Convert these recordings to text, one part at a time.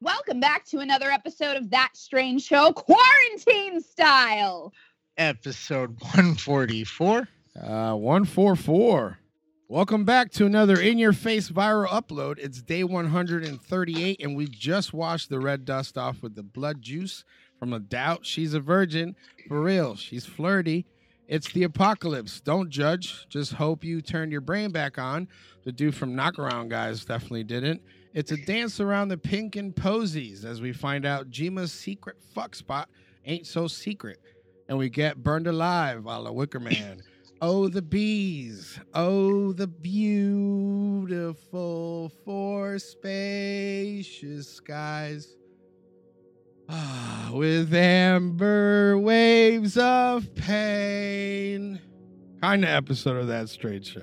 welcome back to another episode of That Strange Show, quarantine style. Episode 144. Uh, 144. Welcome back to another in your face viral upload. It's day 138, and we just washed the red dust off with the blood juice from a doubt. She's a virgin. For real, she's flirty. It's the apocalypse. Don't judge. Just hope you turn your brain back on. The dude from Knockaround Guys definitely didn't. It's a dance around the pink and posies as we find out Jima's secret fuck spot ain't so secret. And we get burned alive a la Wicker Man. oh, the bees. Oh, the beautiful four spacious skies. Ah, with amber waves of pain. Kind of episode of that straight show.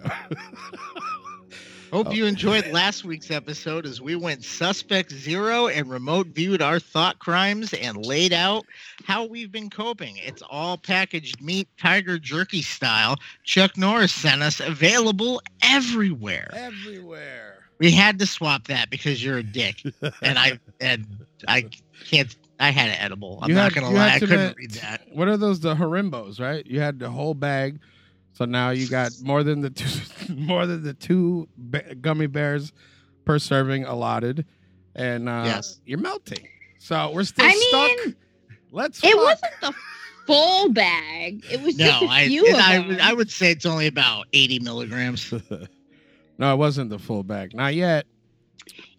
Hope Oh. you enjoyed last week's episode as we went suspect zero and remote viewed our thought crimes and laid out how we've been coping. It's all packaged meat, tiger jerky style. Chuck Norris sent us available everywhere. Everywhere. We had to swap that because you're a dick. And I and I can't I had an edible. I'm You not had- gonna you had lie, I to couldn't admit- read that. What are those? The harimbos, right? You had the whole bag, so now you got more than the two, more than the two ba- gummy bears per serving allotted, and uh, Yes. you're melting. So we're still I mean, stuck. Let's. It fuck. wasn't the full bag. It was No, just a I, few and of I, them. would- I would say it's only about 80 milligrams. no, it wasn't the full bag. Not yet.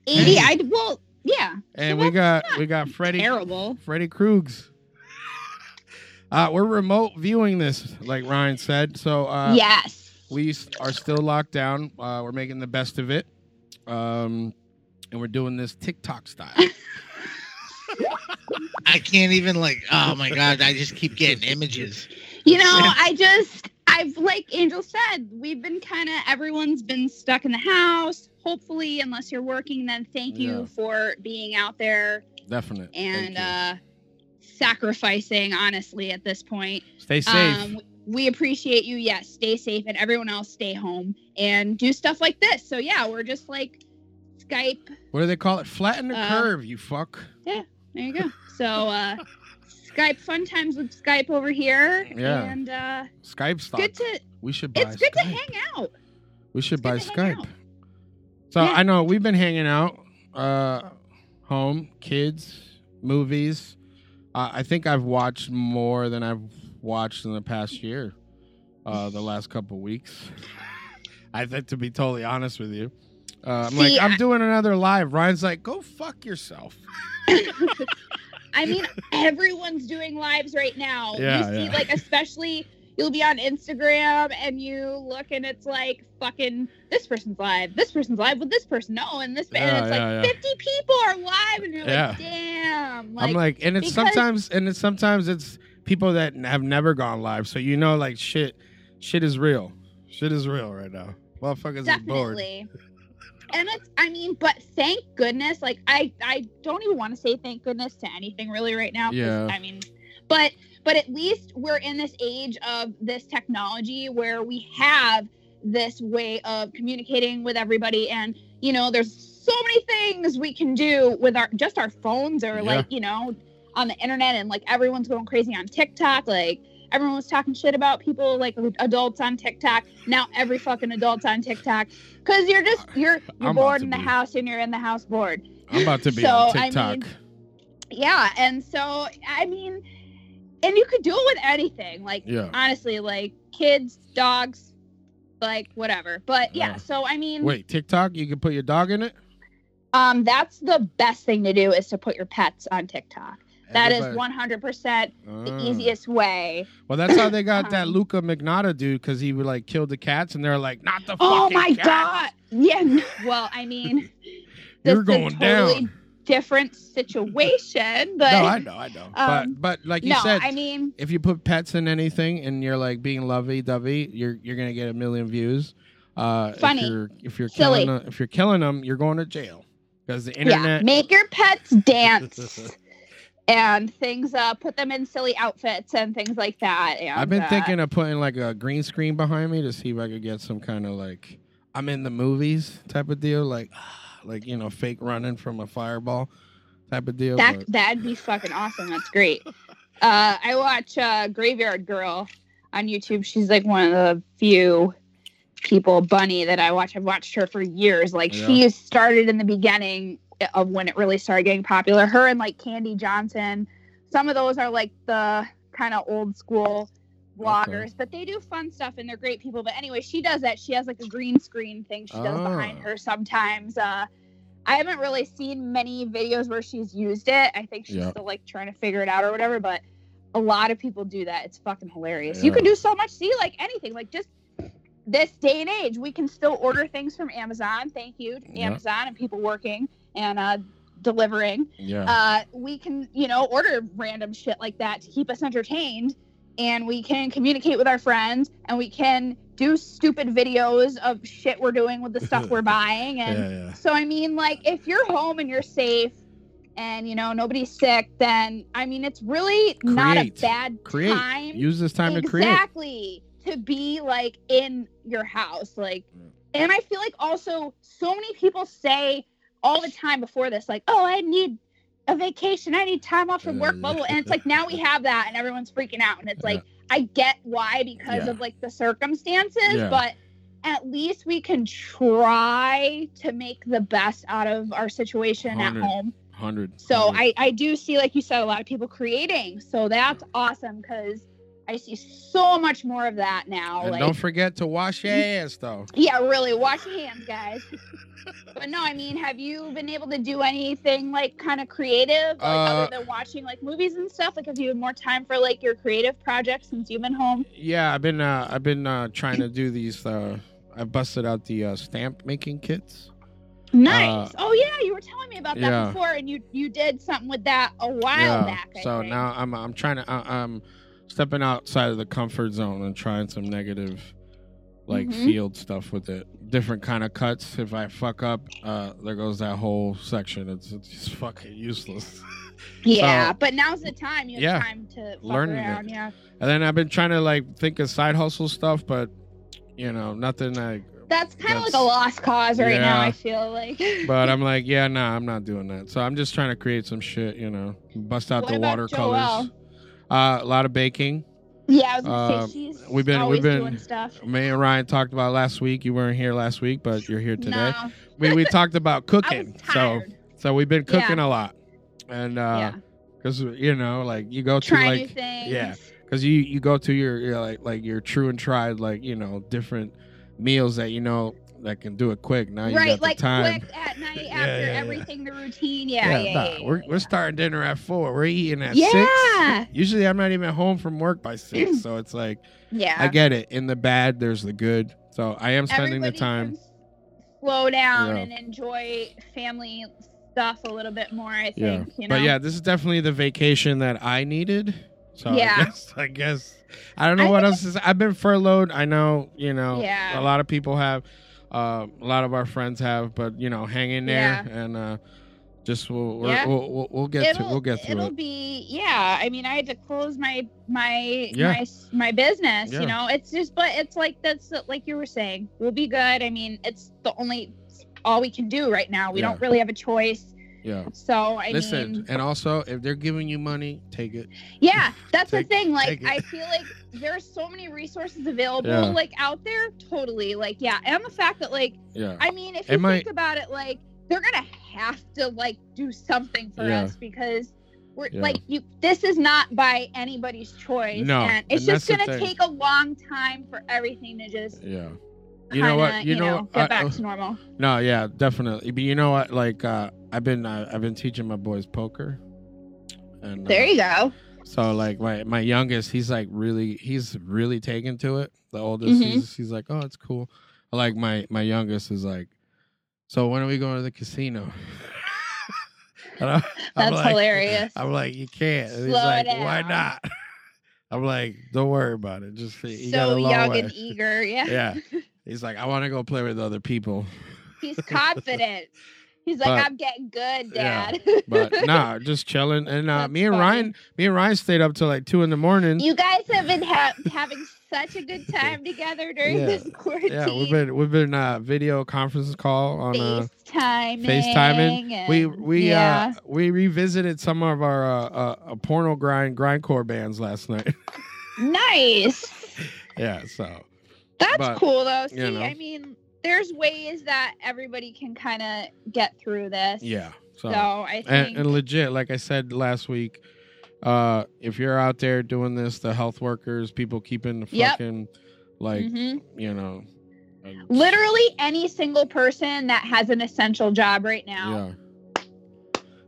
80. I well, yeah, And So we got we got Freddy terrible. Freddy Kruegs. Uh, we're remote viewing this, like Ryan said. So uh, yes. we s- are still locked down. Uh, we're making the best of it, um, and we're doing this TikTok style. I can't even like. Oh my god! I just keep getting images. You know, I just I've like Angel said, we've been kind of everyone's been stuck in the house. Hopefully, unless you're working, then thank you Yeah. for being out there Definitely. and uh sacrificing honestly at this point. stay safe. Um, we appreciate you. Yes, stay safe, and everyone else stay home and do stuff like this. So yeah, we're just like Skype. what do they call it? Flatten the uh, curve, you fuck. There you go. So uh, Skype fun times with Skype over here. Yeah. and uh, Skype stock. good to we should buy. it's good to Skype. hang out. We should It's buy good to hang Skype. out. So Yeah. I know we've been hanging out, uh, home, kids, movies. Uh, I think I've watched more than I've watched in the past year, uh, the last couple weeks. I think to be totally honest with you, uh, I'm See, like I'm doing another live. Ryan's like, go fuck yourself. I mean, everyone's doing lives right now. Yeah, you see, yeah. like, especially you'll be on Instagram and you look and it's like fucking this person's live, this person's live with this person. No, and this, Yeah, and it's yeah, yeah. like 50 people are live and you're Yeah. like, damn. I'm like, and it's because- sometimes, and it's sometimes it's people that have never gone live, so you know, like shit, shit is real. Shit is real right now. Motherfuckers is bored. definitely. And it's, I mean, but thank goodness, like, I, I don't even want to say thank goodness to anything really right now. 'cause, Yeah. I mean, but, but at least we're in this age of this technology where we have this way of communicating with everybody. And, you know, there's so many things we can do with our, just our phones or Yeah. like, you know, on the internet and like everyone's going crazy on TikTok. Like, everyone was talking shit about people like adults on TikTok. Now every fucking adult's on TikTok because you're just you're you're I'm about bored to in the be. house and you're in the house bored. I'm about to be So, on I mean, TikTok. Yeah, and so I mean, and you could do it with anything. Like yeah. honestly, like kids, dogs, like whatever. But yeah, Yeah. so I mean, Wait, TikTok? You can put your dog in it. um, that's the best thing to do is to put your pets on TikTok. That is Everybody- 100% the Ah. easiest way. Well, that's how they got that Um, Luca Magnotta dude because he would like kill the cats, and they're like, "Not the Oh fucking my cats. god! Yeah. no- Well, I mean, You're this is going totally down." Different situation, but no, I know, I know. um, but but like you no, said, I mean, if you put pets in anything and you're like being lovey-dovey, you're you're gonna get a million views. Uh, Funny. If you're, if you're Silly. killing them, if you're killing them, you're going to jail because the yeah, internet. make your pets dance and things. Uh, put them in silly outfits and things like that. And, I've been uh, thinking of putting like a green screen behind me to see if I could get some kind of like I'm in the movies type of deal, like like you know fake running from a fireball. type of deal. That but- that'd be fucking awesome. That's great. Uh, I watch uh, Graveyard Girl on YouTube. She's like one of the few people, Bunny, that I watch. I've watched her for years. Like she started in the beginning of when it really started getting popular. Her and like Candy Johnson. Some of those are like the kind of old school vloggers, but they do fun stuff and they're great people. But anyway, she does that. She has like a green screen thing she does behind Ah. her sometimes. Uh, I haven't really seen many videos where she's used it. I think she's Yeah. still like trying to figure it out or whatever, but a lot of people do that. It's fucking hilarious. You Yeah. can do so much. See, like anything, like just this day and age, we can still order things from Amazon. Thank you to Yeah. Amazon and people working and uh, delivering. yeah. Uh, we can, you know, order random shit like that to keep us entertained and we can communicate with our friends and we can do stupid videos of shit we're doing with the stuff we're buying and yeah, yeah. so I mean, like, if you're home and you're safe, and you know nobody's sick, then I mean, it's really not a Create. bad Create. time. Use this time to create. exactly to be like in your house, like. Yeah. And I feel like also so many people say all the time before this, like, "Oh, I need a vacation. I need time off from Yeah, work." yeah. Blah blah. And it's like now we have that, and everyone's freaking out, and it's like. I get why because Yeah. of like the circumstances, Yeah. but at least we can try to make the best out of our situation Hundred. at home. Hundred. So I I do see like you said a lot of people creating. So that's awesome cuz I see so much more of that now. And like don't forget to wash your ass though. yeah, really wash your hands, guys. but no, I mean, have you been able to do anything like kind of creative like, Uh, other than watching like movies and stuff? Like have you had more time for like your creative projects since you've been home? Yeah, I've been uh, I've been uh, trying to do these. Uh, I busted out the uh, stamp making kits. Nice. oh yeah, you were telling me about that Uh, yeah. before, and you you did something with that a while back. I so think. now I'm I'm trying to I, I'm stepping outside of the comfort zone and trying some negative like Mhm. field stuff with it. Different kind of cuts. If I fuck up, uh, there goes that whole section. It's it's just fucking useless. yeah, so- but now's the time. You have Yeah. time to fuck Learning it. around. Yeah, and then I've been trying to like think of side hustle stuff, but you know nothing like. that's kind of like That's- a lost cause right now. Yeah. I feel like. But I'm like, yeah, nah, I'm not doing that. So I'm just trying to create some shit, you know, bust out What the about watercolors. Uh, a lot of baking. yeah, I was gonna Um, say she's we've been- we've always been- doing stuff. Me and Ryan talked about last week. You weren't here last week, but you're here today. No, We, we talked about I was cooking. So tired. so we've been Yeah. cooking a lot. And uh yeah, 'cause cuz you know, like you go to try new like things. yeah. cuz you you go to your, your like like your true and tried like, you know, different meals that you know that can do it quick. Now you right, got like the time. quick at night Yeah, after yeah, yeah. everything, the routine. Yeah, yeah, yeah. nah, yeah, we're yeah. we're starting dinner at 4. We're eating at 6. Yeah. Usually I'm not even home from work by 6, so it's like yeah. I get it. In the bad, there's the good. So I am spending Everybody the time can slow down Yeah. and enjoy family stuff a little bit more. I think Yeah. you know. But yeah, this is definitely the vacation that I needed. So I Yeah. guess I guess I don't know I what think- else is. I've been furloughed. I know you know Yeah. a lot of people have, uh, a lot of our friends have, but you know, hang in there and uh, just we'll we're, Yeah. we'll, we'll we'll get to we'll get through it'll it. be yeah. I mean, I had to close my my Yeah. my my business. Yeah. You know, it's just but it's like that's like you were saying. We'll be good. I mean, it's the only all we can do right now. We Yeah. don't really have a choice. Yeah. So I Listen, mean, and also if they're giving you money, take it. Yeah, that's Take- the thing. Like, take it. I feel like there's so many resources available, Yeah. like out there. Totally, like, yeah, and the fact that, like, Yeah. I mean, if It you might- think about it, like, they're gonna have to like do something for Yeah. us because we're Yeah. like, you. This is not by anybody's choice, No, and it's and just that's the gonna thing. take a long time for everything to just. Yeah. You know what? kinda, You know, get I- uh, oh, back to normal. No, yeah, definitely. But you know what? Like uh, I've been uh, I've been teaching my boys poker. And, There uh, you go. So like my my youngest, he's like really he's really taken to it. The oldest, Mhm. he's, he's like, oh, it's cool. Like my my youngest is like, so when are we going to the casino? And I'm- I'm That's like- hilarious. I'm like, you can't. And he's Slow like, why down." not? I'm like, don't worry about it. Just you got a so long young way." and eager. Yeah. yeah. He's like, I want to go play with other people, He's confident. He's like, But- I'm getting good, Yeah, Dad. but nah, just chilling. And uh, That's me and funny. Ryan, me and Ryan stayed up till like two in the morning. You guys have been ha- having such a good time together during Yeah. this quarantine. Yeah, we've been we've been uh, video conference call on uh, FaceTiming. FaceTiming. we and- we yeah. uh, we revisited some of our uh, uh, uh, porno grind grindcore bands last night. nice. yeah, so That's But, cool though. See, you know. I mean, there's ways that everybody can kind of get through this. yeah, so, So I think and, and legit, like I said last week, uh, if you're out there doing this, the health workers, people keeping the Yep. fucking like Mhm. you know, uh, literally any single person that has an essential job right now, yeah,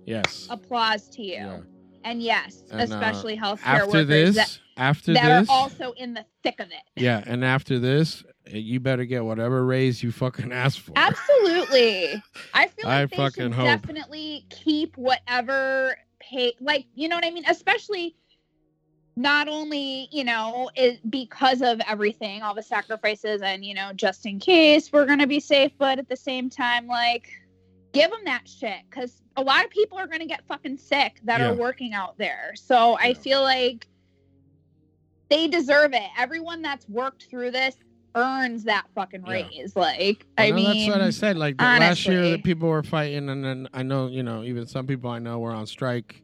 yes, applause to you. yeah. And yes, And, uh, especially healthcare After workers this, that, after that this, are also in the thick of it. yeah, and after this, eh, you better get whatever raise you fucking ask for. Absolutely. I feel like I they fucking should hope. definitely keep whatever pay like you know what I mean? Especially not only, you know, is because of everything, all the sacrifices and, you know, just in case we're gonna be safe, but at the same time, like give them that shit because a lot of people are going to get fucking sick that Yeah. are working out there so i Yeah. feel like they deserve it everyone that's worked through this earns that fucking Yeah. raise like I i know mean that's what I said. Like the last year, honestly. that people were fighting, and then I know you know even some people I know were on strike.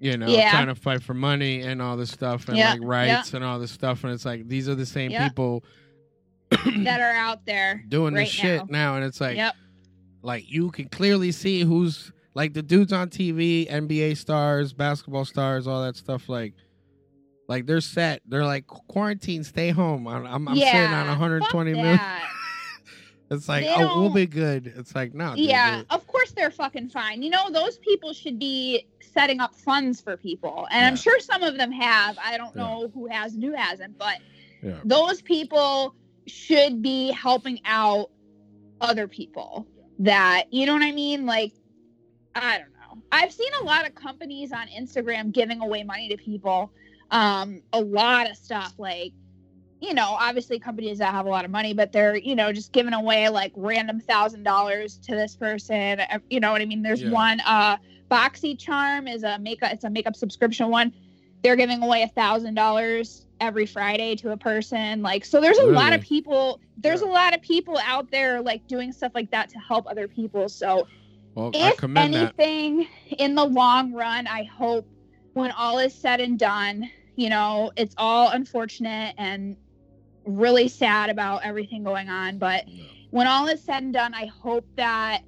You know, Yeah. trying to fight for money and all this stuff, and Yeah, like rights and all this stuff, and it's like these are the same Yeah. people that are out there doing right this shit now. now. and it's like, yep like you can clearly see who's like the dudes on TV, NBA stars, basketball stars, all that stuff. Like, like they're set. They're like quarantine, stay home. I'm, I'm, I'm yeah, sitting on fuck 120 million. that. It's like, They oh, we'll don't- be good. It's like, no, dude, yeah you're- of course they're fucking fine you know those people should be setting up funds for people and i'm Yeah. sure some of them have i don't Yeah. know who has and who hasn't but Yeah. those people should be helping out other people that you know what i mean like i don't know i've seen a lot of companies on instagram giving away money to people um a lot of stuff like you know obviously companies that have a lot of money but they're you know just giving away like random thousand dollars to this person uh, you know what i mean there's Yeah. one uh boxy charm is a makeup it's a makeup subscription one they're giving away a thousand dollars every friday to a person like so there's a lot of Really? people there's Yeah. a lot of people out there like doing stuff like that to help other people so well, I if commend that. anything in the long run i hope when all is said and done you know it's all unfortunate and really sad about everything going on but Yeah. when all is said and done i hope that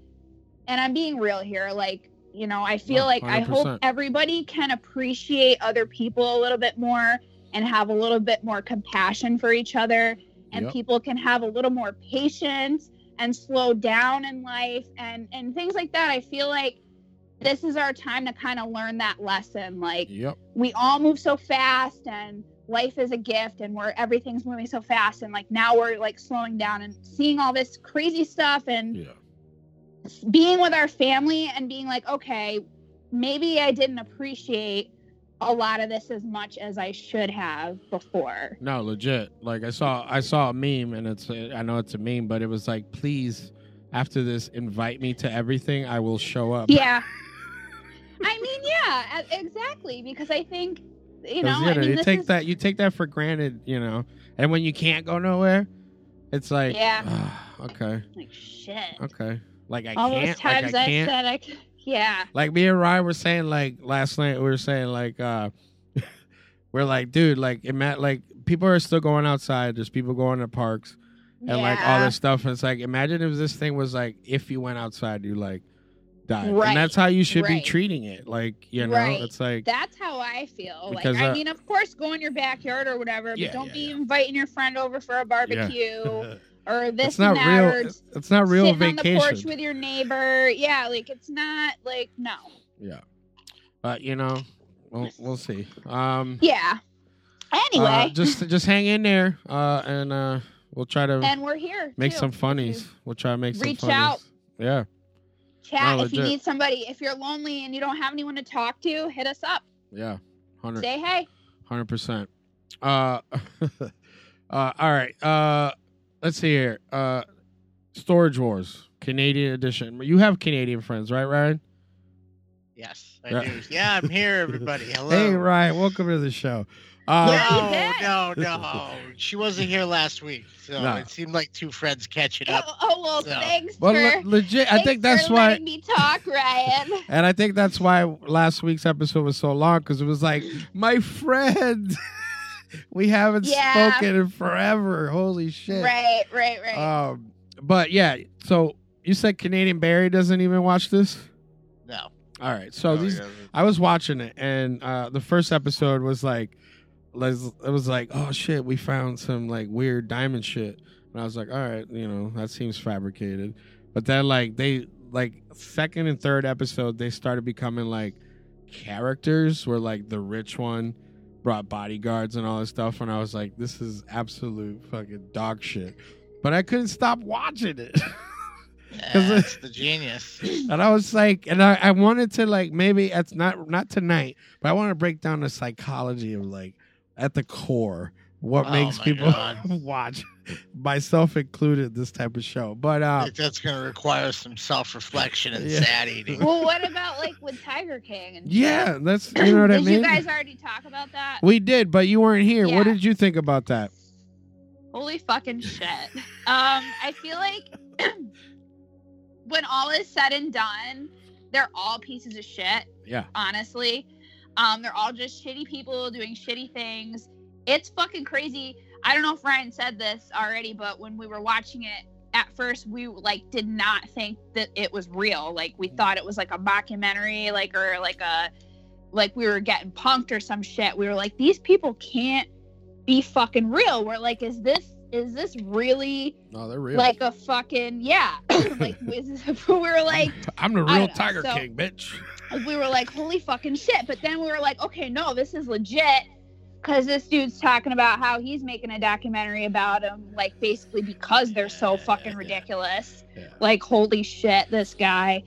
and i'm being real here like you know i feel Oh, like i 100%. hope everybody can appreciate other people a little bit more and have a little bit more compassion for each other and Yep. people can have a little more patience and slow down in life and and things like that i feel like this is our time to kind of learn that lesson like Yep. we all move so fast and life is a gift and we're everything's moving so fast and like now we're like slowing down and seeing all this crazy stuff and Yeah. being with our family and being like okay maybe i didn't appreciate a lot of this as much as i should have before No, legit. Like I saw, I saw a meme, and it's. uh, I know it's a meme, but it was like, please, after this, invite me to everything. I will show up. yeah i mean yeah e- exactly because i think you 'Cause, know i mean you this take is that you take that for granted, you know. And when you can't go nowhere, it's like, Yeah. "Ah, okay, like shit okay. Like I all can't. those times like I i can't. said i c- yeah like me and Ryan were saying, like last night, we were saying, like, uh we're like, dude, like, it meant like people are still going outside. There's people going to parks. and like all yeah. this stuff. And it's like, imagine if this thing was like, if you went outside, you like died. Right, And that's how you should be right. treating it. Like, you know, Right. it's like, That's how I feel. Because, like, uh, I mean, of course, go in your backyard or whatever, but Yeah, don't yeah, be yeah. inviting your friend over for a barbecue or this it's not and that, real. or It's not real sitting on the porch vacation. with your neighbor. Yeah, like it's not like no. But, you know, we'll, we'll see. Um, Yeah. Anyway, uh, just, just hang in there. Uh, and, uh, we'll try to and we're here. make too. some funnies. We'll try to make Reach some funnies. out. Yeah. Chat No, if you legit. need somebody. If you're lonely and you don't have anyone to talk to, hit us up. Yeah. 100. Say hey. Hundred percent. Uh, uh, all right. Uh, let's see here. Uh, Storage Wars Canadian edition. You have Canadian friends, right, Ryan? Yes, Yeah. I do. Yeah, I'm here, everybody. Hello. Hey, Ryan. Welcome to the show. Uh, Yeah, you no, bet. no, no. She wasn't here last week, so No. it seemed like two friends catching Oh, up. oh, well, Yeah. thanks but for. le- legit, I thanks think that's for why. letting me talk, Ryan. And I think that's why last week's episode was so long because it was like, my friend, we haven't Yeah. spoken in forever. Holy shit. right, right, right. Um, but yeah, so you said Canadian Barry doesn't even watch this? No. All right. So No, Oh, these, Oh, yeah. I was watching it, and uh, the first episode was like, les- it was like, oh shit, we found some like weird diamond shit, and I was like, all right, you know, that seems fabricated. But then like they like second and third episode, they started becoming like characters where like the rich one brought bodyguards and all this stuff, and I was like, this is absolute fucking dog shit. But I couldn't stop watching it. Yeah, that's the genius. And I was like, and I, I wanted to like maybe it's not not tonight, but I want to break down the psychology of like at the core what Oh makes my people God. watch, myself included, this type of show. But uh, Like, that's going to require some self-reflection and Yeah. sad eating. well, what about like with Tiger King? And yeah, that's you know what I Did mean. you guys already talk about that? we did, but you weren't here. What Yeah. did you think about that? Holy fucking shit. Um, I feel like when all is said and done, they're all pieces of shit. Yeah. Honestly. Um, they're all just shitty people doing shitty things. It's fucking crazy. I don't know if Ryan said this already, but when we were watching it at first we like did not think that it was real. Like we thought it was like a mockumentary, like or like a like we were getting punked or some shit. We were like, these people can't be fucking real. We're like, is this is this really Oh, they're real. like a fucking yeah? like is this, we were like I'm the I real know, Tiger so- King, bitch. we were like, holy fucking shit. But then we were like, okay, no, this is legit. Cause this dude's talking about how he's making a documentary about him, like basically because they're so Yeah, fucking yeah. ridiculous. Yeah. Like, holy shit, this guy.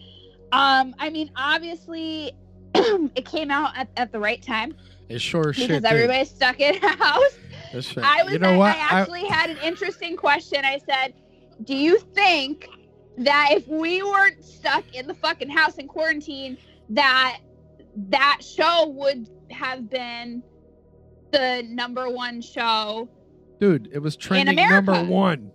Um, I mean, obviously it came out at, at the right time It's sure as shit. because did. everybody's stuck in a house. It's shit. I was you know I, what? I I- actually had an interesting question. I said, "Do you think that if we weren't stuck in the fucking house in quarantine, that that show would have been the number one show? dude, it was trending America. number one.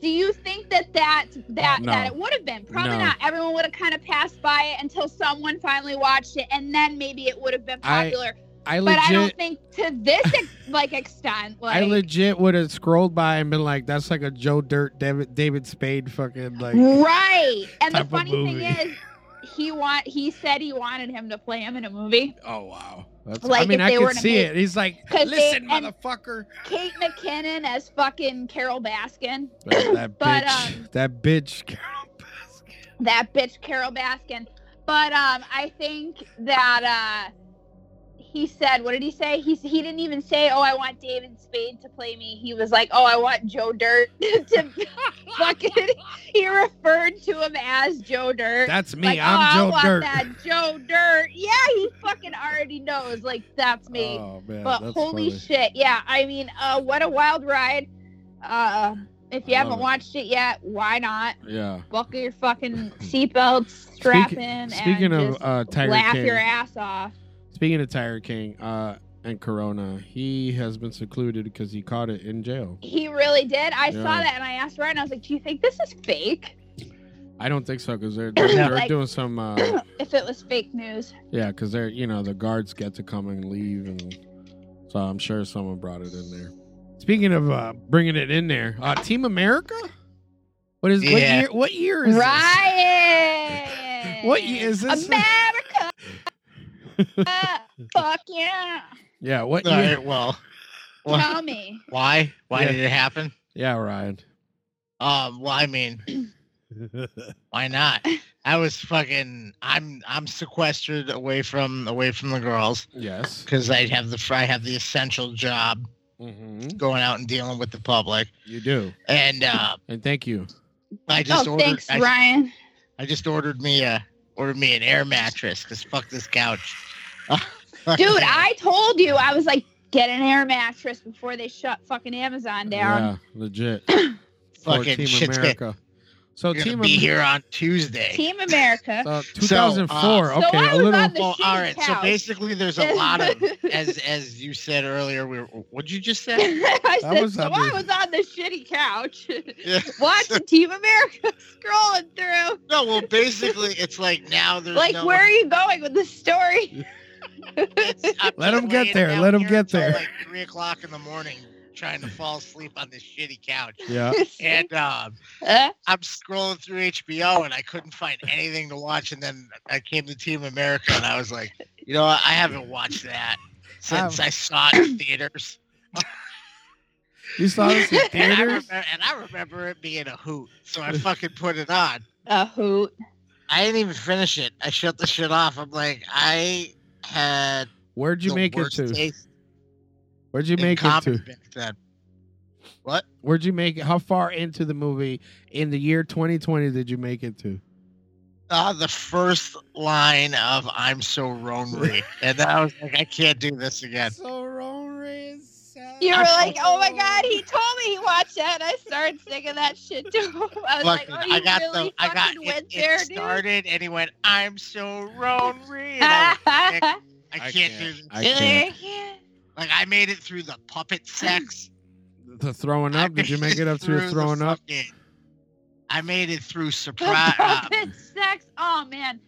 Do you think that that that No. that it would have been? Probably No. not. Everyone would have kind of passed by it until someone finally watched it, and then maybe it would have been I- popular. I but legit. I don't think to this ex- like extent. Like, I legit would have scrolled by and been like, "That's like a Joe Dirt, David, David Spade, fucking like." Mm-hmm. right and type the of funny thing movie. is he want he said he wanted him to play him in a movie Oh wow! That's, I Like, mean, if I they were can to see make- it. He's like, 'Cause they- "Listen, and- motherfucker!" kate mckinnon as fucking carol baskin But that But, bitch, um, that bitch, Carol Baskin. that bitch carol baskin but um i think that uh he said what did he say he, he didn't even say oh i want david spade to play me he was like oh i want joe dirt to fucking he referred to him as joe dirt That's me. like, I'm oh, I Joe want Dirt. that Joe Dirt. Yeah, he fucking already knows. Like that's me. Oh man, but that's holy funny. shit, yeah. I mean, uh, what a wild ride. Uh, if you I love haven't it. watched it yet, why not? Yeah. Buckle your fucking seatbelts, strap Speak- in, Speaking and of just uh, Tiger laugh King, your ass off. speaking of Tiger King, uh, and Corona, he has been secluded because he caught it in jail. He really did. I Yeah. saw that, and I asked Ryan. I was like, "Do you think this is fake? I don't think so because they're they're, they're Like- doing some. Uh, if it was fake news, Yeah, because they're you know the guards get to come and leave, and so I'm sure someone brought it in there. Speaking of uh, bringing it in there, uh, Team America. What is what Yeah. year? What year is Ryan? What year is this? America? Fuck yeah! this? Yeah, what All year? right, well, well, Tell me. why? Why Yeah. did it happen? Yeah, Ryan. Um, well, I mean, Why not? I was fucking. I'm I'm sequestered away from away from the girls yes. because I have the I have the essential job hmm going out and dealing with the public, You do, and uh, and thank you. I just oh, ordered. thanks, I, Ryan. I just ordered me a ordered me an air mattress because fuck this couch. Dude, I told you I was like, get an air mattress before they shut fucking Amazon down. Yeah, legit. For fucking Team shit's get, America. So You're team gonna of, be here uh, on Tuesday. Team America. so 2004. So okay, I a was little. on the well, shitty all right. So couch. basically, there's a lot of as as you said earlier. We were, what'd you just say? I said, was so on I the- was on the shitty couch Yeah. watching Team America scrolling through. No, well, basically, it's like now there's Like, no where are you going with this story? It's- I'm Let just 'em get laying there, down let 'em here get until, there. Like three o'clock in the morning, trying to fall asleep on this shitty couch, Yeah. and um, Uh, I'm scrolling through HBO and I couldn't find anything to watch. And then I came to Team America and I was like, you know, what? I haven't watched that since Um, I saw it in theaters. You saw this in And I, theaters? remember, and I remember it being a hoot, so I fucking put it on. a hoot. I didn't even finish it. I shut the shit off. I'm like, I had Where'd you the make it worst to? taste Where'd you in make it comics to? back then. Where'd you make it? How far into the movie in the year 2020 did you make it to? uh, the first line of "I'm so lonely," and I was like, "I can't do this again." So lonely. You were like, oh my God, he told me he watched that. And I started singing that shit to him. I was like, Fucking- oh, you I got really the, I got fucking it, went it there, started, and he went, "I'm so lonely." dude. And I, I was, I I can't, do can't. this. I can't. can't. Like I made it through the puppet sex. The throwing I up? Did you made make it up through through the throwing up? fucking- I made it through The surprise. uh, puppet sex. Oh man,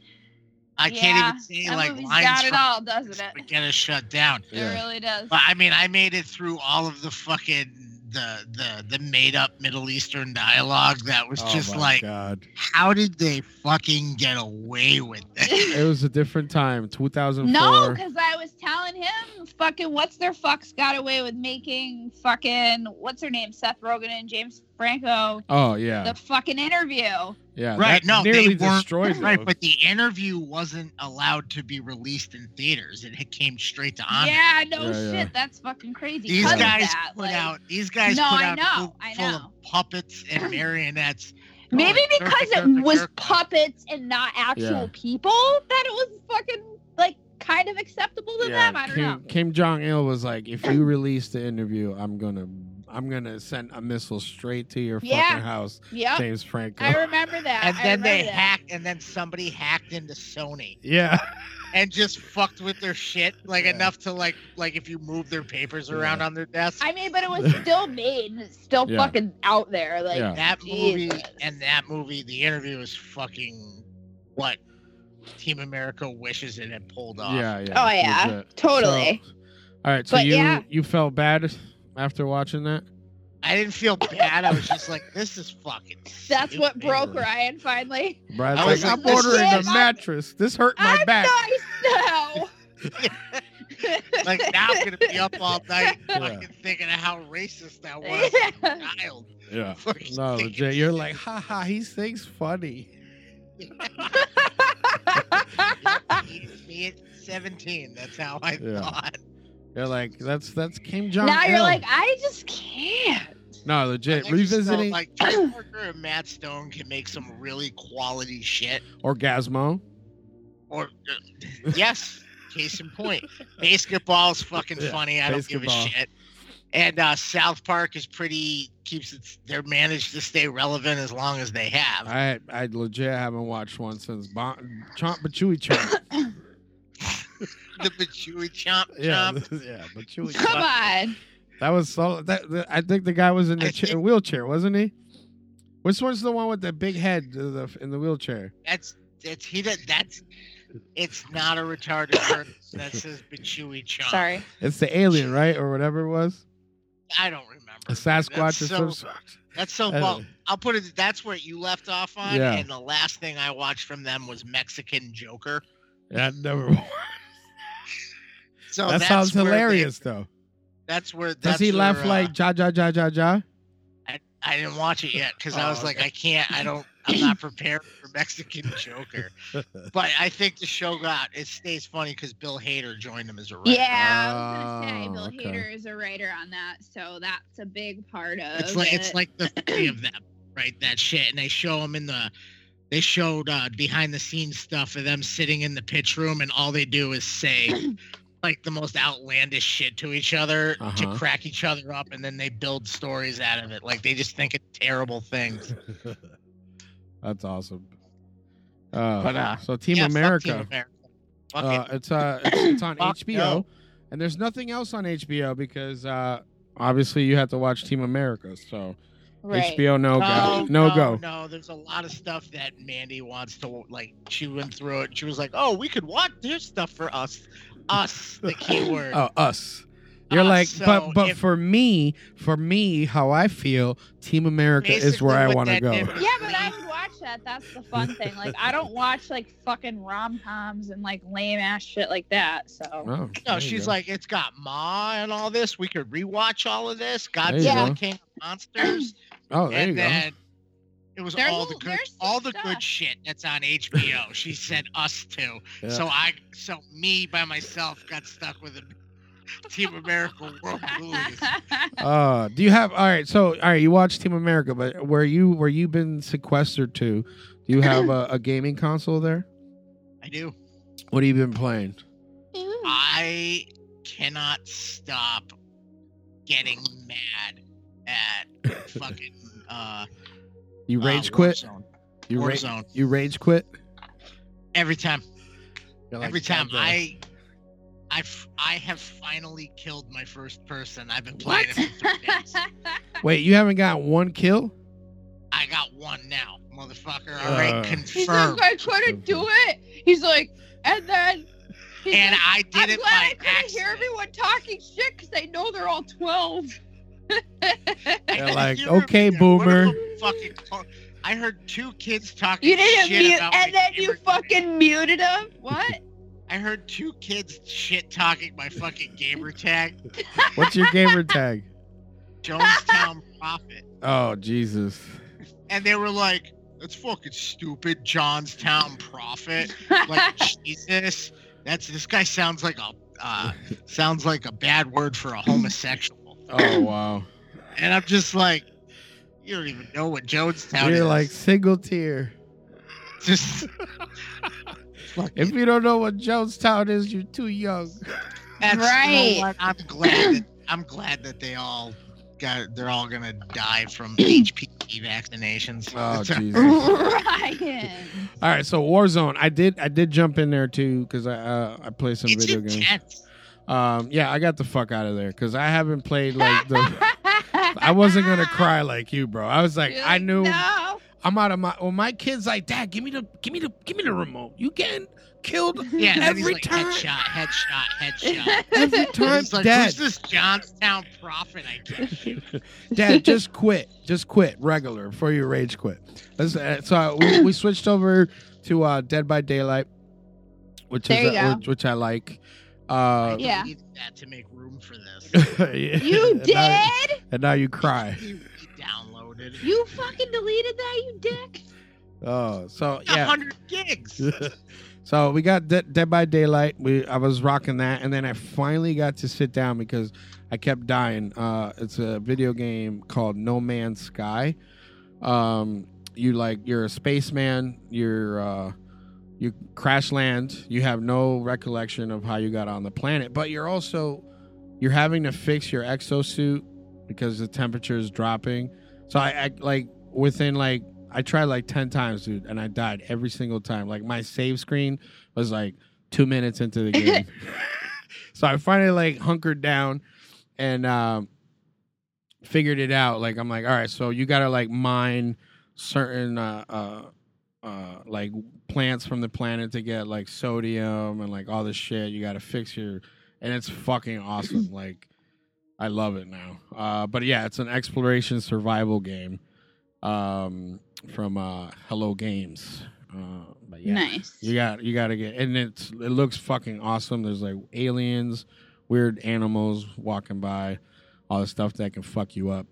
I Yeah, can't even say that like movie's lines got it from all, doesn't this, it? but get us shut down. It really does. But I mean, I made it through all of the fucking the the the made up Middle Eastern dialogue that was Oh just my like, God. how did they fucking get away with that? It was a different time, 2004. No, because I was telling him, fucking, what's their fucks got away with making fucking, what's her name, Seth Rogen and James Franco, oh yeah, the fucking interview. yeah. Right, Uh, That no, they nearly weren't- destroyed. Right, those. but the interview wasn't allowed to be released in theaters. It had- came straight to on. Yeah, no Yeah, shit, yeah. that's fucking crazy. These 'cause of guys that, put like- out. These guys No, put I out know, full, I full know. of puppets and marionettes. Maybe Jerk, because jerk, it was jerk. puppets and not actual Yeah. people, that it was fucking like kind of acceptable to them. I don't Kim, know. Kim Jong Il was like, if you release the interview, I'm gonna, I'm gonna send a missile straight to your Yeah. fucking house, Yep, James Franco. I remember that. And I then they remember that. hacked, and then somebody hacked into Sony. yeah, and just fucked with their shit like Yeah. enough to like like if you move their papers around Yeah. on their desk I mean, but it was still made and it's still Yeah. fucking out there. Like, Yeah. that movie Jesus. and that movie the interview is fucking what team america wishes it had pulled off yeah, yeah. Oh, yeah. legit. totally. So- all right, so But you yeah. you felt bad after watching that? i didn't feel bad i was just like this is fucking That's what stupid. broke Ryan finally. Brad's I like, was like, I'm this ordering is- a mattress. This hurt my I'm back. nice now. like now i'm gonna be up all night Yeah. fucking thinking of how racist that was Yeah. child Yeah. Fucking No, thinking legit. You're shit. like, haha, he thinks funny. me at 17 that's how i Yeah. thought You're like, that's that's Kim Jong. now you're like, I just can't. no, legit. I just felt Revisiting like Joe Parker and Matt Stone can make some really quality shit. Orgasmo. Or uh, yes, case in point, basketball's fucking Yeah, funny. I don't give a basketball. shit. And uh, South Park is pretty keeps it. They're managed to stay relevant as long as they have. I I legit haven't watched one since bon- Chomp but Chewy Chomp. the Chewy Chomp Yeah, Chomp. yeah, but Chewy. Come Chomp. on. That was so. That, that- I think the guy was in the I cha- think- wheelchair, wasn't he? Which one's the one with the big head uh, the, in the wheelchair? That's that's he. That, that's it's not a retarded person. That says Chewy Chomp. Sorry. It's the alien, right, or whatever it was. I don't remember. A Sasquatch That's or so- some sort. That's so. Uh, well, I'll put it. That's what you left off on. Yeah. And the last thing I watched from them was Mexican Joker. That never. So that that's sounds where they- hilarious, though. that's where. That's Does he where, laugh uh, like ja ja ja ja ja? I didn't watch it yet because I Oh, was like, okay. I can't. I don't. I'm not prepared for Mexican Joker. But I think the show got. It stays funny because Bill Hader joined him as a writer. Yeah, I was gonna say Oh, Bill okay. Hader is a writer on that, so that's a big part of. It's like it's it. like the three of them, right? That shit, and they show them in the. They showed uh, behind the scenes stuff of them sitting in the pitch room, and all they do is say like the most outlandish shit to each other Uh-huh. to crack each other up, and then they build stories out of it. Like they just think of terrible things. That's awesome. Uh, But, uh, so Team Yeah, fuck Team America, America. Fuck uh, it. it's uh, it's, it's on Fuck HBO, no. and there's nothing else on HBO because uh, obviously you have to watch Team America. So Right. HBO, no, go, no, go. Oh, No, there's a lot of stuff that Mandy wants to like. She went through it. She was like, "Oh, we could watch their stuff for us, us." The keyword. Oh, us. You're Us, like, so but but if- for me, for me, how I feel, Team America is where Basically I what want to that go. did- Yeah, but I would watch that. That's the fun thing. Like, I don't watch like fucking rom coms and like lame ass shit like that. So Oh, there No, you she's go. like, it's got Ma and all this. We could rewatch all of this. you Godzilla go. King of Monsters, oh, there you and go. then it was There's all a- the good, there's some all the stuff. good shit that's on HBO. she said us too. Yeah. So I, so me by myself got stuck with a Team America World Movies. Uh, do you have all right? So all right, you watch Team America, but where you where you been sequestered to? Do you have a, a gaming console there? I do. What have you been playing? I cannot stop getting mad at fucking uh, You rage uh, quit. Warzone. You rage. Warzone. You rage quit. Every time. You're like, Every time "Fuck this." I, I, f- I have finally killed my first person. I've been playing it for three days. wait, you haven't got one kill. I got one now, motherfucker. All right, Uh. He's like, confirmed. I couldn't do it. He's like, and then. He's And like, I did I'm it glad by I couldn't hear accident. everyone talking shit because they know they're all 12. I They're couldn't like, hear everyone. "Okay, One of boomer." them Fucking. call- I heard two kids talking You didn't shit mute, about my and then you favorite game. fucking muted him. What? I heard two kids shit talking my fucking gamer tag, What's your gamer tag? Jonestown Prophet. Oh Jesus. And they were like, that's fucking stupid, Johnstown Prophet. Like, Jesus. That's this guy sounds like a uh, sounds like a bad word for a homosexual. Oh wow. And I'm just like, you don't even know what Jonestown You're is. like single tier. just If you don't know what Jonestown is, you're too young. that's you know Right. what, I'm glad that I'm glad that they all got they're all gonna die from HPV vaccinations. Oh It's a- Jesus. Ryan. All right, so Warzone. I did I did jump in there too because I uh, I play some it's video games. intense. Um, yeah, I got the fuck out of there because I haven't played like the. I wasn't gonna cry like you, bro. I was like, You're I like, knew No. I'm out of my. Well, my kid's like, Dad, give me the, give me the, give me the remote. You getting killed Yeah, and then he's Every like time- headshot, headshot, headshot. every time, He's like, Dad. who's this Johnstown prophet? I can't. Dad, just quit, just quit, regular for your rage quit. Let's, uh, so I- we, we switched over to uh, Dead by Daylight, which There is you uh, go. which, which I like. Uh, Yeah. need that to make room for this. You you did? and now you cry. You downloaded You fucking deleted that, you dick. Oh, so a yeah. hundred gigs. so we got De- Dead by Daylight. We I was rocking that, and then I finally got to sit down because I kept dying. Uh, it's a video game called No Man's Sky. Um, you like you're a spaceman. You're uh, you crash land. You have no recollection of how you got on the planet, but you're also you're having to fix your exosuit because the temperature is dropping. So I, I like within like I tried like ten times, dude, and I died every single time. Like my save screen was like two minutes into the game, so I finally like hunkered down and um, figured it out. Like I'm like, all right, so you gotta like mine certain uh, uh, uh, like plants from the planet to get like sodium and like all this shit. You gotta fix your, and it's fucking awesome. like I love it now. Uh, but yeah, it's an exploration survival game um, from uh, Hello Games. Uh, but yeah, Nice. you got you got to get, and it's it looks fucking awesome. There's like aliens, weird animals walking by, all the stuff that can fuck you up.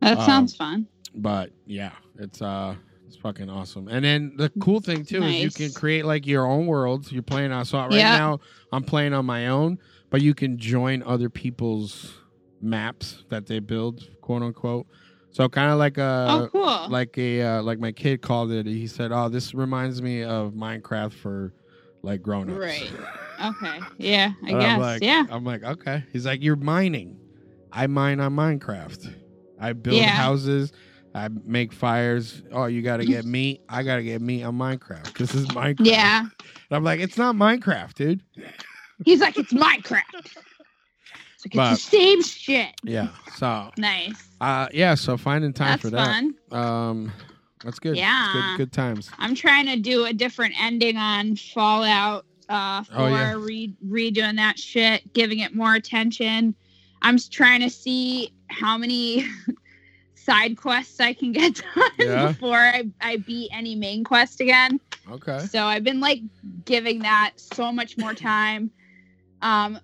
that um, sounds fun. But yeah, it's uh it's fucking awesome. And then the cool thing too is you Nice. can create like your own worlds. You're playing on so right Yeah. now I'm playing on my own, but you can join other people's maps that they build, quote unquote. So kind of like a oh, cool. uh, like a uh, like my kid called it. He said, "Oh, this reminds me of Minecraft for like grown-ups." Right. okay. Yeah, I And guess. I'm uh, like, yeah. I'm like, okay. He's like, you're mining. I mine on Minecraft. I build Yeah. houses. I make fires. Oh, you got to get meat. I got to get meat on Minecraft. This is Minecraft. Yeah. And I'm like, it's not Minecraft, dude. He's like, it's Minecraft. It's like, it's But- the same shit. Yeah. So, Nice. uh, yeah. So finding time That's for that. fun. Um, that's good. It's Yeah. Good, good times. I'm trying to do a different ending on Fallout uh, 4, Oh, yeah. re- redoing that shit, giving it more attention. I'm s- trying to see how many side quests I can get done Yeah. before I, I beat any main quest again. Okay. So I've been like giving that so much more time. Um,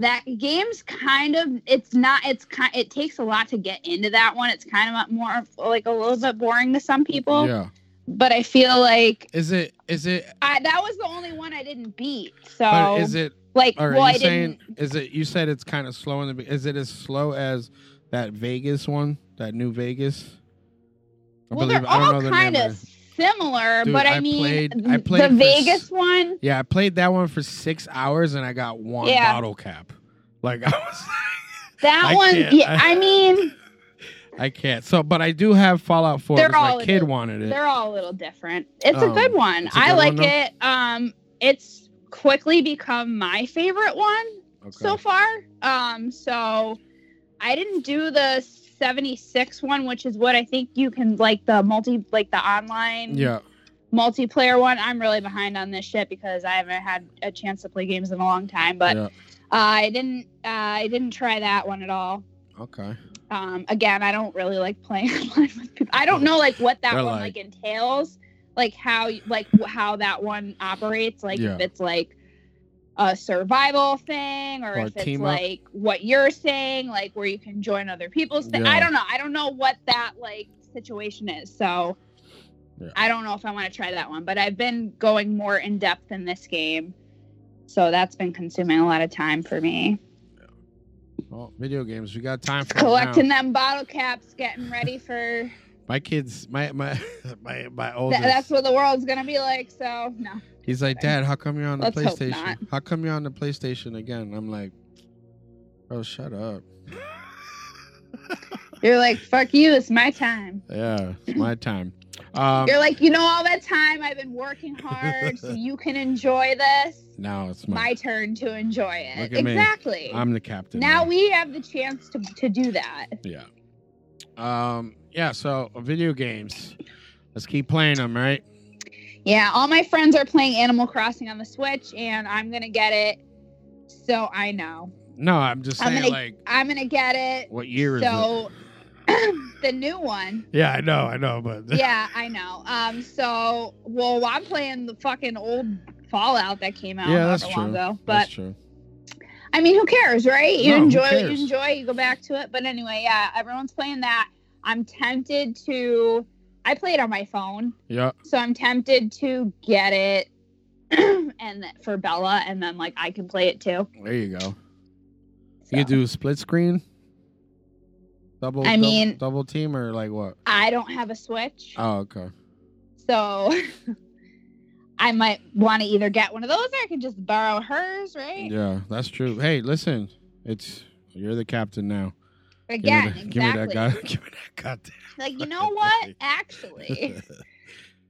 that game's kind of it's not it's kind it takes a lot to get into that one. It's kind of more of, like a little bit boring to some people, Yeah. but I feel like Is it? Is it? I, that was the only one I didn't beat. So but Is it? like, All right. well, I you saying? didn't. Is it? You said it's kind of slow in the. be- Is it as slow as that Vegas one? That New Vegas. I Well, they're all the kind name of similar, Dude, but I, I mean, played- I played the for s- Vegas one. Yeah, I played that one for six hours and I got one Yeah. bottle cap. Like I was, That I one, can't- yeah. I- I mean, I can't. So, but I do have Fallout Four. They're 'cause all my in kid it. wanted it. they're all a little different. It's Um, a good one. it's a I good like one, though? it. Um, it's quickly become my favorite one Okay. so far. Um, so I didn't do the. 76 one which is what i think you can like the multi like the online yeah, multiplayer one. I'm really behind on this shit because I haven't had a chance to play games in a long time. But yeah. uh, I didn't. Uh, I didn't try that one at all. Okay. Um, again, I don't really like playing online with people. I don't know like what that They're one like- like entails, like how like wh- how that one operates, like Yeah. if it's like a survival thing or, Or if it's team up. like what you're saying, like where you can join other people's thing. Yeah. I don't know. I don't know what that like situation is. So Yeah. I don't know if I want to try that one, but I've been going more in depth in this game. So that's been consuming a lot of time for me. Well, video games. We got time for it now. Collecting them bottle caps, getting ready for My kids, my my my my Th- oldest. that's what the world's gonna be like. So no, he's like, Dad, how come you're on the Let's hope PlayStation? not. How come you're on the PlayStation again? And I'm like, oh, shut up. you're like, fuck you, it's my time. Yeah, it's my time. Um, You're like, you know, all that time I've been working hard, so you can enjoy this. now it's My my. turn to enjoy it. Look at me. Exactly. I'm the captain. now now. we have the chance to to do that. Yeah. Um. Yeah. So video games. Let's keep playing them, right? Yeah, all my friends are playing Animal Crossing on the Switch, and I'm gonna get it. So I know No, I'm just I'm saying, gonna- like, I'm gonna get it. what year is it? so the new one. Yeah, I know, I know, but yeah, I know. Um, so well, I'm playing the fucking old Fallout that came out Yeah, not that's long true. ago. that's But true. I mean, who cares, right? You No, who enjoy what you cares? enjoy, you go back to it. But anyway, yeah, everyone's playing that. I'm tempted to. I play it on my phone, Yeah. so I'm tempted to get it, and th- for Bella, and then like I can play it too. There you go. So. You could do a split screen. Double. I double- mean- double team or like what? I don't have a Switch. Oh, okay. So I might want to either get one of those or I can just borrow hers, right? Yeah, that's true. Hey, listen, it's you're the captain now. Again, give me, that, give exactly. me that guy. Give me that goddamn. Like, you know what? Actually,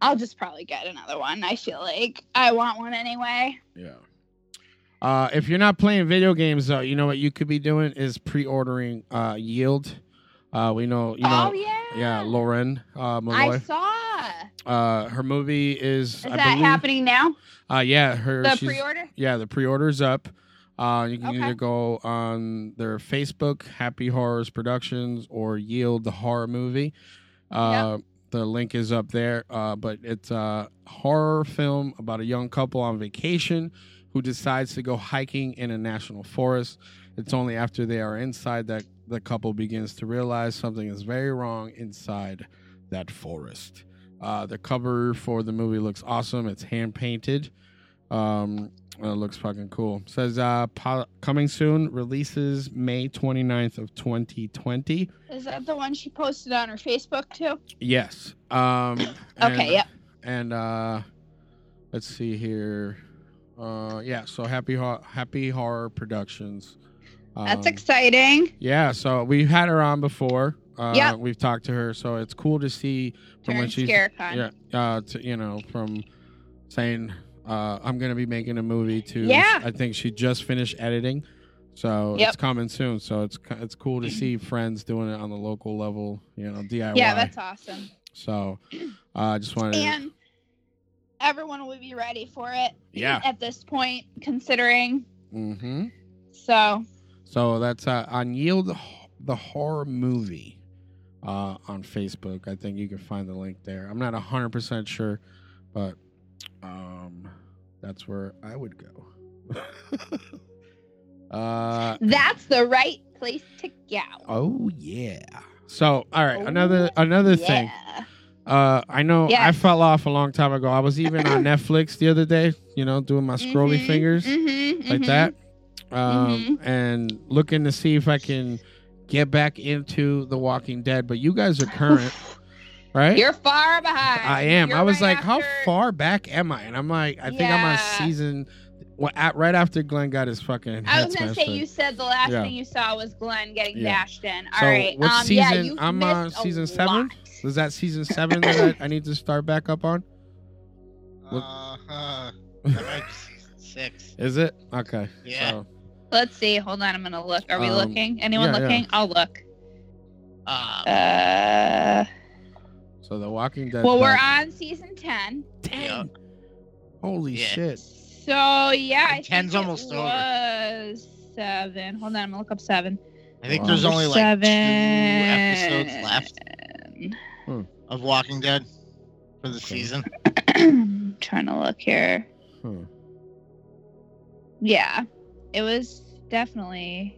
I'll just probably get another one. I feel like I want one anyway. Yeah. Uh, if you're not playing video games, though, you know what you could be doing is pre-ordering uh, Yield. Uh, we know, you know, oh, yeah. yeah, Lauren uh, I Malloy. saw. Uh, her movie is, Is I that believe, happening now? uh, yeah, her The she's- pre order? yeah, the pre-order's up. Uh, you can Okay. either go on their Facebook, Happy Horrors Productions, or Yield the Horror Movie. Uh, The link is up there. Uh, but it's a horror film about a young couple on vacation who decides to go hiking in a national forest. It's only after they are inside that the couple begins to realize something is very wrong inside that forest. Uh, the cover for the movie looks awesome. It's hand painted. Um, and it looks fucking cool. Says uh, po- coming soon. Releases May 29th of 2020. Is that the one she posted on her Facebook too? Yes. Um, and- okay, yep. and uh let's see here uh yeah so happy Ho- happy horror productions um, That's exciting. yeah so we had her on before Uh, Yep. We've talked to her, so it's cool to see from when Turn she's scare con. yeah, uh, to, you know, from saying uh, I'm gonna be making a movie to Yeah. I think she just finished editing, so Yep. Mm-hmm. it's coming soon. So it's co- it's cool to see friends doing it on the local level, you know, DIY. Yeah, that's awesome. so uh, I just wanted to, And everyone will be ready for it yeah. at this point, considering. hmm So So that's uh, on Yield the Horror Movie uh, on Facebook. I think you can find the link there. I'm not 100% sure, but um, that's where I would go. uh, that's the right place to go. oh, yeah. So, all right, Oh, another another thing. Yeah. Uh, I know I Yes. fell off a long time ago. I was even on Netflix the other day, you know, doing my scrolly Mhm, fingers mhm, like mhm. that. Um, Mm-hmm. And looking to see if I can get back into The Walking Dead. But you guys are current, right? You're far behind. I am. You're I was right like, how after- far back am I? And I'm like, I think I'm on Yeah. season. Well, at, right after Glenn got his fucking. I head was gonna smashed say in. you said the last Yeah. thing you saw was Glenn getting Yeah. dashed in. All So, right. what um, yeah, season- you I'm, uh, missed a season seven? lot. Is that season seven that I, I need to start back up on? Uh-huh. That might be season six. Is it okay? Yeah. Um, so- Let's see. Hold on. I'm gonna look. Are we Um, looking? Anyone yeah, yeah. looking? I'll look. Um, Uh, So The Walking Dead. well, we're back. on season ten. Yeah. Holy Yeah. shit! So yeah, I think 10's it almost over. was Seven. Hold on. I'm gonna look up seven. I think Wow. there's only like two episodes Seven. left of Walking Dead for the season. I'm trying to look here. Hmm. Yeah, it was definitely.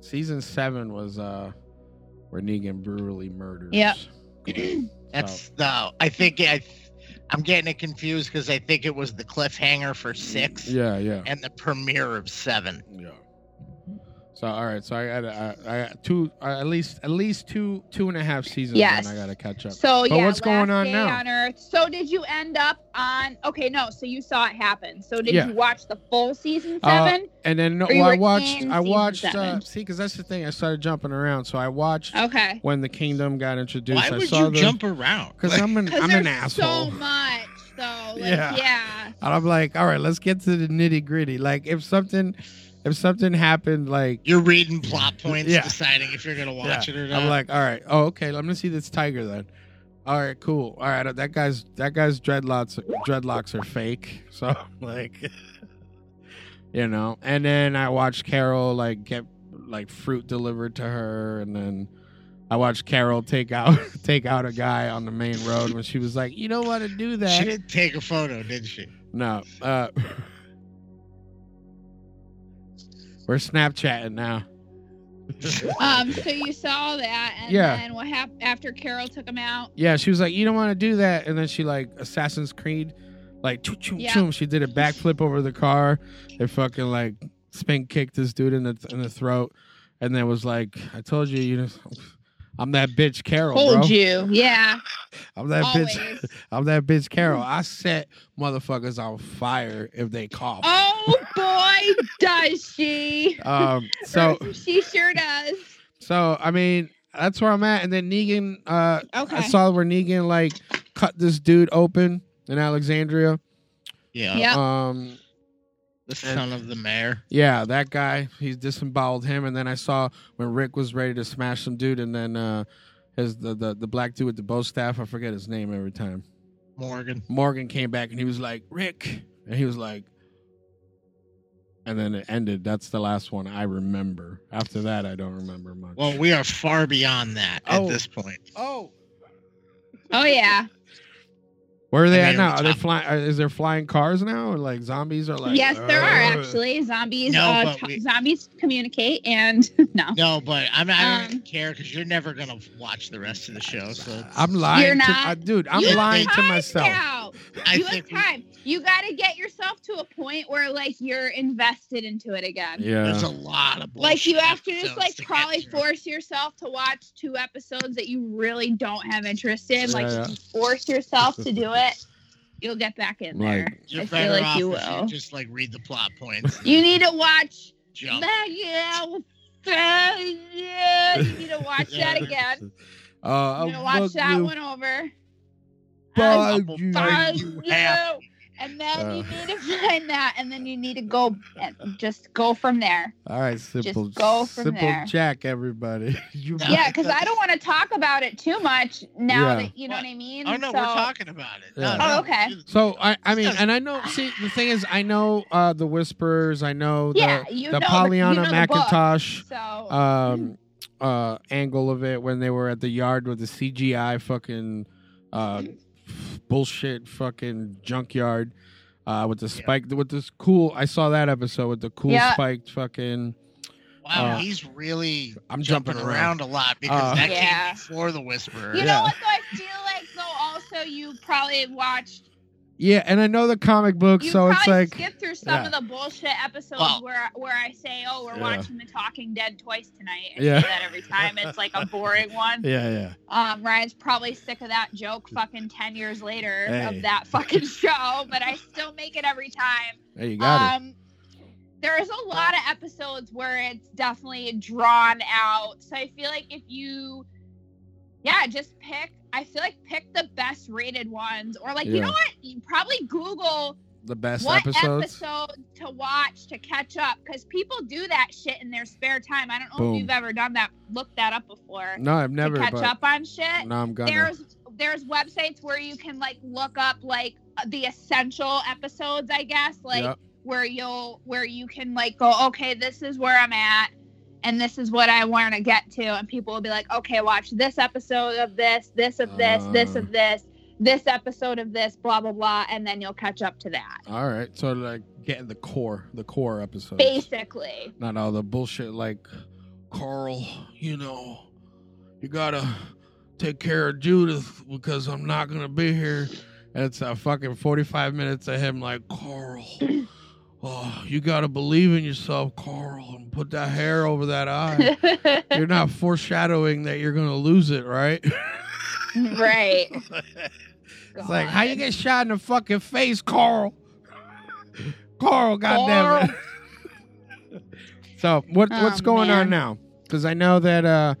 Season seven was uh, where Negan brutally murders. Yeah. Glenn. That's the. I think I. I'm getting it confused because I think it was the cliffhanger for six Yeah, yeah, and the premiere of seven. yeah. So all right, so I got I, I got two uh, at least at least two two and a half seasons. Yes. and I got to catch up. So But yeah, what's going Last on Day now? On Earth. So did you end up on? Okay, no. So you saw it happen. So did Yeah. you watch the full season Uh, seven? And then no, Or you well, I were watched in I season watched uh, seven. see because that's the thing I started jumping around. So I watched okay. when the kingdom got introduced. Why I would saw you the, jump around? Because I'm an Because I'm an there's asshole. So much though. Like, Yeah. yeah. And I'm like, all right, let's get to the nitty gritty. Like if something if something happened, like You're reading plot points, Yeah. deciding if you're gonna watch it or not. I'm like, all right, oh okay, I'm gonna see this tiger then. All right, cool. All right, uh, that guy's that guy's dreadlocks dreadlocks are fake. So I'm like, you know. And then I watched Carol like get like fruit delivered to her, and then I watched Carol take out take out a guy on the main road when she was like, you don't want to do that. she didn't take a photo, did she? No. Uh, we're Snapchatting now. Um. So you saw that, and Yeah. then what happened after Carol took him out? Yeah, she was like, "You don't want to do that," and then she like Assassin's Creed, like choo choo Yeah. choo. She did a backflip over the car and fucking like spin kicked this dude in the in the throat, and then was like, "I told you, you know, I'm that bitch Carol, bro. Told you. Yeah. I'm that always. bitch. I'm that bitch Carol. I set motherfuckers on fire if they cough." Oh boy, does she! Um, so she sure does. So I mean, that's where I'm at. And then Negan, uh, Okay. I saw where Negan like cut this dude open in Alexandria. Yeah. Yep. Um, The son of the mayor. yeah, that guy, he's disemboweled him. And then I saw when Rick was ready to smash some dude, and then uh, his the, the the black dude with the bow staff, I forget his name every time. Morgan. Morgan came back and he was like Rick, and he was like. And then it ended. That's the last one I remember. After that, I don't remember much. Well, we are far beyond that Oh. at this point. oh, Oh yeah. Where are they I at mean, now? Are they top- flying? Are, is there flying cars now? Or like zombies are like? uh, yes, there are Uh, "Ugh." actually zombies. No, uh, but co- we- Zombies communicate, and no, No, but I'm not, I don't Um, care because you're never gonna watch the rest of the show. So it's- I'm lying. You're to- not. uh, dude. I'm You have lying to time myself. Now. I You have think we- time. You got to get yourself to a point where like you're invested into it again. there's a Yeah. lot of Like you bullshit have to just episodes like to get probably through. force yourself to watch two episodes that you really don't have interest in. Like Yeah, yeah. if you force yourself to do it, you'll get back in Right. there. You're I better feel off like you if will. you just like read the plot points. You need to watch jump. Megan yeah, you need to watch that again. Uh, I'll You need to watch bug that you, one over. I'll bug you. Bug you you. have- And then you Uh. need to find that, and then you need to go and just go from there. All right, simple, go from simple there. Jack, everybody. You No. Yeah, because I don't want to talk about it too much now Yeah. that you know what I mean. Oh no, so, we're talking about it. No, Yeah. no, Oh, okay. you- So I, I mean, and I know. See, the thing is, I know uh, the whispers. I know the Yeah, you the know Pollyanna you know the book, Oh, Macintosh so um, uh, angle of it when they were at the yard with the CGI fucking uh, bullshit fucking junkyard uh, with the Yeah. spike with this cool. I saw that episode with the cool Yeah. spiked fucking. Wow, Uh, he's really I'm jumping, jumping around. around. a lot because Uh, that Yeah. came before the Whisperer. you Yeah. know what? Though I feel like though, also you probably watched. Yeah, and I know the comic book, You so probably it's like skipped through some yeah. of the bullshit episodes Well- where where I say, "Oh, we're Yeah. watching The Talking Dead twice tonight." I Yeah. say that every time. It's like a boring one. yeah, yeah. Um, Ryan's probably sick of that joke. Fucking ten years later Hey. of that fucking show, but I still make it every time. There you got it. um, There's a lot of episodes where it's definitely drawn out. So I feel like if you, yeah, just pick, I feel like pick the best rated ones. Or like, you Yeah. know what? You probably Google The best what episodes. episode to watch to catch up because people do that shit in their spare time. I don't know Boom. if you've ever done that, looked that up before No, I've never. to catch but up on shit now I'm gonna. there's there's websites where you can like look up like uh, the essential episodes i guess like Yep. where you'll where you can like go okay this is where i'm at and this is what i want to get to and people will be like okay watch this episode of this this of this this Ah. of this this episode of this blah blah blah and then you'll catch up to that All right, so like getting the core, the core episodes, basically not all the bullshit like Carl. You know, you gotta take care of Judith because I'm not gonna be here. And it's a fucking 45 minutes of him like Carl. Oh, you gotta believe in yourself, Carl, and put that hair over that eye. you're not foreshadowing that you're gonna lose it, right? right It's like, how you get shot in the fucking face, Carl? Carl, goddamn it. so what what's Oh, going on man. now? Because I know that uh,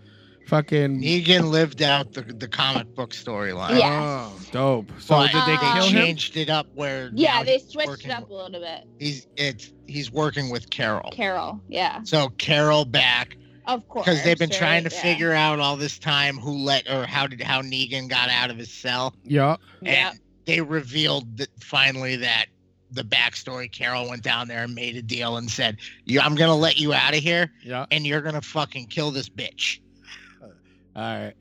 fucking Negan lived out the, the comic book storyline. Yeah. oh, dope. So But did they Uh, kill him? changed it up where yeah now they he's switched working it up a with- little bit He's it's he's working with Carol. carol yeah so Carol back of course because they've been right? trying to Yeah. figure out all this time who let or how did how Negan got out of his cell. Yeah. yeah And they revealed that finally that the backstory Carol went down there and made a deal and said, "You, I'm gonna let you out of here, Yeah. and you're gonna fucking kill this bitch." All right.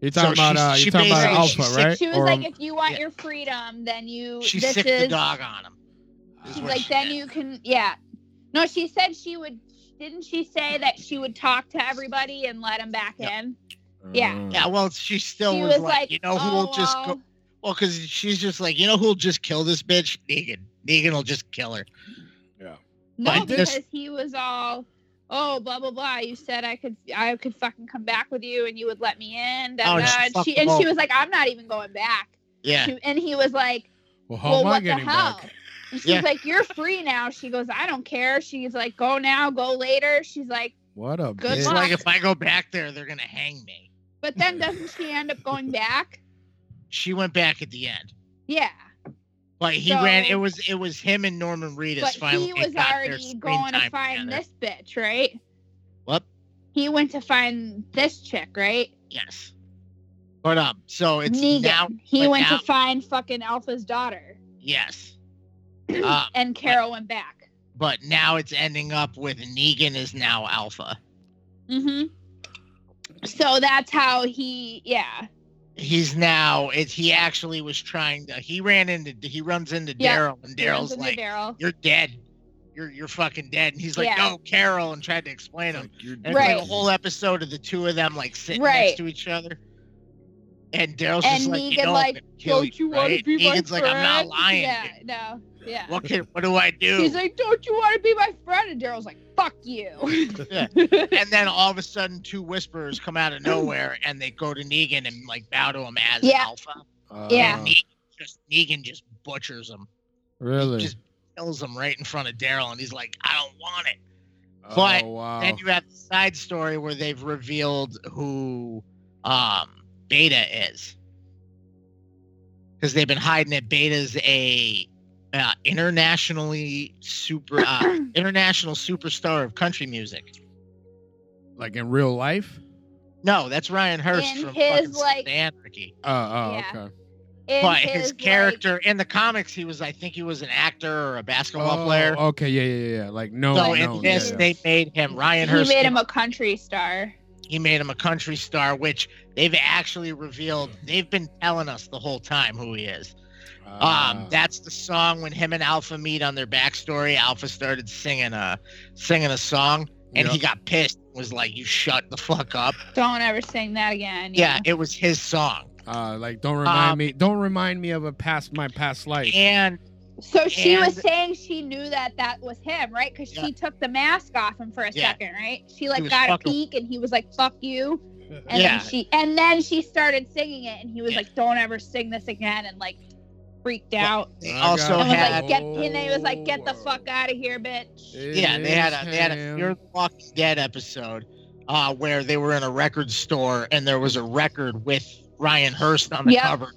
You're So talking about uh, she's- she you're talking about basically- Alpha, she's sick- right? She was Or, um, like, if you want um, yeah. your freedom, then you. She this sicked is, the dog on him. She's what like, she then did. you can. Yeah. No, she said she would. Didn't she say that she would talk to everybody and let him back Yep. in? Hmm. yeah. Yeah, well, she still she was, like, "You know who will oh, just go?" well, Well, because she's just like, "You know who will just kill this bitch? Negan. Negan will just kill her." No, Like this- because he was all, oh, blah blah blah. You said I could, I could fucking come back with you, and you would let me in. Da, Oh, and da. she And fucked she and him she up. was like, I'm not even going back. Yeah, She, and he was like, Well, how well, am I what the getting hell? back? And she's Yeah. like, you're free now. She goes, I don't care. She's like, go now, go later. She's like. What a Good bitch. it's luck. like if I go back there, they're gonna hang me. But then doesn't she end up going back? She went back at the end. Yeah. Like he So- ran. It was it was him and Norman Reedus But finally he was got their already screen going to time find together. this bitch, right? What? He went to find this chick, right? Yes. But um, so it's Negan. now he but went now- to find fucking Alpha's daughter. yes. Um, And Carol went back. but now it's ending up with Negan is now Alpha. Mm-hmm. So that's how he yeah. He's now it's he actually was trying to he ran into he runs into Yeah, Daryl and he runs Daryl's into like Daryl. you're dead. You're you're fucking dead. And he's like, Yeah. No, Carol and tried to explain him. Like, you're And Right. it's like a whole episode of the two of them like sitting Right. next to each other. And Daryl's And just like, you Negan, know, I'm like, gonna kill Don't you want right? to be my Negan's friend? like, I'm not lying. Yeah, dude. no. Yeah. What can what do I do? He's like, Don't you want to be my friend? And Daryl's like, Fuck you. Yeah. and then all of a sudden two whisperers come out of nowhere and they go to Negan and like bow to him as Yeah. Alpha. Uh, Yeah. And Negan just Negan just butchers him, Really? just kills him right in front of Daryl, and he's like, "I don't want it." But oh, wow. Then you have the side story where they've revealed who um, Beta is, because they've been hiding it. Beta's a uh, internationally super uh, international superstar of country music. like in real life? No, that's Ryan Hurst In from his, fucking Sons of like- Anarchy. Oh, oh Yeah. okay. In But his, like- character in the comics, he was I think he was an actor or a basketball Oh, player. Okay, yeah, yeah, yeah. Like no, so oh, in no, yeah, this, yeah. they made him Ryan he Hurst. made him a country star. he made him a country star, which they've actually revealed. They've been telling us the whole time who he is. Um, Ah. that's the song when him and Alpha meet on their backstory. Alpha started singing a singing a song, and he Yep. got pissed. Was like, "You shut the fuck up." Don't ever sing that again. Yeah, it was his song, Uh, like don't remind Um, me, don't remind me of a past, my past life. and So she was And- saying she knew that that was him, right? Because Yeah. she took the mask off him for a Yeah. second, right? She He like was got a fucking- peek, and he was like, "Fuck you," and Yeah. then she and then she started singing it, and he was Yeah. like, "Don't ever sing this again," and like freaked Yeah. out. they I also got And was had like, "Get," and then he was like, "Get the fuck out of here, bitch." yeah, they had a they had a Is Fear him. the Walking Dead episode uh, where they were in a record store and there was a record with Ryan Hurst on the Yeah. cover.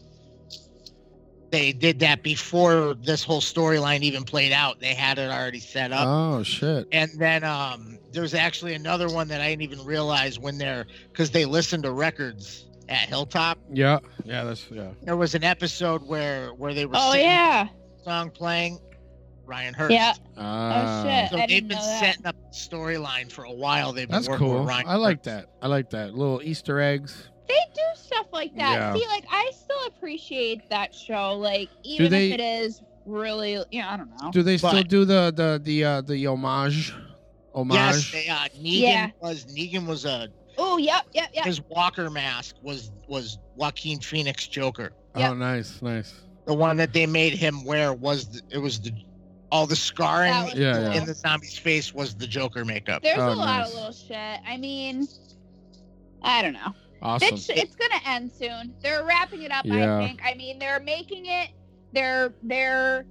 They did that before this whole storyline even played out. They had it already set up. Oh shit. And then um, there's actually another one that I didn't even realize when they're because they listen to records at Hilltop. Yeah, yeah, that's yeah. There was an episode where where they were Oh sitting, yeah, song playing Ryan Hurst. yeah. Ah, shit. So I they've didn't been know that. setting up the storyline for a while. They've been That's working cool. with Ryan. I like Hurst. that. I like that little Easter eggs. They do stuff like that. Yeah. See, like I still appreciate that show, like even they- if it is really, you know, I don't know. Do they still But- do the the the uh, the homage? Yes, Homage. they, uh, Negan Yeah. was Negan was a Oh, yep, yep, yep. his Walker mask was was Joaquin Phoenix Joker. Yeah. Oh, nice, nice. The one that they made him wear was the, it was the all the scarring That was Yeah, cool. yeah. in the zombie's face was the Joker makeup. There's Oh, a lot nice. of little shit. I mean, I don't know. Awesome. It's it's gonna end soon. They're wrapping it up. Yeah. I think. I mean, they're making it. They're they're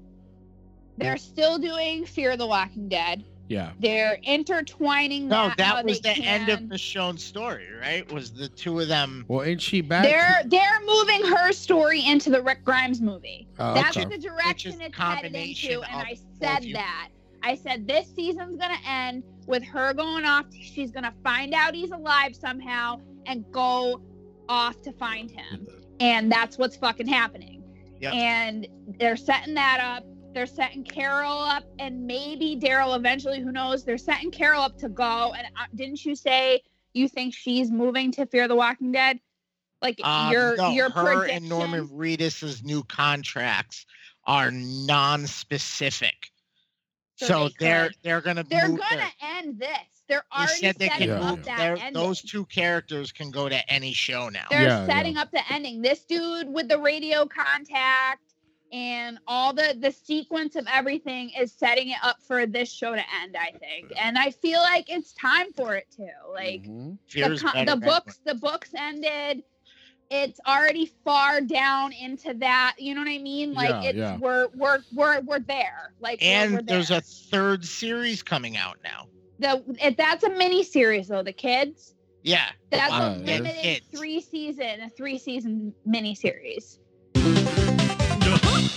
they're still doing Fear the Walking Dead. Yeah. They're intertwining. No, that, how that was they the end of can. the shown story, right? Was the two of them? Well, ain't she back? They're they're moving her story into the Rick Grimes movie. Oh, That's okay. the direction the it's headed combination into, and of I both said you- that. I said this season's gonna end with her going off. She's gonna find out he's alive somehow and go off to find him, and that's what's fucking happening. Yep. And they're setting that up. They're setting Carol up, and maybe Daryl eventually. Who knows? They're setting Carol up to go. And uh, didn't you say you think she's moving to Fear the Walking Dead? Like Um, your no, your her and Norman predictions? Reedus's new contracts are non-specific, so, So they they're could- they're gonna They're move gonna their- end this. They're He already said they setting can Yeah. up move that their, ending. those two characters can go to any show now. They're Yeah, setting up the ending. This dude with the radio contact and all the the sequence of everything is setting it up for this show to end. I think, and I feel like it's time for it too. Like Mm-hmm. Mhm. the, Fear's con- better the than- books, the books ended. It's already far down into that. You know what I mean? Like Yeah, it's yeah. we're we're we're we're there. Like we're- And we're there's there. a third series coming out now. the it, that's a mini series though. The kids. Yeah. That's Wow, a yeah. limited Kids. three season, a three season miniseries.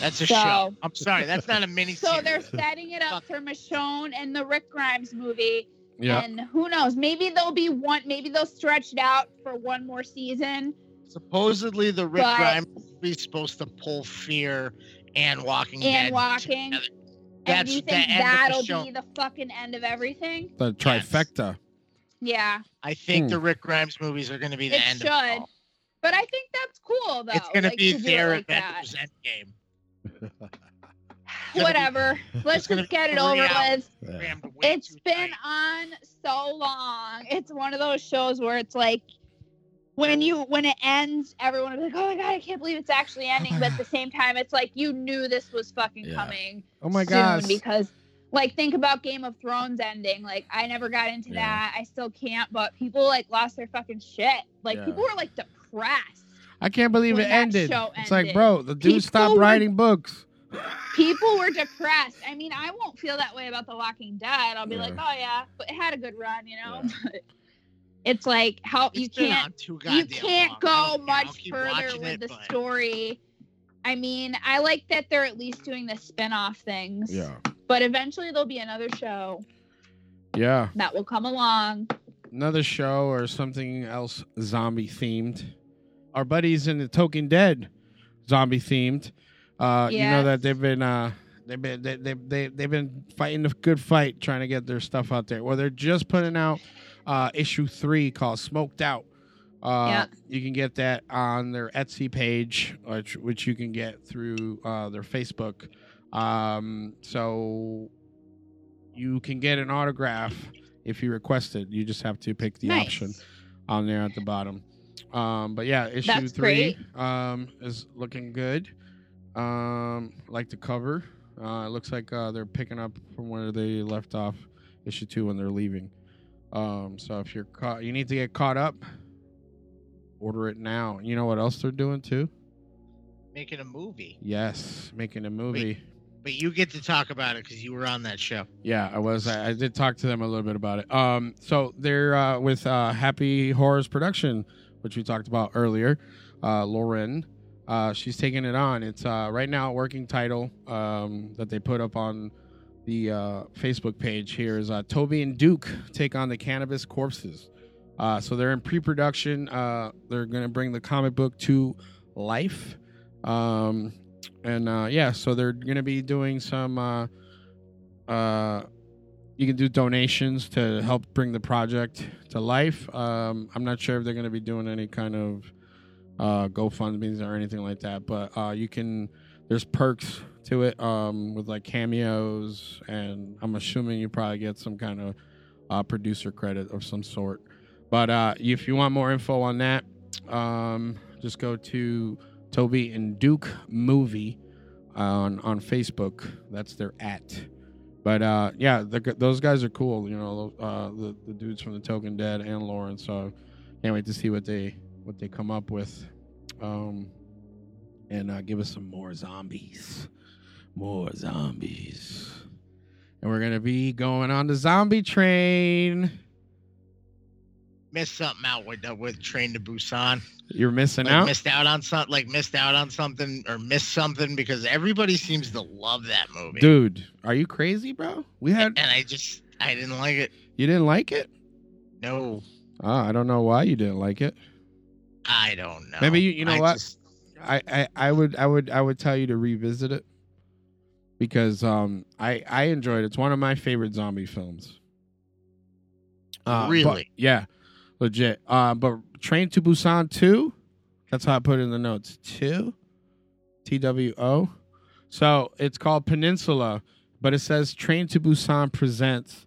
That's a So- show. I'm sorry, that's not a mini So series. they're setting it up for Michonne and the Rick Grimes movie. Yeah. And who knows? Maybe they'll be one maybe they'll stretch it out for one more season. Supposedly the Rick But- Grimes movie is supposed to pull fear and walking And Dead Walking. together. and That's do you the think end of the that'll show. be the fucking end of everything? The trifecta. Yeah. I think Hmm. the Rick Grimes movies are going to be the It end. of should. all. But I think that's cool though. It's going like, to be to do it their like that. Avengers Endgame gonna be- Whatever. Let's it's gonna just be get it three over hours. with. Yeah. crammed way it's too been tight. on so long. It's one of those shows where it's like when you when it ends, everyone will be like, "Oh my god, I can't believe it's actually ending." my But at God. the same time, it's like you knew this was fucking Yeah. coming Oh my soon gosh. because like think about Game of Thrones ending. Like I never got into Yeah. that. I still can't, but people like lost their fucking shit. Like Yeah. people were like depressed. I can't believe when it that ended. show It's like, ended, bro, the dude people stopped were- writing books. people were depressed. I mean, I won't feel that way about The Walking Dead. I'll be Yeah. like, oh yeah, but it had a good run, you know. Yeah. But it's like how you It's been can't on too you goddamn can't long. I go don't care. I'll much keep further watching with it, the but- story. I mean, I like that they're at least doing the spin-off things. Yeah. But eventually there'll be another show Yeah. that will come along. Another show or something else zombie themed. Our buddies in the Token Dead zombie themed. Uh you know Yes. that they've been uh they've been they, they, they, they've been fighting a good fight trying to get their stuff out there. Well, they're just putting out uh issue 3 called Smoked Out. Uh, Yeah. you can get that on their Etsy page, which, which you can get through uh, their Facebook. Um, so you can get an autograph if you request it. You just have to pick the Nice. option on there at the bottom. Um, but yeah, issue That's three um, is looking good. Um, like the cover, uh, it looks like uh, they're picking up from where they left off issue two when they're leaving. Um, so if you're caught, you need to get caught up. Order it now. You know what else they're doing too? Making a movie, Yes, making a movie. but you get to talk about it because you were on that show. Yeah, I was. I, I did talk to them a little bit about it. Um, so they're uh, with uh, Happy Horrors Production, which we talked about earlier. Uh, Lauren, uh, she's taking it on. It's uh, right now a working title um, that they put up on the uh, Facebook page. Here is uh, Toby and Duke take on the cannabis corpses. Uh, so they're in pre-production. Uh, they're going to bring the comic book to life, um, and uh, yeah, so they're going to be doing some. Uh, uh, you can do donations to help bring the project to life. Um, I'm not sure if they're going to be doing any kind of uh, GoFundMe's or anything like that, but uh, you can. There's perks to it um, with like cameos, and I'm assuming you probably get some kind of uh, producer credit of some sort. But uh, if you want more info on that, um, just go to Toby and Duke Movie uh, on on Facebook. That's their at. But uh, yeah, the, those guys are cool. You know, uh, the, the dudes from the Token Dead and Lauren. So can't wait to see what they what they come up with, um, and uh, give us some more zombies, more zombies. And we're gonna be going on the zombie train. Missed something out with the- with Train to Busan. You're missing Like out. missed out on something. Like missed out on something or missed something because everybody seems to love that movie. Dude, are you crazy, bro? We had And I just I didn't like it. you didn't like it. No, Oh, I don't know why you didn't like it. I don't know. Maybe you- you know I what? just- I, I I would I would I would tell you to revisit it because um I I enjoyed it. It's one of my favorite zombie films. Uh, but- Really? yeah, legit. Uh, but Train to Busan two, that's how I put it in the notes. Two, T W O. So it's called Peninsula, but it says Train to Busan presents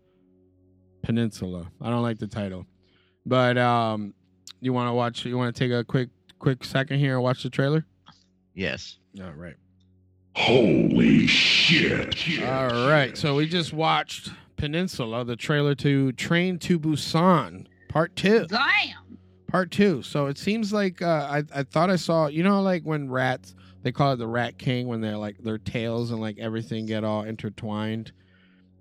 Peninsula. I don't like the title, but um, you want to watch? You want to take a quick quick second here and watch the trailer? yes. All right. Holy shit. All right. So we just watched Peninsula, the trailer to Train to Busan Part Two. Damn. Part Two. So it seems like uh, I I thought I saw you know like when rats they call it the Rat King when they're like their tails and like everything get all intertwined.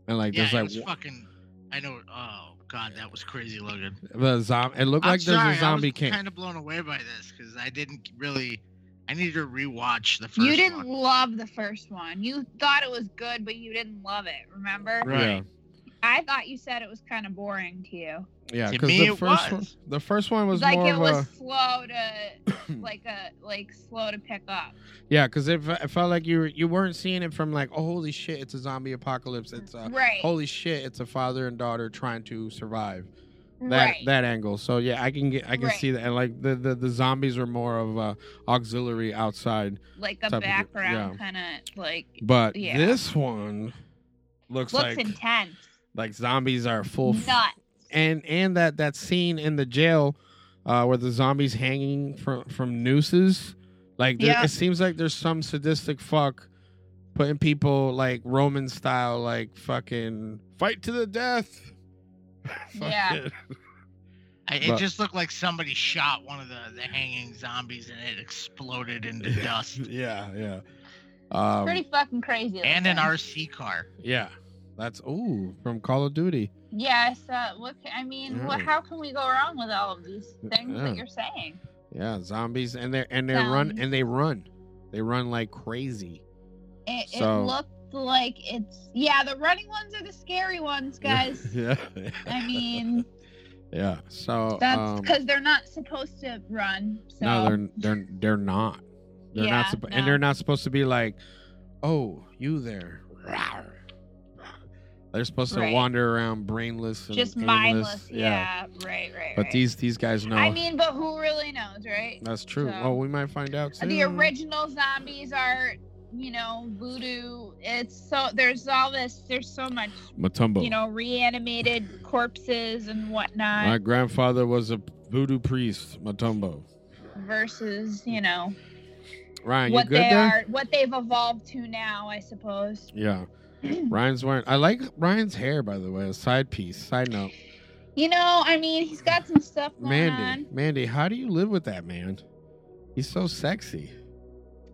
And like Yeah, there's it like was fucking. I know. Oh god, that was crazy looking. the zombie. It looked I'm like sorry, there's a zombie king. I was kind of blown away by this because I didn't really. I needed to rewatch the first. You didn't one. love the first one. You thought it was good, but you didn't love it. Remember? Right. I thought you said it was kind of boring to you. Yeah, To because me, the it first one, was. the first one was like more it of was a slow to like a like slow to pick up. yeah, because it, fe- it felt like you were, you weren't seeing it from like oh holy shit it's a zombie apocalypse it's a right. holy shit it's a father and daughter trying to survive that right. that angle so yeah i can get i can Right. see that and like the, the the zombies are more of a auxiliary outside like type a of- background kind of like but Yeah. this one looks, looks like intense. like zombies are full f- Nuts. and and that that scene in the jail uh where the zombies hanging from from nooses like there, Yeah. it seems like there's some sadistic fuck putting people like roman style like fucking fight to the death Yeah. Fucking- I, it But- just looked like somebody shot one of the, the hanging zombies and it exploded into dust. yeah yeah Um, Pretty fucking crazy. and an looking. RC car. yeah, that's ooh from Call of Duty. Yes. Uh, what ca- I mean, wha- Yeah. how can we go wrong with all of these things Mm. Yeah. that you're saying? Yeah, zombies and they and they run Zombies. and they run, they run like crazy. It, So- it looked like it's yeah. The running ones are the scary ones, guys. yeah. I mean, Yeah. So that's um, because they're not supposed to run. So no, they're they're they're not. They're not, Yeah, suppo- no. and they're not supposed to be like, oh, you there. Rawr." They're supposed to Right. wander around brainless, and just aimless. mindless. Yeah. Right. Right. But right. these these guys know. I mean, but who really knows, right? That's true. So- Well, we might find out soon. The original zombies are, you know, voodoo. It's so there's all this. There's so much, Matumbo. you know, reanimated corpses and whatnot. My grandfather was a voodoo priest, Matumbo. versus you know Ryan, what you good they there? are what they've evolved to now i suppose Yeah. Ryan's wearing. I like Ryan's hair, by the way. A side piece. Side note. you know i mean he's got some stuff going Mandy, on Mandy, how do you live with that man? He's so sexy,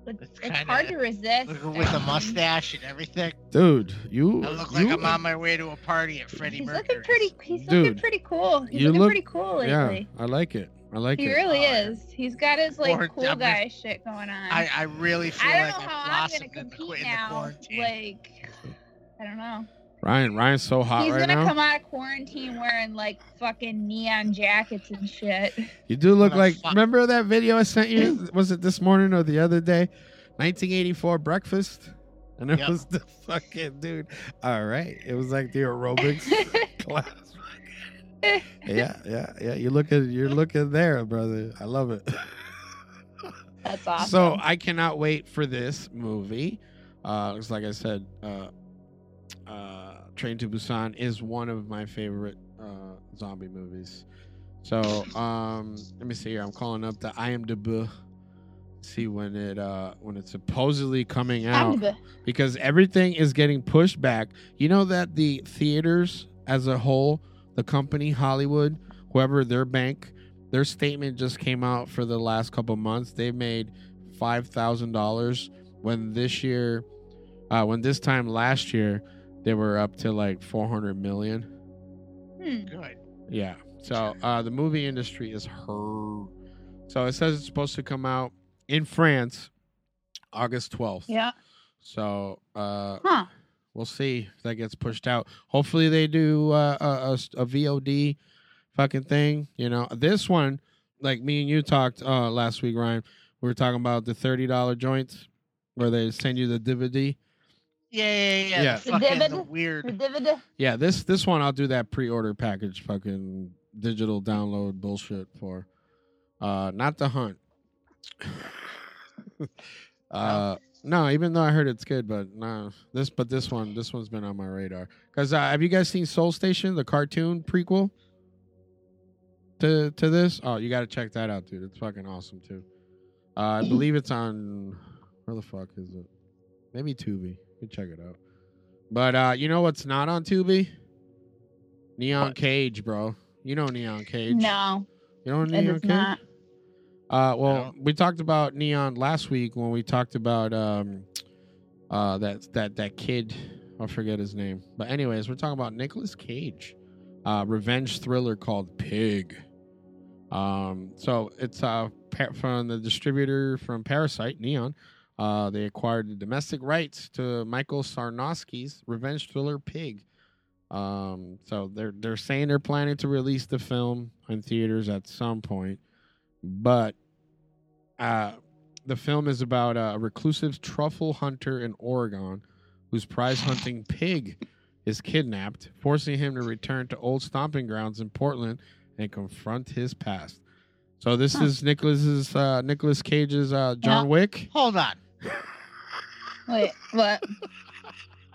but It's it's, kinda- hard to resist Look, With a I mean, mustache and everything. dude. You I look like you- I'm on my way to a party at Freddie he's Mercury's. looking pretty he's Dude, looking pretty cool he's you looking look- pretty cool Yeah, lately I like it. I like he it. really Oh, yeah. is he's got his like Or- cool I'm guy shit going on I, I really feel I don't like know I how i'm gonna blossomed in the, qu- compete in the now quarantine. like i don't know Ryan, Ryan's so hot he's right gonna now. come out of quarantine wearing like fucking neon jackets and shit you do look Gonna like. fuck. Remember that video I sent you? Was it this morning or the other day? 1984 breakfast, and it Yep. was the fucking dude. All right, it was like the aerobics class. Yeah, yeah, yeah. You're looking, you're looking there, brother. I love it. that's awesome So I cannot wait for this movie. Uh, it's like I said, uh, uh, Train to Busan is one of my favorite uh, zombie movies. So um, let me see here. I'm calling up the IMDb. See when it uh, when it's supposedly coming out I'm the- because everything is getting pushed back. You know that the theaters as a whole, the company Hollywood, whoever their bank, their statement just came out for the last couple months. They made five thousand dollars when this year, uh, when this time last year, they were up to like four hundred million. hmm. Good. Yeah. So uh, the movie industry is hurt. So it says it's supposed to come out in France, August twelfth. yeah So uh, huh we'll see if that gets pushed out. Hopefully they do uh, a, a, a VOD fucking thing. You know, this one, like me and you talked uh, last week, Ryan. We were talking about the thirty dollar joints where they send you the DVD. Yeah, yeah, yeah. Yeah. yeah. The fucking the Divid- The weird. dividend- Yeah, this this one I'll do that pre order package fucking digital download bullshit for. Uh, not the hunt. uh, no, even though I heard it's good, but no, this but this one this one's been on my radar. Cause uh, have you guys seen Soul Station, the cartoon prequel? To to this, oh, you got to check that out, dude. It's fucking awesome too. Uh, I believe it's on where the fuck is it? Maybe Tubi. You can check it out. But uh, you know what's not on Tubi? Neon Cage, bro. You know Neon Cage. No, You know it Neon is Cage? not. Uh, well, don't. we talked about Neon last week when we talked about um, uh, that that that kid. I forget his name. But anyways, we're talking about Nicolas Cage, uh, revenge thriller called Pig. Um, so it's uh pa- from the distributor from Parasite Neon. Uh, they acquired the domestic rights to Michael Sarnowski's revenge thriller Pig. Um, so they're they're saying they're planning to release the film in theaters at some point, but uh, the film is about a reclusive truffle hunter in Oregon whose prize hunting pig is kidnapped, forcing him to return to old stomping grounds in Portland and confront his past. So this Huh. is Nicholas's uh, Nicholas Cage's uh, John Yeah. Wick. Hold on. Wait, what?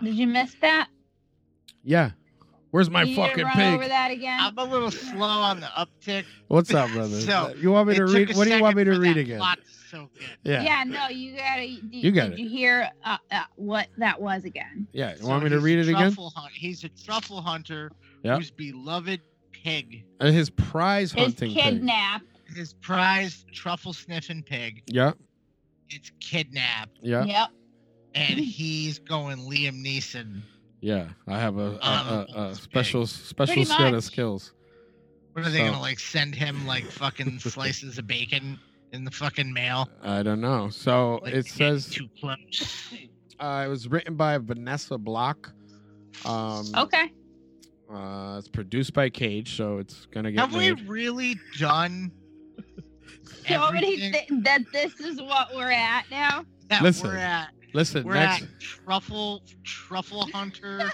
Did you miss that? Yeah. Where's my you need to fucking run pig? over that again. I'm a little slow on the uptick. What's up, brother? Uh, So, you want me It to took read? a What do you want me second to for read that again? plot to so good. Yeah. yeah. yeah. no, you gotta. You, You got did it. you hear uh, uh, what that was again? You So want me to he's a read it again? truffle Hunt. He's a truffle hunter Yeah. whose beloved pig, Uh, His prize Is hunting pig. kidnapped. his prized truffle sniffing pig, Yeah. it's kidnapped Yeah. Yep. and he's going Liam Neeson. Yeah, I have Um, a, a, a, a special special Pretty set of much. skills. What are they So- gonna like send him like fucking slices of bacon in the fucking mail? I don't know. So Like, it says too close. uh, it was written by Vanessa Block. Um, Oh. Okay. uh, it's produced by Cage, so it's gonna get Have we made. really done So many everything thi- that this is what we're at now. that Listen, we're at? Listen, We're next. at truffle truffle hunter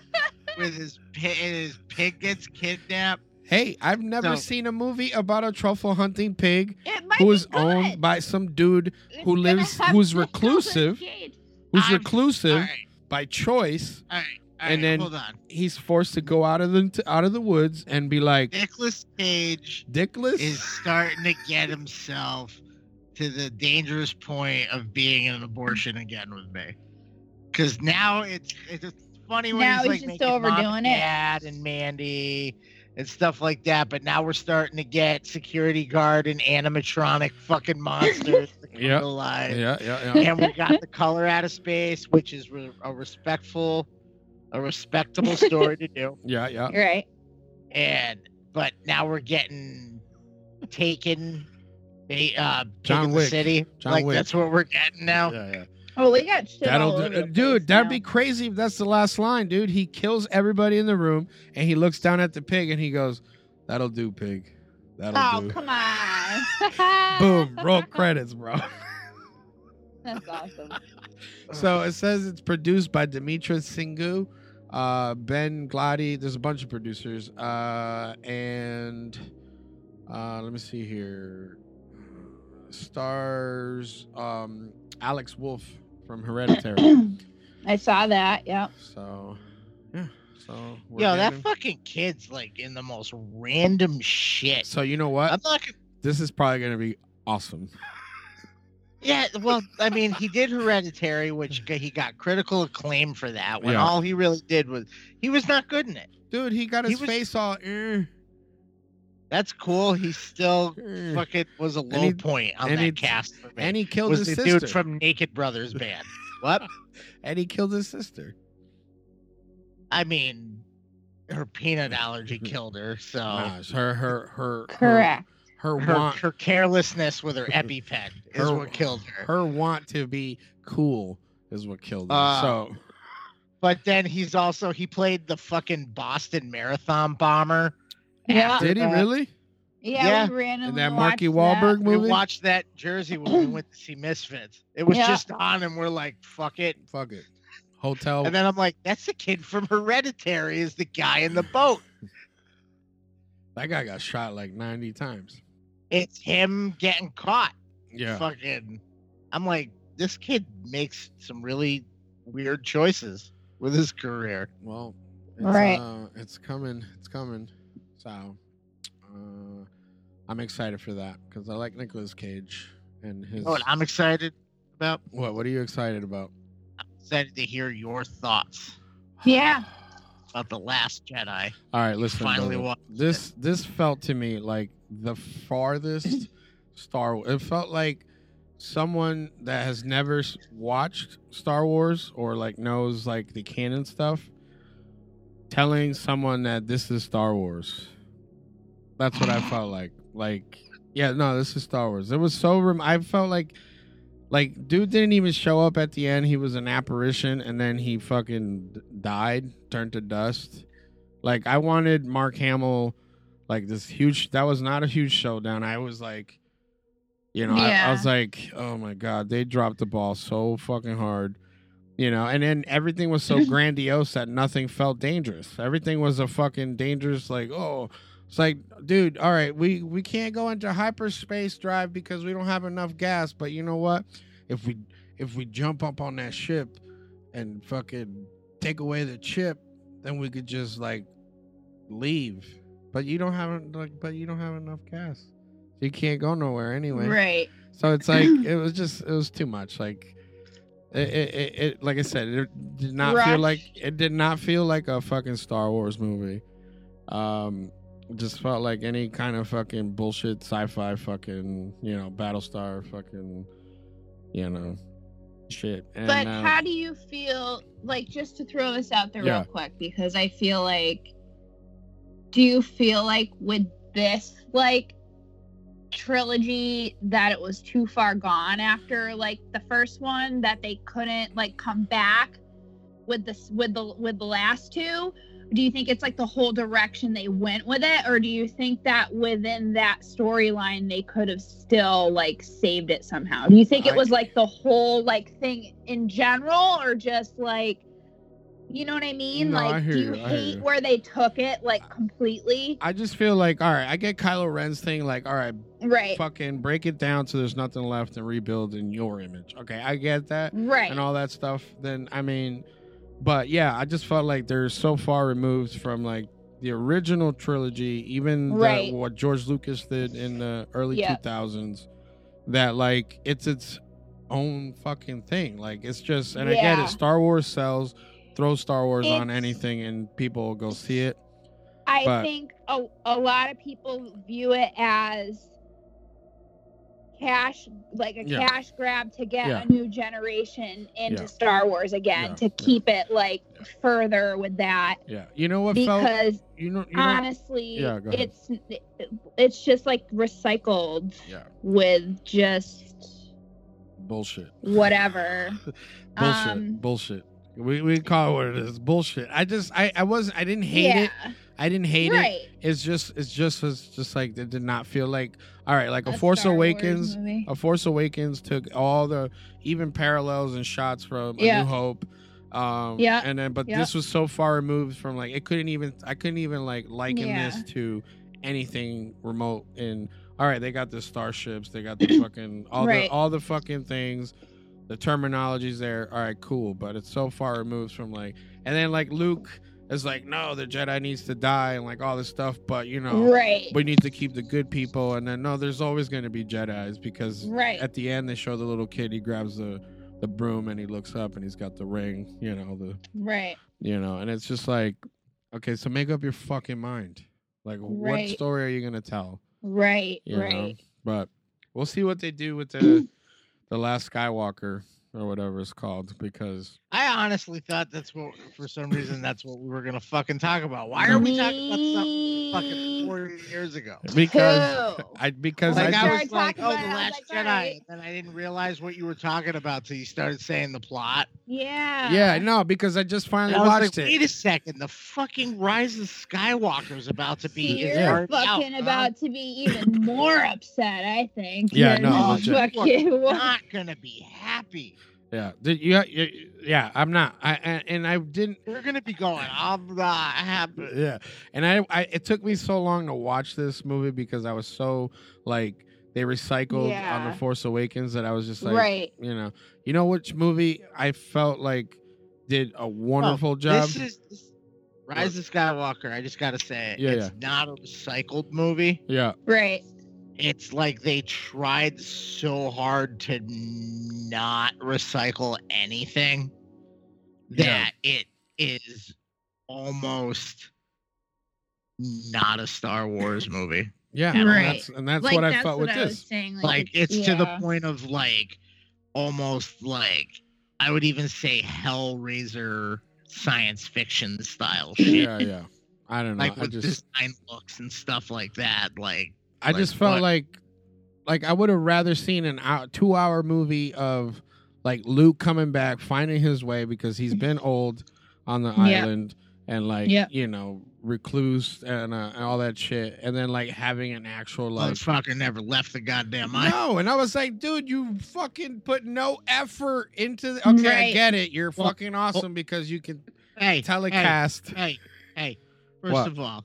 with his pig. His pig gets kidnapped. Hey, I've never So- seen a movie about a truffle hunting pig It might who is be good. owned by some dude It's who gonna lives- have who's Nicolas reclusive. Cage. who's I'm- All reclusive right, by choice. all right, all right. And then- hold on. He's forced to go out of the out of the woods and be like Nicholas Cage dickless. is starting to get himself to the dangerous point of being in an abortion again with me. Because now it's it's just funny when Now he's he's like just making Mom overdoing and it. Dad and Mandy and stuff like that. But now we're starting to get security guard and animatronic fucking monsters to come Yep. to life. yeah, yeah, yeah. And we got the color out of space, which is re- a respectful, a respectable story to do Yeah, yeah. You're right. and but now we're getting taken ba- uh John taken the Wick. city John like Wick. that's what we're getting now yeah, yeah. Oh, we got shit That'll all over do, uh, the dude. place That'd now. be crazy if that's the last line, dude. He kills everybody in the room, and he looks down at the pig, and he goes, "That'll do, pig. That'll Oh, do." come on. Boom. Roll credits, bro. That's awesome. so it says it's produced by Demetra Singhu, uh, Ben Glady. There's a bunch of producers, uh, and uh, let me see here. Stars um, Alex Wolf from Hereditary. I saw that. Yep. So, yeah. So, we're yo that getting- fucking kid's like in the most random shit so you know i'm what? not gonna, This is probably gonna be awesome. yeah well i mean he did hereditary which g- he got critical acclaim for that when Yeah. all he really did was he was not good in it Dude, he got He his was- face all. "Eh, that's cool he still eh," fucking was a low he- point on and that he- cast for me and he killed was his the sister. dude from naked brothers band what and he killed his sister. I mean, her peanut allergy killed her. So Nah, Oh. her, her, her, Correct. Her, her her, want, her, her carelessness with her EpiPen is Her- what killed her. want to be cool is what killed her. Uh, so, But then he's also he played the fucking Boston Marathon bomber. Yeah. after did he that. really? Yeah, Yeah. we randomly In that watched Marky Wahlberg We movie? watched that Jersey when we went to see Misfits. It was Yeah. just on, and we're like, "Fuck it." Fuck it. Hotel. And then I'm like, "That's the kid from Hereditary. Is the guy in the boat? that guy got shot like ninety times. It's him getting caught." Yeah. fucking I'm like, this kid makes some really weird choices with his career. Well, it's, Right. uh, it's coming. It's coming. So, uh, I'm excited for that because I like Nicolas Cage and his. You know what Oh, I'm excited about? what? What are you excited about? I'm excited to hear your thoughts Yeah. about the last Jedi. All right, listen. Finally brother. watched this this felt to me like the farthest Star. Wars. It felt like someone that has never s- watched Star Wars or like knows like the canon stuff telling someone that this is Star Wars. That's what I felt like. Like, yeah, no, this is Star Wars. It was so. Rem- I felt like, like, dude didn't even show up at the end. He was an apparition, and then he fucking d- died, turned to dust. Like, I wanted Mark Hamill, like this huge. That was not a huge showdown. I was like, you know, I, I Yeah. was like, oh my god, they dropped the ball so fucking hard. You know, and then everything was so grandiose that nothing felt dangerous. Everything was a fucking dangerous, like, oh, it's like, dude, all right, we we can't go into hyperspace drive because we don't have enough gas. But you know what? If we if we jump up on that ship and fucking take away the chip, then we could just like leave. But you don't have en- like, but you don't have enough gas. You can't go nowhere anyway. Right. So it's like it was just it was too much. Like it, it, it, it like I said, it did not feel Rushed. like it did not feel like a fucking Star Wars movie. Um, it just felt like any kind of fucking bullshit sci-fi fucking you know Battlestar fucking you know shit. And, But uh, how do you feel like just to throw this out there Yeah. real quick because I feel like do you feel like with this like trilogy that it was too far gone after like the first one that they couldn't like come back with this with the with the last two? Do you think it's like the whole direction they went with it or do you think that within that storyline they could have still like saved it somehow? Do you think I- it was like the whole like thing in general or just like you know what I mean? No, I like hear do you you, I hear hate you. where they took it like completely? I just feel like, all right, I get Kylo Ren's thing. Like, all right, right. fucking break it down so there's nothing left and rebuild in your image. Okay, I get that Right. and all that stuff. Then I mean, but yeah, I just felt like they're so far removed from like the original trilogy, even the- Right. what George Lucas did in the early two Yeah. thousands. That like it's its own fucking thing. Like it's just, and I get Yeah. it. Star Wars sells. Throw Star Wars on It's- anything and people will go see it. I but- think a, a lot of people view it as cash, like a Yeah. cash grab to get Yeah. a new generation into Yeah. Star Wars again Yeah, to yeah. keep it like further with that. Yeah, you know what felt Because you know you know honestly, Yeah, go ahead. it's it's just like recycled Yeah. with just bullshit. whatever. Bullshit. Um, bullshit. We we call it what it is. Bullshit. I just I I wasn't I didn't hate yeah, it. I didn't hate it. right. It's just it's just it's just like it did not feel like all right like a, A Force Star Wars Awakens. Oh, movie. A Force Awakens took all the even parallels and shots from A Yeah. New Hope. Um, Yeah. and then but Yeah. this was so far removed from like it couldn't even I couldn't even like liken Yeah. this to anything remote. And all right, they got the starships, they got the fucking all the Right. all the fucking things. The terminology's there. All right, cool, but it's so far removed from like. And then like Luke is like, no, the Jedi needs to die and like all this stuff, but you know right. we need to keep the good people and then no there's always going to be jedis because Right. at the end they show the little kid he grabs the the broom and he looks up and he's got the ring you know the Right. you know and it's just like okay so make up your fucking mind like what Right. story are you going to tell Right. you know? right. but we'll see what they do with the the last skywalker or whatever it's called because I honestly thought that's what, for some reason, that's what we were gonna fucking talk about. Why are we talking about something fucking forty years ago? because Who? I because Like I I just, was like, talking oh, the about it, I was Last like, all Jedi, right. and I didn't realize what you were talking about till you started saying the plot. yeah. yeah no because I just And finally I was watched like, it wait a second, the fucking Rise of Skywalker is about to be. You're is already out, fucking huh? about to be even more upset, I think. Yeah, than no, you legit. fucking was. Not gonna be happy. Yeah, did you, you- yeah, I'm not. I, I and I didn't. They're gonna be going. I'm not happy. Yeah, and I, I. It took me so long to watch this movie because I was so like they recycled on Yeah. the Force Awakens that I was just like, right. you know, you know which movie I felt like did a wonderful job. This is this- Rise of Skywalker. I just gotta say, Yeah, it's not a recycled movie. yeah, Right. It's like they tried so hard to not recycle anything that it is almost not a Star Wars movie. yeah, Right. and that's and that's like, what I that's felt what with I was this. saying. Like, Like it's to the yeah. point of like almost like I would even say Hellraiser science fiction style shit. Yeah, yeah. I don't know. like I with just design looks and stuff like that. Like I Like just felt what? like like I would have rather seen an hour, two hour movie of like Luke coming back, finding his way because he's been old on the Mm-hmm. Yeah. island and like Yeah. you know recluse and, uh, and all that shit, and then like having an actual like. motherfucker never left the goddamn island. No, and I was like, dude, you fucking put no effort into. The- okay, I Right. get it. You're Well- fucking awesome because you can Hey, telecast. Hey, hey. First What? of all,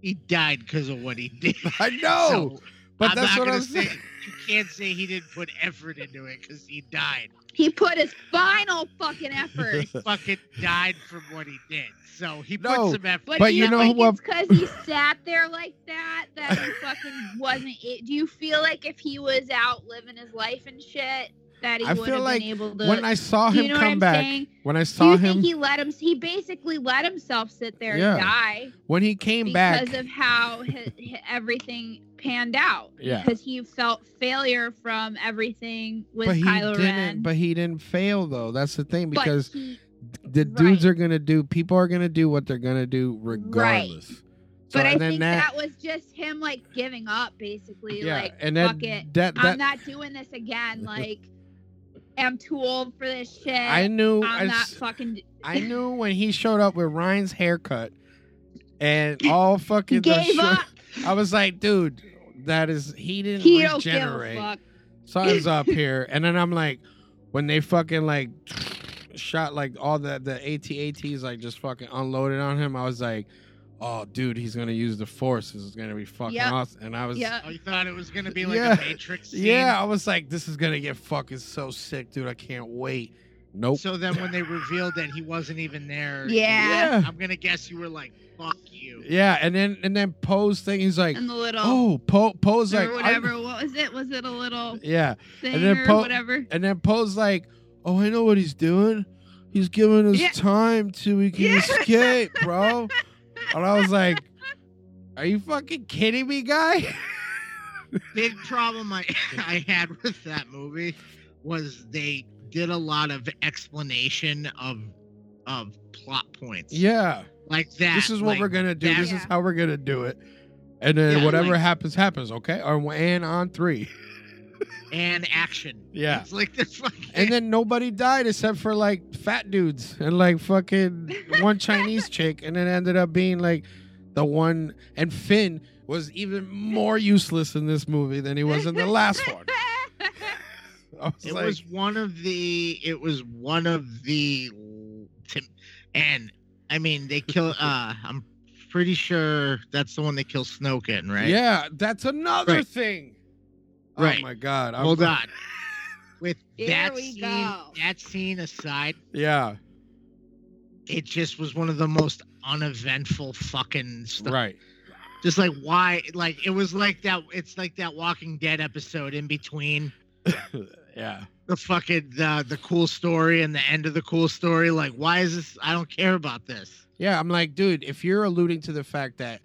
he died because of what he did. I know, So, but I'm that's not what gonna I'm say, saying. You can't say he didn't put effort into it because he died. He put his final fucking effort. Fucking died from what he did. So he put No, some effort. But, But do you know think what- It's because he sat there like that that he fucking wasn't. It. Do you feel like if he was out living his life and shit, that he I would have feel been like able to. When I saw Do him you know what come I'm back, saying? when I Do saw you him, think he let him? He basically let himself sit there Yeah. and die when he came because back, of how hi hi- everything panned out. yeah, Because he felt failure from everything with but he Kylo didn't. Ren. But he didn't fail though. That's the thing But because he- the dudes right. are gonna do. People are gonna do what they're gonna do regardless. So, but I and then think that, that, was just him like giving up, basically. yeah, like, and fuck that, it. that that I'm not doing this again. Like, I'm too old for this shit. I knew I I'm not s- fucking. I knew when he showed up with Ryan's haircut and all fucking He the gave short- up. I was like, dude, that is he didn't He don't give a regenerate. fuck. Sun's up here, and then I'm like, when they fucking like shot like all the the ATATs like just fucking unloaded on him, I was like, oh dude, he's gonna use the force. This is gonna be fucking Yep. awesome. And I was. Yeah. Oh, you thought it was gonna be like Yeah. a Matrix scene? Yeah, I was like, this is gonna get fucking so sick, dude. I can't wait. Nope. So then when they revealed that he wasn't even there, Yeah. yeah. I'm gonna guess you were like, "Fuck you." Yeah, and then and then Poe's thing, he's like, And the little. oh, Poe, Poe's or like, I'm- whatever. What was it? Was it a little yeah, thing then or Poe- whatever? and then Poe's like, oh, I know what he's doing. He's giving us Yeah. time till we can Yeah. escape, bro. and I was like, are you fucking kidding me, guy? Big problem I I had with that movie was they did a lot of explanation of of plot points. yeah, Like that. this is what like, we're gonna do. that- This is how we're gonna do it. And then Yeah, whatever like- happens, happens. Okay, or and on three. and action. Yeah. It's like this like And then nobody died except for like fat dudes and like fucking one Chinese chick. And then ended up being like the one. And Finn was even more useless in this movie than he was in the last one. I was it like, was one of the it was one of the Tim, and I mean they kill uh I'm pretty sure that's the one they kill Snoke in, right? yeah, that's another Right. thing. Right. Oh my God. I'm- Hold on. With Here that we scene, go. that scene aside, Yeah, it just was one of the most uneventful fucking stuff. right. Just like why, like it was like that. It's like that Walking Dead episode in between yeah. the fucking the the cool story and the end of the cool story. Like why is this? I don't care about this. Yeah, I'm like, dude, if you're alluding to the fact that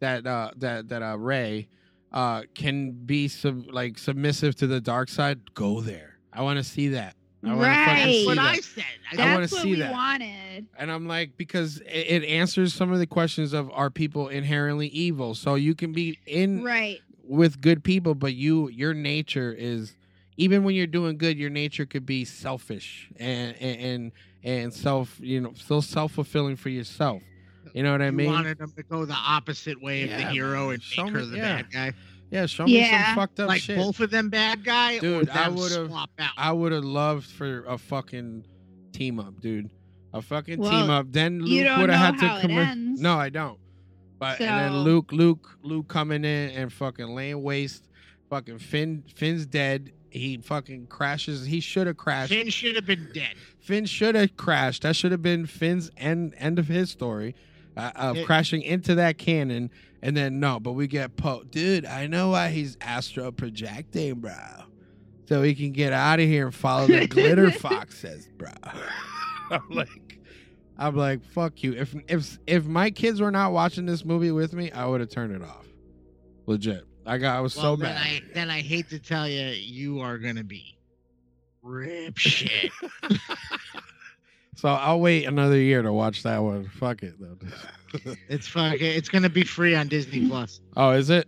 that uh that that uh Ray uh can be sub like submissive to the dark side, go there. I want to see that. I wanna fucking Right. That's see what that. I said. I I wanna That's what see we that. wanted. And I'm like, because it, it answers some of the questions of are people inherently evil? So you can be in Right. with good people, but you your nature is even when you're doing good, your nature could be selfish and and and, and self you know still self fulfilling for yourself. You know what I you mean? wanted him to go the opposite way of Yeah, the hero man. and Show make me- her the yeah. bad guy. Yeah, show me Yeah. some fucked up like shit. both of them bad guy, or Dude, I them would've- swap out. I would have loved for a fucking team up, dude. A fucking Well, team up. Then you Luke don't would know have had how to it come. in- ends. No, I don't. But and then So- Luke, Luke, Luke coming in and fucking laying waste. Fucking Finn, Finn's dead. He fucking crashes. He should have crashed. Finn should have been dead. Finn should have crashed. That should have been Finn's end end of his story, uh, of It- crashing into that cannon. And then no, but we get Poe, dude. I know why he's astro projecting, bro, so he can get out of here and follow the glitter foxes, bro. I'm like, I'm like, fuck you. If if if my kids were not watching this movie with me, I would have turned it off. Legit, I got I was so Well, bad. Then I, then I hate to tell you, you are gonna be rip shit. so I'll wait another year to watch that one. Fuck it though. it's fucking. It's gonna be free on Disney Plus. Oh, is it?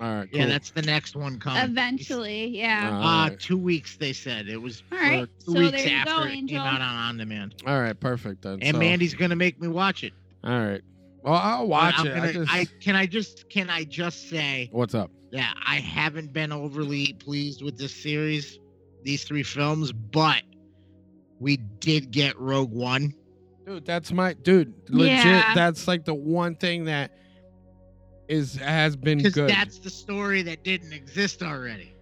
All right. Cool. Yeah, that's the next one coming. Eventually, yeah. Uh, All right. two weeks they said it was All for right, two so weeks there you after go, it came Angel. out on on demand. All right. Perfect then. And So- Mandy's gonna make me watch it. All right. Well, I'll But watch I'm it. I gonna- just- I- can I just can I just say What's up? that I haven't been overly pleased with this series, these three films, but we did get Rogue One. Dude, that's my dude. Legit. Yeah. That's like the one thing that is has been Because good. that's the story that didn't exist already.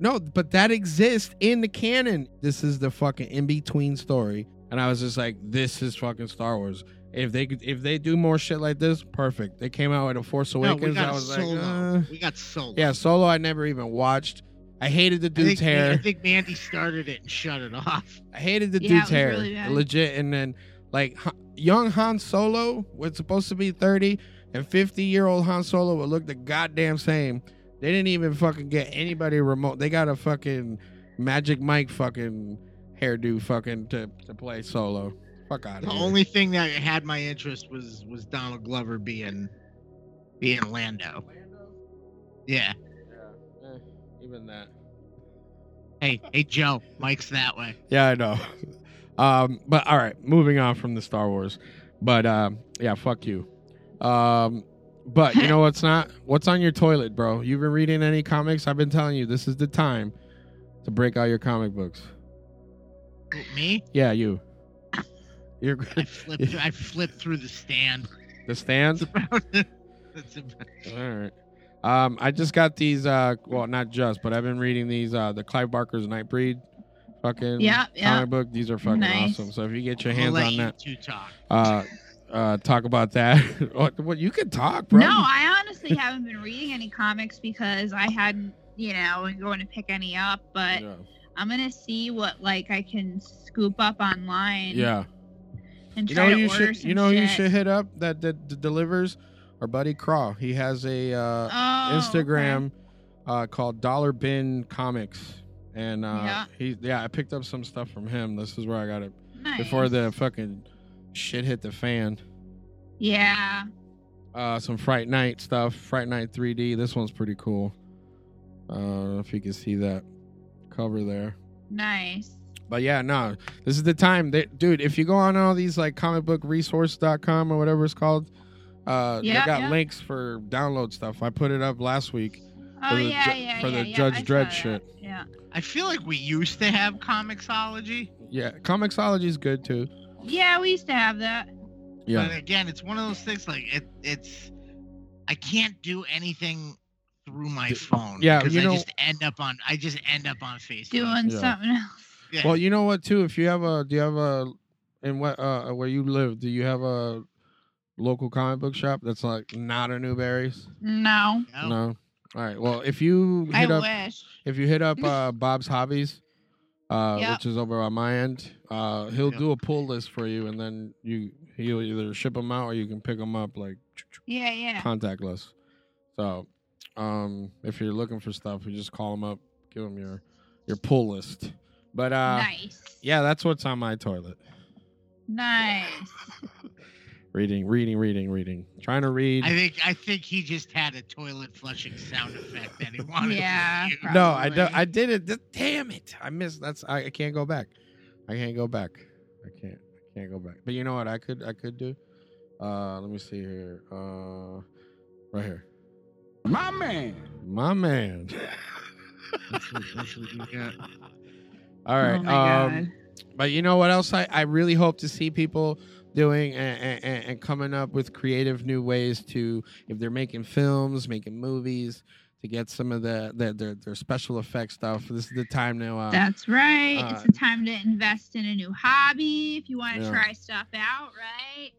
No, but that exists in the canon. This is the fucking in between story, and I was just like, this is fucking Star Wars. If they could, if they do more shit like this, perfect. They came out with a Force No, we Awakens. got I a was solo. like, uh, we got solo. yeah, Solo. I never even watched. I hated the I dude's think, hair. I think Mandy started it and shut it off. I hated the Yeah, it dude's was hair, really bad. legit. And then like Ha- young Han Solo was supposed to be thirty, and fifty year old Han Solo would look the goddamn same. They didn't even fucking get anybody remote. They got a fucking Magic Mike fucking hairdo fucking to, to play Solo. Fuck out The of here. only thing that had my interest was was Donald Glover being being Lando. Yeah. eh, even that. Hey, hey, Joe. Mike's that way. Yeah, I know. Um, but all right, moving on from the Star Wars. But um, yeah, fuck you. Um, but you know what's not? What's on your toilet, bro? You've been reading any comics? I've been telling you this is the time to break out your comic books. Who, Me? Yeah, you. You're I flipped. through- I flipped through the stand. the stands. That's about it. That's about it. All right. Um, I just got these. Uh, well, not just, but I've been reading these. Uh, the Clive Barker's Nightbreed, fucking Yeah, yeah. comic book. These are fucking Nice. awesome. So if you get your We'll hands let on you that, two talk. uh, uh, talk about that. what, what you can talk, bro. No, I honestly haven't been reading any comics because I hadn't, you know, going to pick any up. But Yeah. I'm gonna see what like I can scoop up online. Yeah. and You try know to you order should. some You know you shit. should hit up that that, that delivers. Our buddy Craw. He has a uh, Oh, okay. Instagram uh, called Dollar Bin Comics, and uh, Yeah. he yeah I picked up some stuff from him. This is where I got it Nice. before the fucking shit hit the fan. yeah. Uh, some Fright Night stuff, Fright Night 3D. This one's pretty cool. Uh, I don't know if you can see that cover there. Nice. But yeah, no, this is the time that, dude, if you go on all these like comicbookresource.com or whatever it's called, uh, Yeah, they got yeah. links for download stuff. I put it up last week. Oh the yeah, Ju- yeah, for yeah, the yeah, Judge I saw Dredd that. shit. Yeah. I feel like we used to have comicsology, Yeah, Comixology is good too. Yeah, we used to have that. Yeah, but again, it's one of those things like it, it's. I can't do anything through my phone. yeah, because you I know- just end up on. I just end up on Facebook. Doing Yeah. something else. Yeah. Well, you know what too? If you have a, do you have a, in what uh where you live? Do you have a local comic book shop that's like not a Newberry's? No. No. No. All right. Well, if you I hit up wish. if you hit up uh, Bob's Hobbies, uh, Mm-hmm. Yeah. which is over on my end, uh, he'll Yeah. do a pull list for you, and then you he'll either ship them out or you can pick them up like Yeah, yeah. contactless. So, um, if you're looking for stuff, you just call them up, give them your your pull list. But uh, nice. yeah, that's what's on my toilet. Nice. Reading, reading, reading, reading. Trying to read. I think I think he just had a toilet flushing sound effect that he wanted. to Yeah, use. no, I do, probably. I did it. Th- Damn it! I missed. That's I, I can't go back. I can't go back. I can't. I can't go back. But you know what? I could. I could do. Uh, let me see here. Uh, right here. My man. My man. That's what- that's what you got. All right. Oh my um, god. But you know what else I, I really hope to see people doing and, and, and coming up with creative new ways to, if they're making films, making movies, to get some of the, the their, their special effects stuff. This is the time now. Uh, That's right. uh, it's the time to invest in a new hobby if you want to Yeah. try stuff out, right?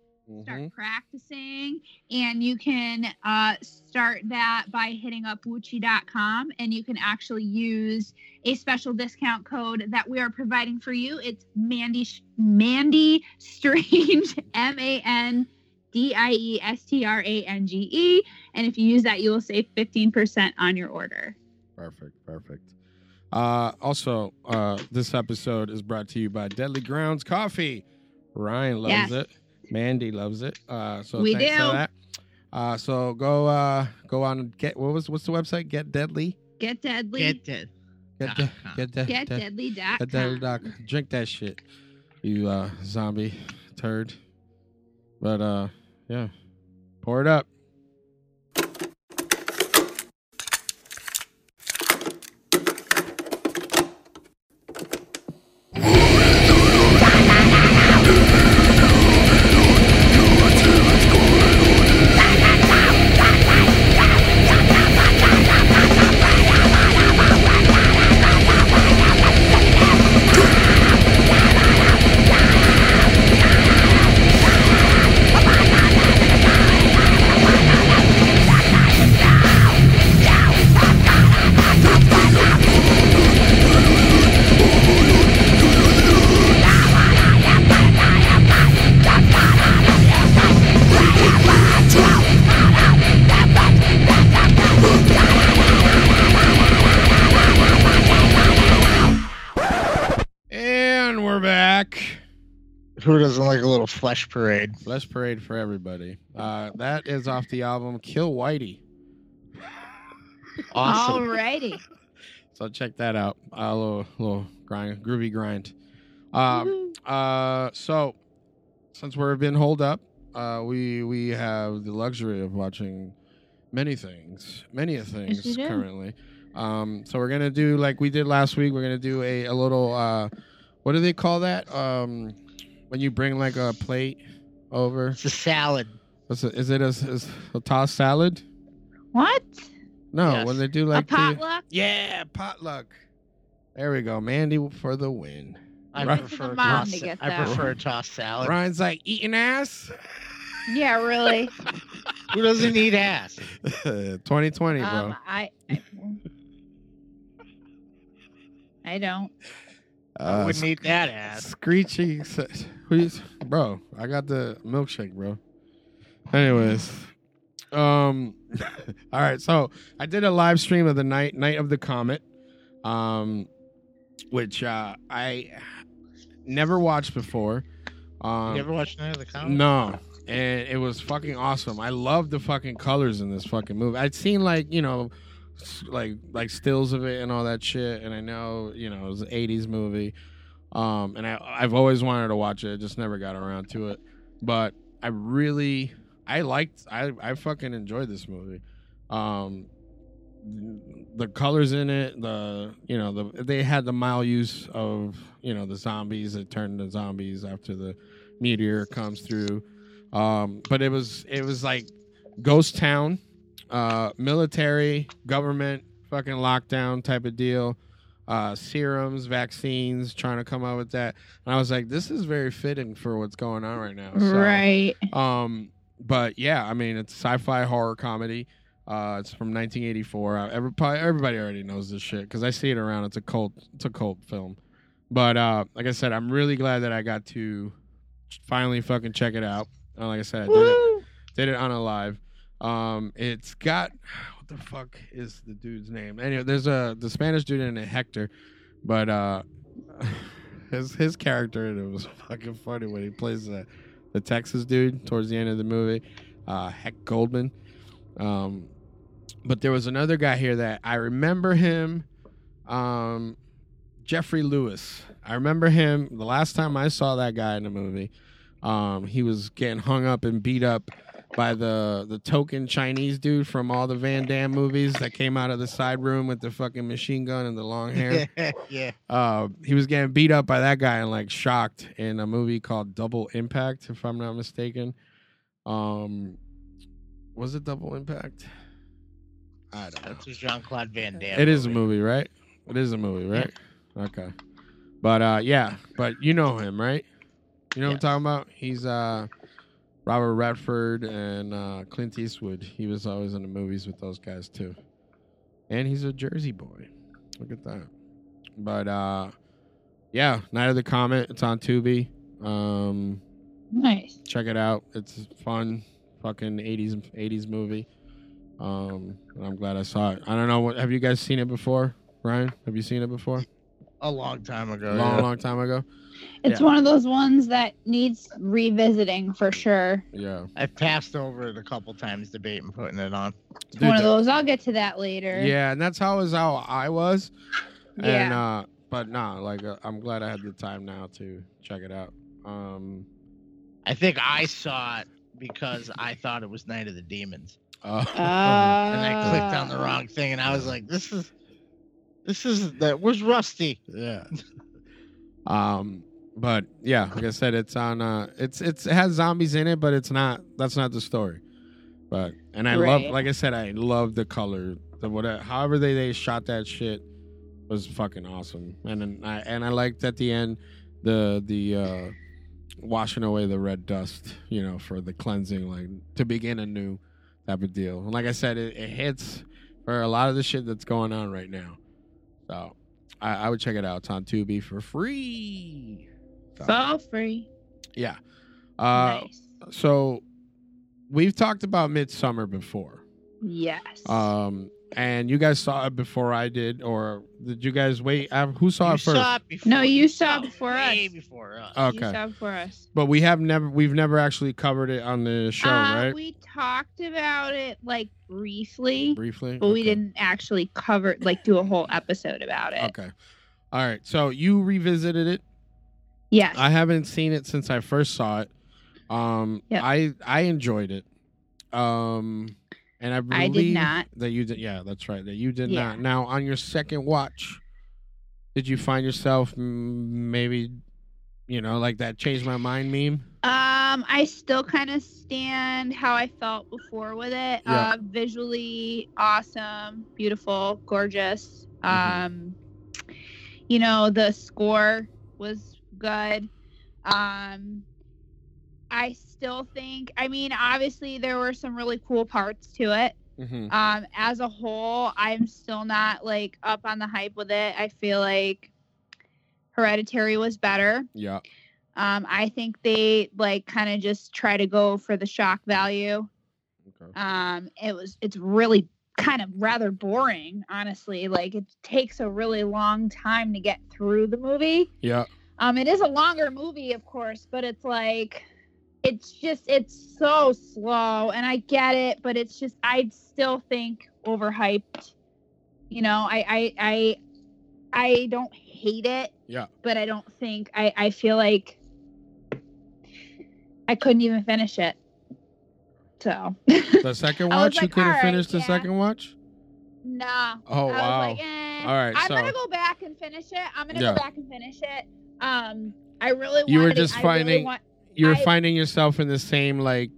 Start mhm. practicing. And you can uh, start that by hitting up wuchi.com and you can actually use a special discount code that we are providing for you. It's Mandy Mandy Strange M A N D I E S T R A N G E. And if you use that, you will save 15% on your order. Perfect, perfect. Uh, also, uh, this episode is brought to you by Deadly Grounds Coffee. Ryan loves Yes. it. Mandy loves it. Uh, so We thanks do. for that. Uh, so go uh, go on and get what was what's the website? Get Deadly. Get deadly. Get that. Get de- Dot com. get de- get de- deadly.com. get Deadly doc. Drink that shit, you uh, zombie turd. But uh, yeah, pour it up. Bye. who doesn't like a little flesh parade? Flesh Parade for everybody. Uh, that is off the album Kill Whitey. Awesome. Alrighty. So check that out. A little little grind, groovy grind. Um, uh, so since we've been holed up, uh, we we have the luxury of watching many things, many a things we do. currently. Um, so we're gonna do like we did last week. We're gonna do a a little uh, what do they call that? Um, when you bring like a plate over, It's a salad. What's it- is it a, is a tossed salad? What? No, Yes. when they A do like the- potluck? yeah, potluck. There we go. Mandy for the win. I Right. Mom prefer tossed, to get I that. prefer a tossed salad. Ryan's like, eating ass? Yeah, really. Who doesn't eat ass? 2020, bro. Um, I, I. I don't. I Uh, wouldn't eat that ass. screeching. s- Who's, bro, I got the milkshake, bro. Anyways. Um all right, so I did a live stream of the night night of the comet. Um which uh I never watched before. Um you ever watch Night of the Comet? No. And it was fucking awesome. I love the fucking colors in this fucking movie. I'd seen like, you know, s- like like stills of it and all that shit and I know, you know, it was an 80s movie. Um and I I've always wanted to watch it. I just never got around to it. But I really I liked I I fucking enjoyed this movie. Um the colors in it, the you know, the they had the mild use of, you know, the zombies that turned to zombies after the meteor comes through. Um, but it was it was like ghost town, uh, military, government, fucking lockdown type of deal. Uh, serums, vaccines, trying to come out with that, and I was like, "This is very fitting for what's going on right now." So, Right. Um, but yeah, I mean, it's sci-fi horror comedy. Uh, it's from 1984. Uh, everybody, everybody already knows this shit because I see it around. It's a cult. It's a cult film. But uh, like I said, I'm really glad that I got to finally fucking check it out. Uh, like I said, I did it, Woo! did it on a live. Um, it's got what the fuck is the dude's name? Anyway, there's a the Spanish dude in it, Hector, but uh, his his character in it was fucking funny when he plays the the Texas dude towards the end of the movie, uh, Heck Goldman. Um, but there was another guy here that I remember him, um, Jeffrey Lewis. I remember him the last time I saw that guy in a movie. Um, he was getting hung up and beat up by the the token Chinese dude from all the Van Damme movies that came out of the side room with the fucking machine gun and the long hair. yeah. uh, he was getting beat up by that guy and like shocked in a movie called Double Impact, if I'm not mistaken. Um, was it Double Impact? I don't know. That's a Jean Claude Van Damme. It is a movie, right? It is a movie, right? Okay. But uh yeah, but you know him, right? You know what I'm talking about? He's uh Robert Redford and uh Clint Eastwood. He was always in the movies with those guys too. And he's a Jersey boy. Look at that. But uh yeah, Night of the Comet, it's on Tubi. Um Nice. check it out. It's fun, fucking 80s 80s movie. Um, and I'm glad I saw it. I don't know what have you guys seen it before? Ryan, have you seen it before? A long time ago. long, Oh, yeah. long time ago. It's Yeah. one of those ones that needs revisiting for sure. Yeah, I've passed over it a couple times debating putting it on. It's one of the- those. I'll get to that later. yeah, and that's how is how I was. And Yeah. uh, but nah, like uh, I'm glad I had the time now to check it out. Um, I think I saw it because I thought it was Night of the Demons. uh, Oh. Uh, and I clicked on the Ah. wrong thing, and I was like, "This is, this is that. Where's Rusty?" yeah. Um, but yeah, like I said, it's on. Uh, it's it's it has zombies in it, but it's not. That's not the story. But and I love, Right. like I said, I love the color. The whatever, however they they shot that shit was fucking awesome. And then I and I liked at the end the the uh washing away the red dust, you know, for the cleansing, like to begin anew type of deal. And like I said, it, it hits for a lot of the shit that's going on right now. So I, I would check it out. It's on Tubi for free. So, It's all free. yeah. Uh, nice. So we've talked about Midsummer before. Yes. Um, and you guys saw it before I did, or did you guys wait? Uh, Who saw you it first? Uh, saw it before. No, you saw Oh, it before way us. before us. You okay, saw for us. but we have never we've never actually covered it on the show, uh, right? We talked about it like briefly, Briefly, but we Okay. didn't actually cover like do a whole episode about it. Okay, all right. So you revisited it. Yes. I haven't seen it since I first saw it. Um, Yep. I I enjoyed it. Um, and I believe did not. that you did. Yeah, that's right. That you did Yeah. not. Now on your second watch, did you find yourself mm, maybe, you know, like that changed my mind meme? Um, I still kind of stand how I felt before with it. Yeah. Uh, visually awesome, beautiful, gorgeous. Mhm. Um, you know the score was good. Um, I still think. I mean, obviously there were some really cool parts to it. Mm-hmm. Um, as a whole, I'm still not like up on the hype with it. I feel like Hereditary was better. Yeah. Um, I think they like kind of just try to go for the shock value. Okay. Um, it was it's really kind of rather boring, honestly. Like it takes a really long time to get through the movie. Yeah. Um, it is a longer movie, of course, but it's like it's just it's so slow, and I get it, but it's just I still think overhyped. You know, I I I, I don't hate it. Yeah. But I don't think I I feel like I couldn't even finish it. So The second I was watch, you like, couldn't all right, finish the yeah. second watch. nah. Oh I wow. was like, eh. All right, I'm so- gonna go back and finish it. I'm gonna Yeah. go back and finish it. Um, I really You were wanted it- just I finding- Really want, you were I- finding yourself in the same like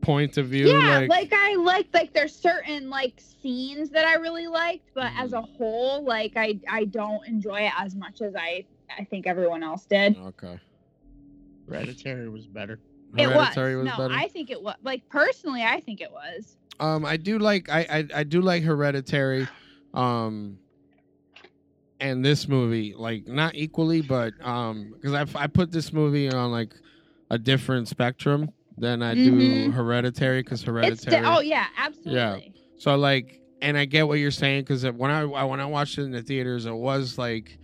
point of view. yeah, like, like, I like like there's certain like scenes that I really liked, but as a Mm-hmm. whole, like I I don't enjoy it as much as I I think everyone else did. okay. Hereditary was better. Hereditary it was was, no, better? I think it was like personally, I think it was. Um, I do like I, I I do like Hereditary, um, and this movie like not equally, but um, because I I put this movie on like a different spectrum than I do Mhm. Hereditary because It's Hereditary. di- oh yeah, absolutely. So like, and I get what you're saying because when I I- when I watched it in the theaters, it was like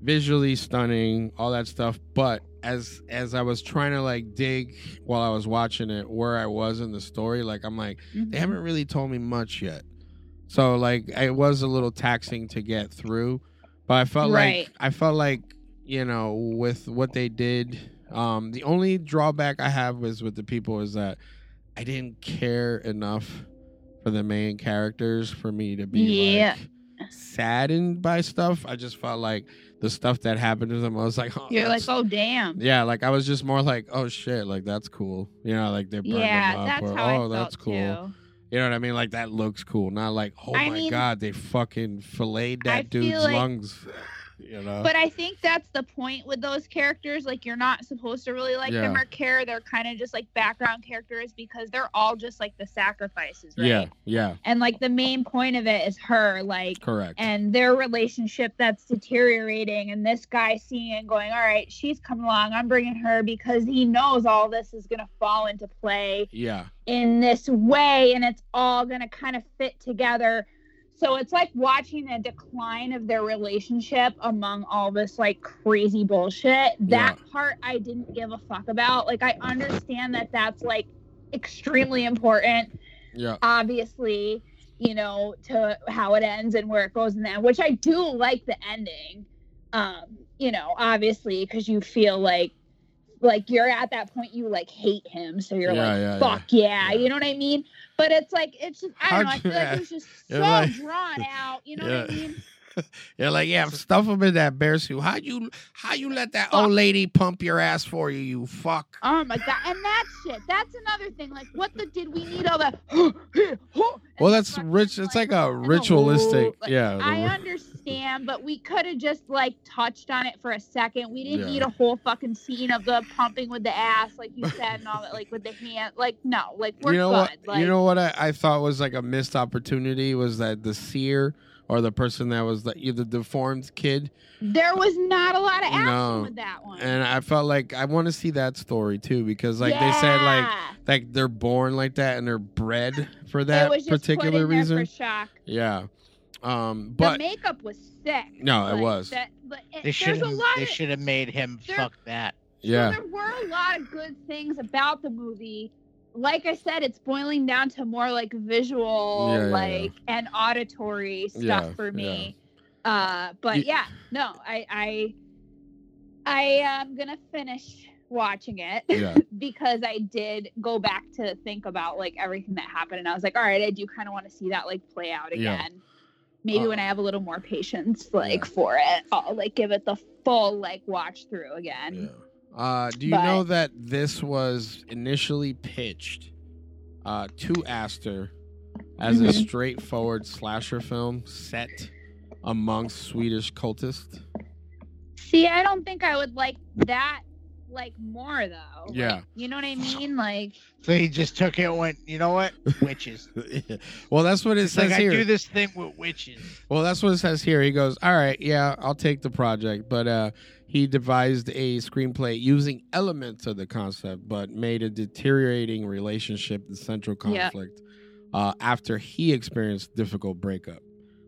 visually stunning, all that stuff. But as as I was trying to like dig while I was watching it, where I was in the story, like I'm like Mhm. they haven't really told me much yet. So like it was a little taxing to get through, but I felt Right. like I felt like you know with what they did. Um, the only drawback I have was with the people is that I didn't care enough for the main characters for me to be Yeah. like saddened by stuff. I just felt like the stuff that happened to them. I was like, oh, You're like, that's- oh damn. yeah, like I was just more like, oh shit, like that's cool. You know, like they burned them Yeah, up that's or how I oh felt that's cool. too. You know what I mean? Like that looks cool. Not like, oh I my mean- god, they fucking filleted I that feel dude's like- lungs. you know? But I think that's the point with those characters. Like, you're not supposed to really like them Yeah. or care. They're kind of just like background characters because they're all just like the sacrifices, right? Yeah, yeah, And like the main point of it is her, like, correct. and their relationship that's deteriorating, and this guy seeing it and going, all right, she's coming along. I'm bringing her because he knows all this is going to fall into play yeah, in this way and it's all going to kind of fit together so it's like watching a decline of their relationship among all this like crazy bullshit that part i didn't give a fuck about like i understand that that's like extremely important yeah, obviously you know to how it ends and where it goes in the end which i do like the ending um you know obviously because you feel like like you're at that point you like hate him so you're Yeah, like yeah, fuck yeah, Yeah. you know what i mean but it's like it's just i don't know i How'd feel you- like it was just You're so like- drawn out you know what i Yeah. mean You're like, yeah, stuff them in that bear suit. How you how you let that old lady pump your ass for you, you fuck. oh my god and that shit that's another thing like what the did we need all that and Well, that's fucking, rich. It's like a and ritualistic. like, yeah. the I ri- understand, but we could have just like touched on it for a second. We didn't Yeah. need a whole fucking scene of the pumping with the ass, like you said, and all that, like with the hand. Like no, like we're you know good. what? Like you know what I, I thought was like a missed opportunity was that the seer or the person that was like the deformed kid. There was not a lot of action No. with that one. And I felt like I want to see that story too because like they said like Yeah. like they're born like that and they're bred for it that was just put particular in there reason. For shock. yeah. Um the but makeup was sick. No, it was. That, but it- They should there's a have. lot. They Of, should have made him there- fuck that. yeah. yeah. There were a lot of good things about the movie. Like I said, it's boiling down to more like visual, Yeah, yeah, yeah. like and auditory stuff Yeah, for me. Uh, but Ye- yeah, no, I I I am gonna finish watching it Yeah. because I did go back to think about like everything that happened, and I was like, all right, I do kind of want to see that like play out Yeah. again. Maybe Uh, when I have a little more patience, like yeah. for it, I'll like give it the full like watch through again. Yeah. Uh, do you But- know that this was initially pitched uh, to Astor as a Mhm. straightforward slasher film set amongst Swedish cultists? See, I don't think I would like that like more Oh though. Like, Yeah. you know what I mean? Like, So he just took it. and Went. You know what? Witches. well, that's what it It's says like I here. do this thing with witches. Well, that's what it says here. He goes, "All right, yeah, I'll take the project," but uh, he devised a screenplay using elements of the concept, but made a deteriorating relationship the central Yeah. conflict uh, after he experienced difficult breakup.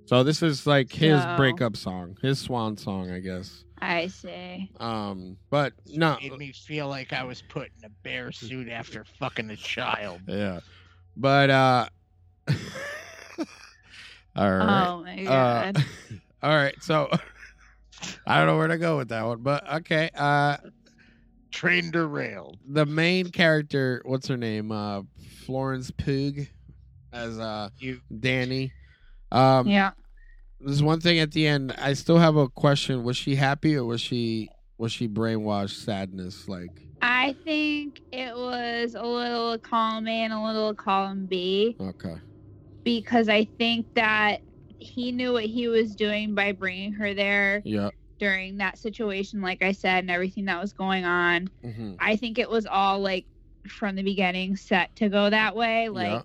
So this is like his So- breakup song, his swan song, I guess. I say, Um, but no, Made me feel like I was put in a bear suit after fucking a child. yeah, but uh, all right. oh Uh, my god, all right, so I don't know where to go with that one, but okay. Uh, Train derailed. the main character, what's her name? Uh, Florence Pugh as uh You- Danny. Um, yeah. there's one thing at the end. I still have a question. Was she happy or was she was she brainwashed sadness? Like, I think it was a little column A and a little column B okay, because I think that he knew what he was doing by bringing her there yeah, during that situation, like I said, and everything that was going on. hmm I think it was all like from the beginning set to go that way. Like, yeah,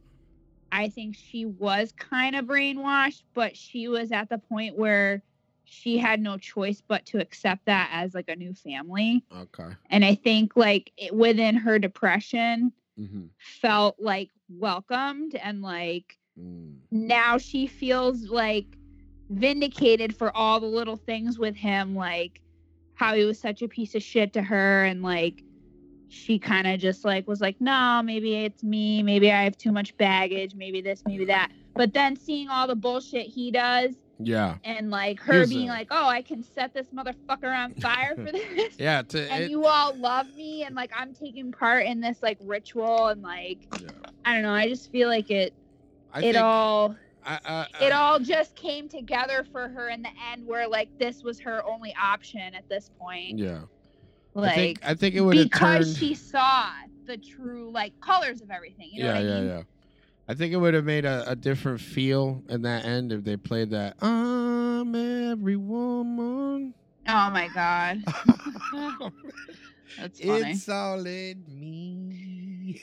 I think she was kind of brainwashed, but she was at the point where she had no choice but to accept that as like a new family. okay, And I think like it, within her depression, mm-hmm. felt like welcomed and like mm. now she feels like vindicated for all the little things with him like how he was such a piece of shit to her and like she kind of just like was like no maybe it's me maybe i have too much baggage maybe this maybe that but then seeing all the bullshit he does yeah, and like her Here's being a- like oh i can set this motherfucker on fire for this yeah. To, and it- you all love me and like I'm taking part in this like ritual and like Yeah. I don't know, I just feel like it I it think- all I, uh, I, I, it all just came together for her in the end where like this was her only option at this point. Yeah, Like I think I think it would have because turned. she saw the true like colors of everything. You know yeah, what I yeah, mean? yeah. I think it would have made a, a different feel in that end if they played that I'm every woman. Oh my god. That's funny. it's all in me.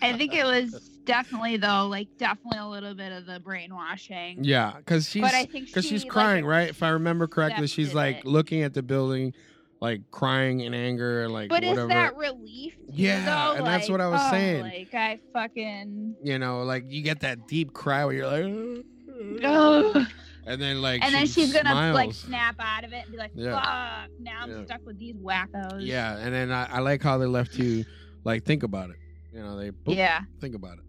I think it was definitely though, like definitely a little bit of the brainwashing. Yeah, because she's but I think because she's she, like, crying, right? If I remember correctly, she's accepted like it. looking at the building, like crying in anger and like But whatever. is that relief? too, Yeah, though? and that's Like, what I was oh, saying. Like I fucking. you know, like you get that deep cry where you're like, Ugh. and then like, and then she she's gonna like smiles. snap out of it and be like, Yeah. "Fuck! Now I'm Yeah. stuck with these wackos." Yeah, and then I, I like how they left you like think about it. You know, they boop, yeah. think about it.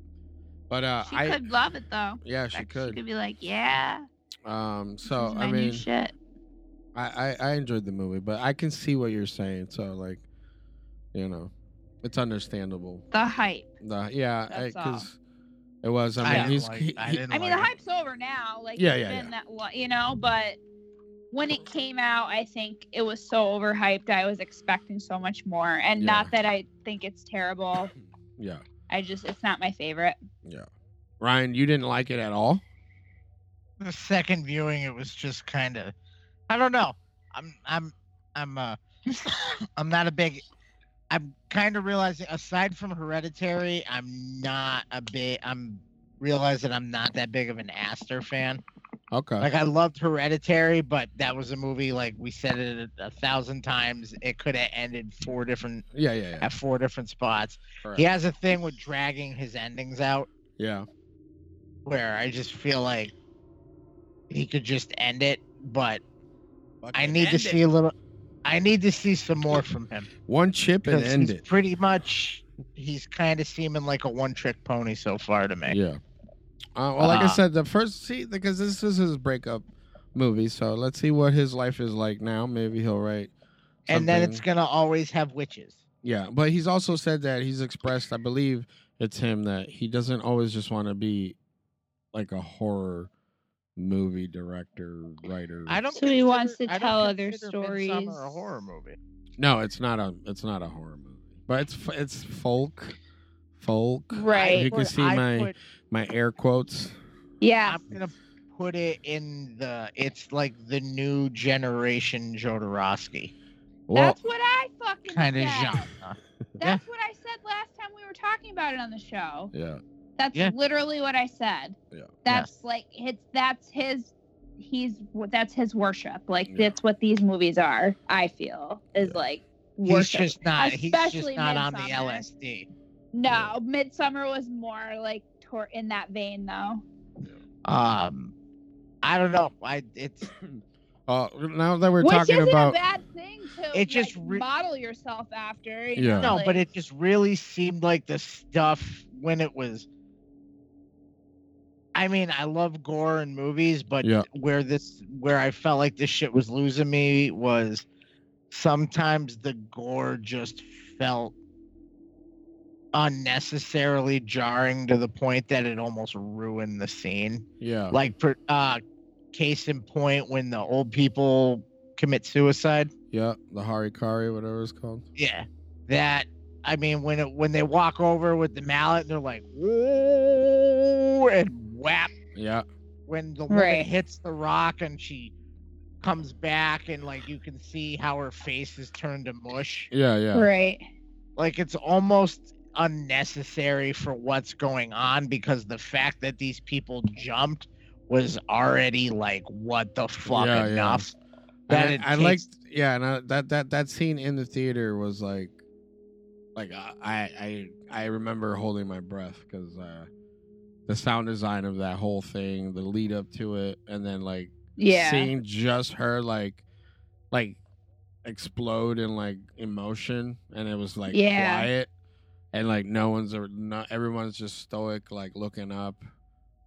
But uh, She I could love it though. yeah, she Like, could. be like, "Yeah." Um, this so is my I new mean, shit. I, I I enjoyed the movie, but I can see what you're saying. So like, you know, it's understandable. The hype. The, yeah, That's all. because it was. I I mean, didn't he's like- he- I he- didn't I mean, like the it. hype's over now. Like, Yeah, it's yeah, been that lo- you know, but when it came out, I think it was so overhyped. I was expecting so much more, and Yeah. not that I think it's terrible. yeah. I just, it's not my favorite. Ryan, you didn't like it at all. the second viewing it was just kind of i don't know i'm i'm i'm uh i'm not a big i'm kind of realizing aside from hereditary i'm not a big i'm realizing i'm not that big of an aster fan Okay. Like I loved Hereditary, but that was a movie like we said it a, a thousand times. It could have ended four different yeah, yeah, yeah. at four different spots. Correct. He has a thing with dragging his endings out, Yeah. where I just feel like he could just end it. But I Fucking need to end see it. a little. I need to see some more from him. One chip and 'cause end he's it. Pretty much, he's kind of seeming like a one-trick pony so far to me. Yeah. Uh, well, like Uh-huh. I Uh, said, the first see because this is his breakup movie, so let's see what his life is like now. Maybe he'll write. and then it's something. gonna always have witches. Yeah, but he's also said that he's expressed, I believe it's him, that he doesn't always just want to be like a horror movie director, writer. I don't. So he wants to I don't tell other consider Midsommar stories. A horror movie. No, it's not a it's not a horror movie. But it's f- it's folk. Folk. Right. You can Put- see I my put- my air quotes. Yeah. I'm gonna put it in the. It's like the new generation Jodorowsky Well, That's what I fucking kind of said. genre. That's what I said last time we were talking about it on the show. yeah. That's Yeah. literally what I said. Yeah. That's like it's that's his he's that's his worship. Like Yeah. that's what these movies are, I feel. Is Yeah. like He's worship. just not. He's Especially just not on the Midsommar. LSD. no, Midsummer was more like tor- in that vein though. Um, I don't know. I it's Uh, now that we're Which talking isn't about a bad thing to It just like, re- model yourself after. you know, Yeah. no, like- but it just really seemed like the stuff when it was. I mean, I love gore in movies, but Yeah. where this, where I felt like this shit was losing me was sometimes the gore just felt unnecessarily jarring to the point that it almost ruined the scene. yeah. Like, for, uh, case in point, when the old people commit suicide. Yeah, the harikari, whatever it's called. Yeah, that I mean, when it when they walk over with the mallet, they're like, "Whoa!" and whap. Yeah, When the woman Right. hits the rock and she comes back, and like you can see how her face is turned to mush. yeah, yeah. Right. Like it's almost unnecessary for what's going on because the fact that these people jumped was already like, "What the fuck?" Yeah, yeah. enough. That And it I, I takes- liked, yeah, and I, that that that scene in the theater was like, like I I I I remember holding my breath because uh, the sound design of that whole thing, the lead up to it, and then like Yeah. seeing just her like like explode in like emotion and it was like Yeah. quiet and like no one's or not everyone's just stoic like looking up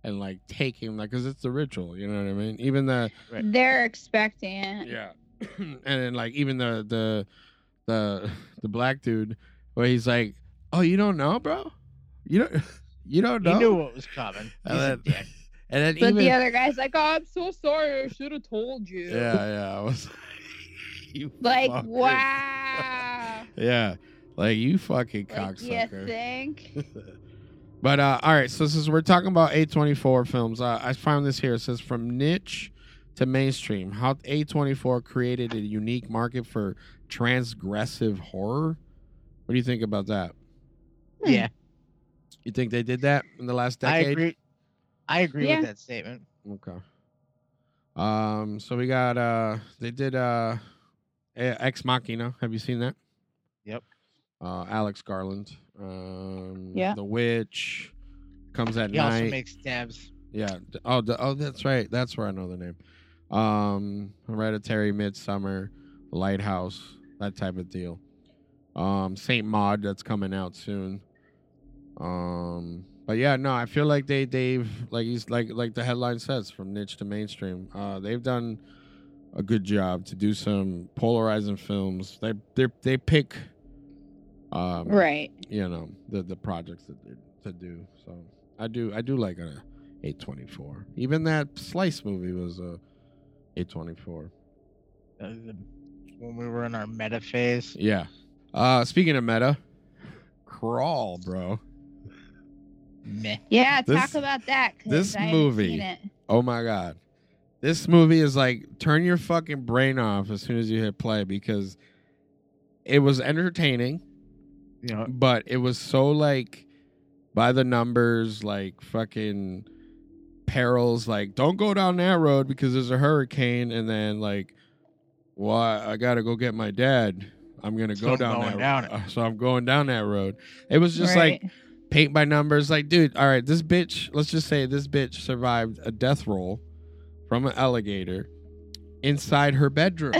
and like taking like because it's the ritual you know what i mean even the Right. They're expecting it. yeah and then like even the the the the black dude where he's like oh you don't know bro you don't you don't know You knew what was coming. He's a and then, dick. and then But even the other guy's like, "Oh, I'm so sorry. I should have told you." yeah yeah I was you Like, fucker. wow. Yeah. Like you fucking like, you cocksucker. think? but uh all right, so this is we're talking about A24 films. Uh, I found this here. It says from niche to mainstream, how A24 created a unique market for transgressive horror. What do you think about that? Yeah, You think they did that in the last I decade? agree. I agree Yeah. with that statement. Okay. Um so we got uh they did uh Ex Machina. Have you seen that? Yep. Uh Alex Garland. Um Yeah. The Witch comes at He night. also makes stabs. Yeah. d- Oh, d- oh, that's right. That's where I know the name. Um, Hereditary, Midsummer, Lighthouse, that type of deal. Um, Saint Maud, that's coming out soon. Um, but yeah, no, I feel like they they've like he's like like the headline says from niche to mainstream. Uh, they've done a good job to do some polarizing films. They they they pick um right. you know the the projects that they, to do. So I do I do like a eight twenty four. Even that slice movie was a eight twenty four. uh, the- when we were in our meta phase. Yeah. Uh, speaking of meta, crawl, bro. Meh. Yeah. This- talk about that. 'cause this I haven't movie- seen it. Oh my god, this movie is like turn your fucking brain off as soon as you hit play because it was entertaining. You know, but it was so like by the numbers like fucking perils like don't go down that road because there's a hurricane and then like well i, I gotta go get my dad i'm gonna So go I'm down going that down it. uh, so i'm going down that road it was just like Right. paint by numbers. Like, dude, all right, this bitch, let's just say this bitch survived a death roll from an alligator inside her bedroom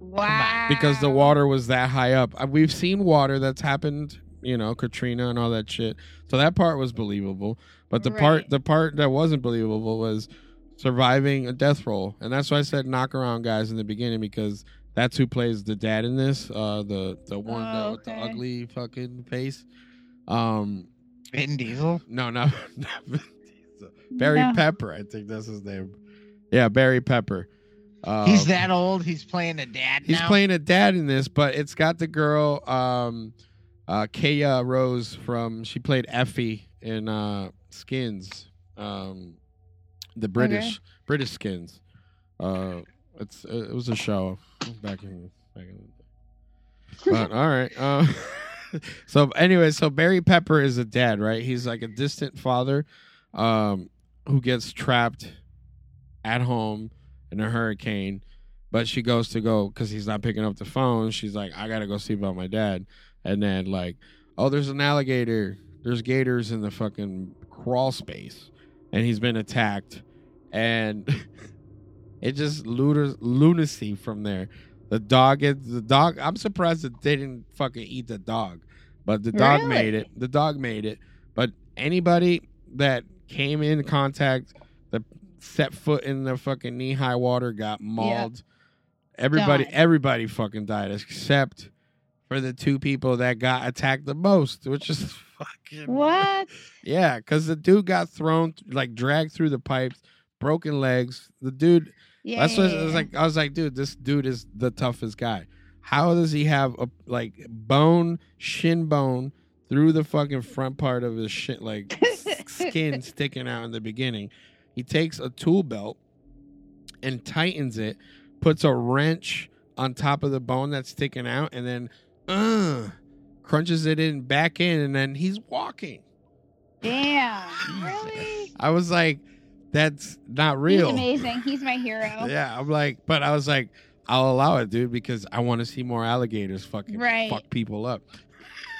wow. because the water was that high up. Uh, We've seen water that's happened, you know, Katrina and all that shit. So that part was believable, but the part Right. the part that wasn't believable was surviving a death roll. And that's why I said knock around guys in the beginning because that's who plays the dad in this, uh the the one Oh, that with the okay. ugly fucking face. Um Vin Diesel. no, not, not Vin Diesel. Barry No. Pepper, I think that's his name. Yeah, Barry Pepper. Um, He's that old. He's playing a dad He's now. playing a dad in this, but it's got the girl, um, uh, Kaya Rose from. She played Effie in uh, Skins, um, the British British Skins. Uh, it's it was a show back in back in but all right. Uh, so anyway, so Barry Pepper is a dad, right? He's like a distant father um, who gets trapped at home in a hurricane. But she goes to go because he's not picking up the phone. She's like, I gotta go see about my dad. And then like, oh, there's an alligator. There's gators in the fucking crawl space, and he's been attacked. And it just lunar- lunacy from there. The dog is the dog. I'm surprised that they didn't fucking eat the dog, but the dog Really? made it. The dog made it. But anybody that came in contact, that set foot in the fucking knee high water, got mauled. Everybody, Died. everybody fucking died except for the two people that got attacked the most, which is fucking What? yeah, because the dude got thrown, like dragged through the pipes, broken legs. The dude Yeah. that's what I was like. I was like, dude, this dude is the toughest guy. How does he have a like bone, shin bone through the fucking front part of his shit, like s- skin sticking out in the beginning? He takes a tool belt and tightens it, puts a wrench on top of the bone that's sticking out, and then uh, crunches it in back in, and then he's walking. Damn. Really? I was like, that's not He's real. amazing. He's my hero. Yeah, I'm like, but I was like, I'll allow it, dude, because I want to see more alligators fucking Right. fuck people up.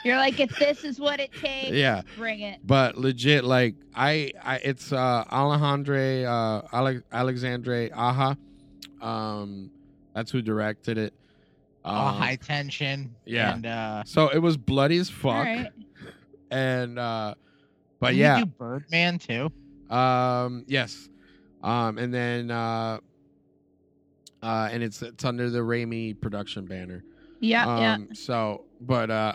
You're like, if this is what it takes, Yeah, bring it. but legit, like I, I it's uh Alejandre, uh Ale- Alexandre Aha, um, that's who directed it. All Um, high tension. yeah. And uh, So it was bloody as fuck, All right. and uh, didn't but he yeah, do Birdman too. Um, yes. Um, and then uh, uh, and it's it's under the Raimi production banner. Yeah. yeah. um, So, but uh,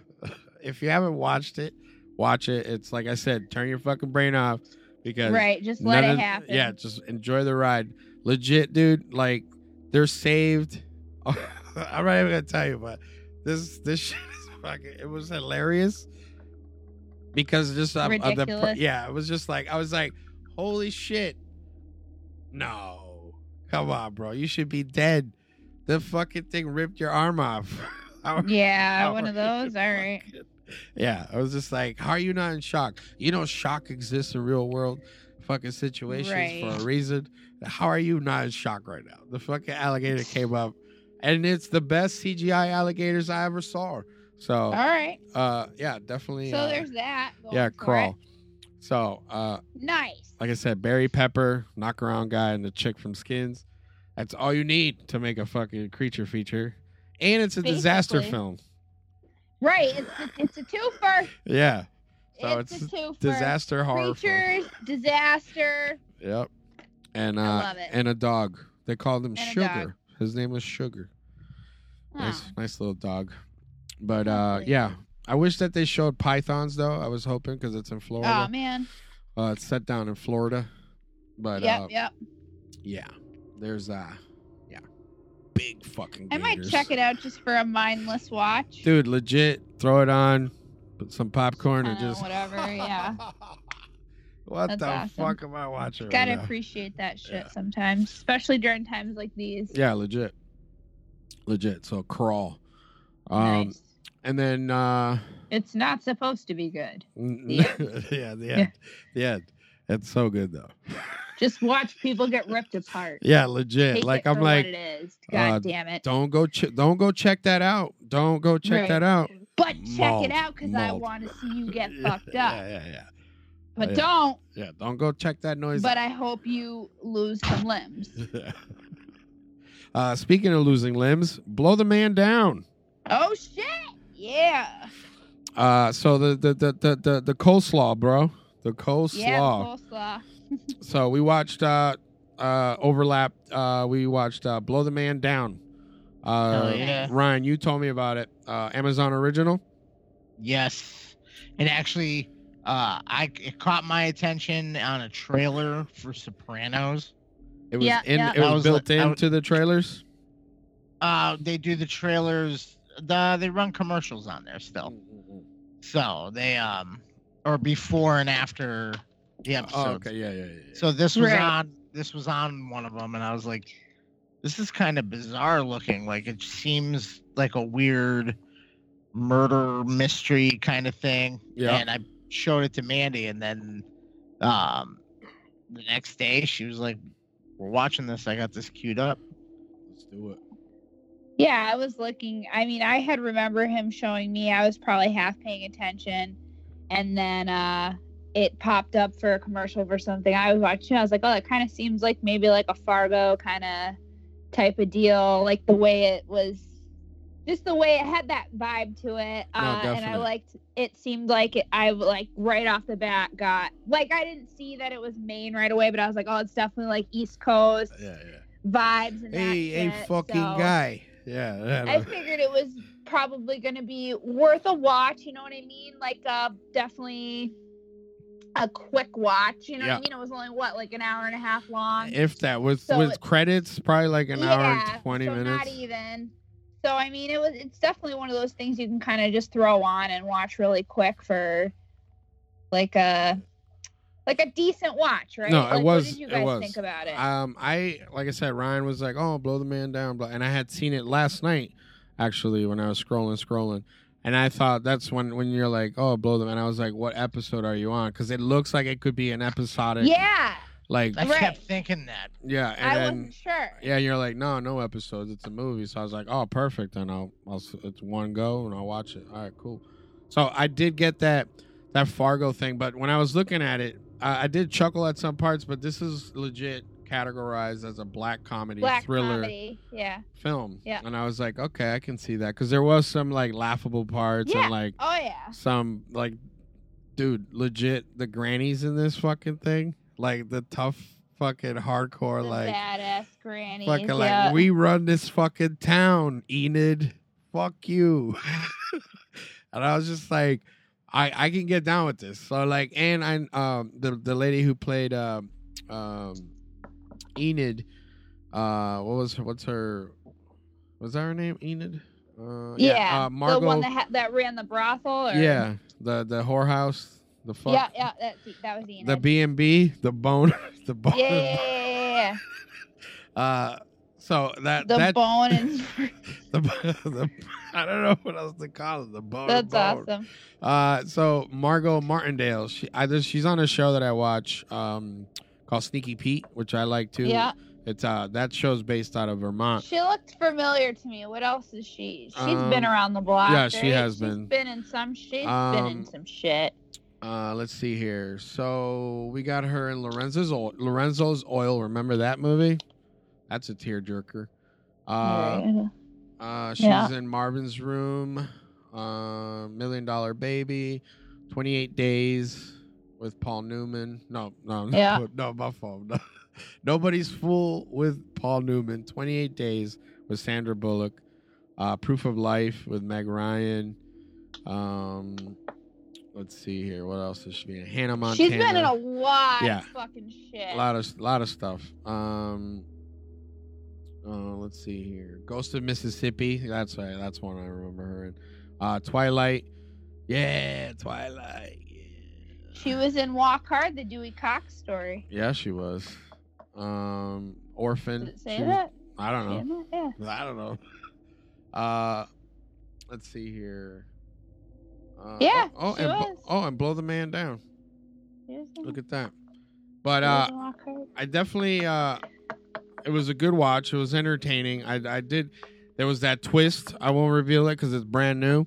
if you haven't watched it, watch it. It's like I said, turn your fucking brain off because Right. Just let none it of- happen. Yeah, just enjoy the ride. Legit, dude. Like they're saved. I'm not even gonna tell you, but this this shit is fucking. It was hilarious because just um, of the pr- Ridiculous. yeah, it was just like I was like, holy shit, no, come on, bro, you should be dead. The fucking thing ripped your arm off. I was- Yeah. how One of are you those. All right. fucking- Yeah, I was just like, how are you not in shock? You know, shock exists in real world fucking situations Right. for a reason. How are you not in shock right now? The fucking alligator came up, and it's the best CGI alligators I ever saw. So, All right. uh, yeah, definitely. So uh, there's that. going yeah, for it. crawl. So, uh, Nice. like I said, Barry Pepper, knock around guy, and the chick from Skins. That's all you need to make a fucking creature feature, and it's a disaster Basically. film. Right. It's a, it's a twofer. Yeah, So it's, it's a twofer. disaster horror. film. Creatures, disaster. Yep. And uh I love it. and a dog. They called him And a dog. Sugar. His name was Sugar. Nice Huh. nice little dog. But uh Lovely. yeah, I wish that they showed pythons though. I was hoping cuz it's in Oh Florida. man. uh it's set down in Florida. But yep. uh Yep. yeah. There's uh yeah. Big fucking I gators. might check it out just for a mindless watch. Dude, legit, throw it on, put some popcorn and Uh, Kinda just whatever, yeah. what That's the awesome. fuck am I watching? right Gotta now? appreciate that shit Yeah. sometimes, especially during times like these. Yeah, legit. Legit. So crawl. Um nice. and then uh It's not supposed to be good. n- The yeah, the end. The end. It's so good though. Just watch people get ripped apart. Yeah, legit. Take like it I'm for like, what it is. uh, God damn it. don't go, ch- don't go check that out. Don't go check Right. that out. But check Mauled. it out because I Mauled. want to see you get Yeah, fucked up. Yeah, yeah, yeah. But yeah. don't. Yeah, don't go check that noise. But I hope you lose some limbs. uh, speaking of losing limbs, blow the man down. Oh shit! Yeah. Uh, so the the the the the, the coleslaw, bro. The coleslaw. Yeah. Coleslaw. So we watched uh uh overlap. Uh, we watched uh, blow the man down. Uh, Hell yeah. Ryan, you told me about it. Uh, Amazon original. Yes. It actually uh I it caught my attention on a trailer for Sopranos. It was Yeah, in. yeah. It was, I was built like- I into the trailers. Uh they do the trailers the they run commercials on there still. So they um or before and after the episodes. Oh, okay. Yeah, yeah, yeah. yeah. So this was Right. on this was on one of them, and I was like, "This is kind of bizarre looking. Like it seems like a weird murder mystery kind of thing." Yeah. And I showed it to Mandy, and then um, the next day she was like, "We're watching this. I got this queued up." Let's do it. Yeah, I was looking. I mean, I had remember him showing me. I was probably half paying attention, and then uh it popped up for a commercial for something I was watching. I was like, oh, that kind of seems like maybe like a Fargo kind of type of deal, like the way it was. Just the way it had that vibe to it, uh, and I definitely. liked. It seemed like it, I like right off the bat got like I didn't see that it was Maine right away, but I was like, oh, it's definitely like East Coast Yeah, yeah. vibes. And that Hey, hey, shit, fucking so- guy. Yeah. yeah, I no. figured it was probably going to be worth a watch. You know what I mean? Like, uh, definitely a quick watch. You know Yeah. what I mean? It was only what, like an hour and a half long. if that with So with it- credits, probably like an hour Yeah, and twenty so minutes. Not even. So I mean, it was. It's definitely one of those things you can kind of just throw on and watch really quick for, like a, like a decent watch, right? No, it like, was- What did you it guys was. think about it? Um, I like I said, Ryan was like, "Oh, blow the man down," blah, and I had seen it last night, actually, when I was scrolling, scrolling, and I thought that's when when you're like, "Oh, blow them," and I was like, "What episode are you on?" Because it looks like it could be an episodic, yeah, like I Right. kept thinking that. yeah, and I then wasn't sure. yeah, and you're like, "No, no episodes, it's a movie," so I was like, "Oh, perfect," and I'll, I'll s- it's one go and I'll watch it. All right, cool. So I did get that that Fargo thing, but when I was looking at it, I, I did chuckle at some parts, but this is legit categorized as a black comedy Black thriller comedy. Yeah. film. Yeah. And I was like, okay, I can see that because there was some like laughable parts Yeah. and like Oh yeah. some like, dude, legit the grannies in this fucking thing, like the tough fucking hardcore the like badass grannies. fucking yeah. like we run this fucking town, Enid. Fuck you. and I was just like, I I can get down with this. So like, and I um the the lady who played um um Enid, uh what was her, what's her was that her name Enid? Uh, yeah, uh, the one Margot. that ha- that ran the brothel. Or... yeah, the the whorehouse, the fuck, yeah, yeah. That's, E- that was Enid. the B and B, the bone, the bone. yeah, yeah, yeah, yeah, Uh, so yeah. that The that bone and the, the I don't know what else to call it. The bone. that's bone. awesome. Uh, so Margot Martindale, she I, there's- she's on a show that I watch um called Sneaky Pete, which I like too. Yeah, It's uh that show's based out of Vermont. she looked familiar to me. What else is she? She's Um, been around the block. yeah, she right? has She's been. been in some. She's been Um, in some shit. Uh, let's see here. So we got her in Lorenzo's oil, Lorenzo's Oil. Remember that movie? That's a tearjerker. Uh, Yeah. Uh, she's Yeah. in Marvin's room, uh, Million Dollar Baby, 28 Days with Paul Newman. No, no, no, Yeah. no, my fault. No. Nobody's Fool with Paul Newman, 28 Days with Sandra Bullock, uh, Proof of Life with Meg Ryan. Um, let's see here. What else is she in? Hannah Montana. She's been in a lot Yeah. of fucking shit. A lot of lot of stuff. Um, uh, let's see here. Ghost of Mississippi. That's right. That's one I remember her in. Uh, Twilight. Yeah, Twilight. Yeah. she was in Walk Hard, the Dewey Cox story. Yeah, she was. Um, Did Orphan. it say She was- uh, that? I don't know. Yeah, yeah. I don't know. Uh, let's see here. Uh, Yeah, Oh, oh, she and, Bl- was. oh, and blow the man down. She was in- Look at that. But uh, I definitely uh it was a good watch. It was entertaining. I I did there was that twist. I won't reveal it cuz it's brand new.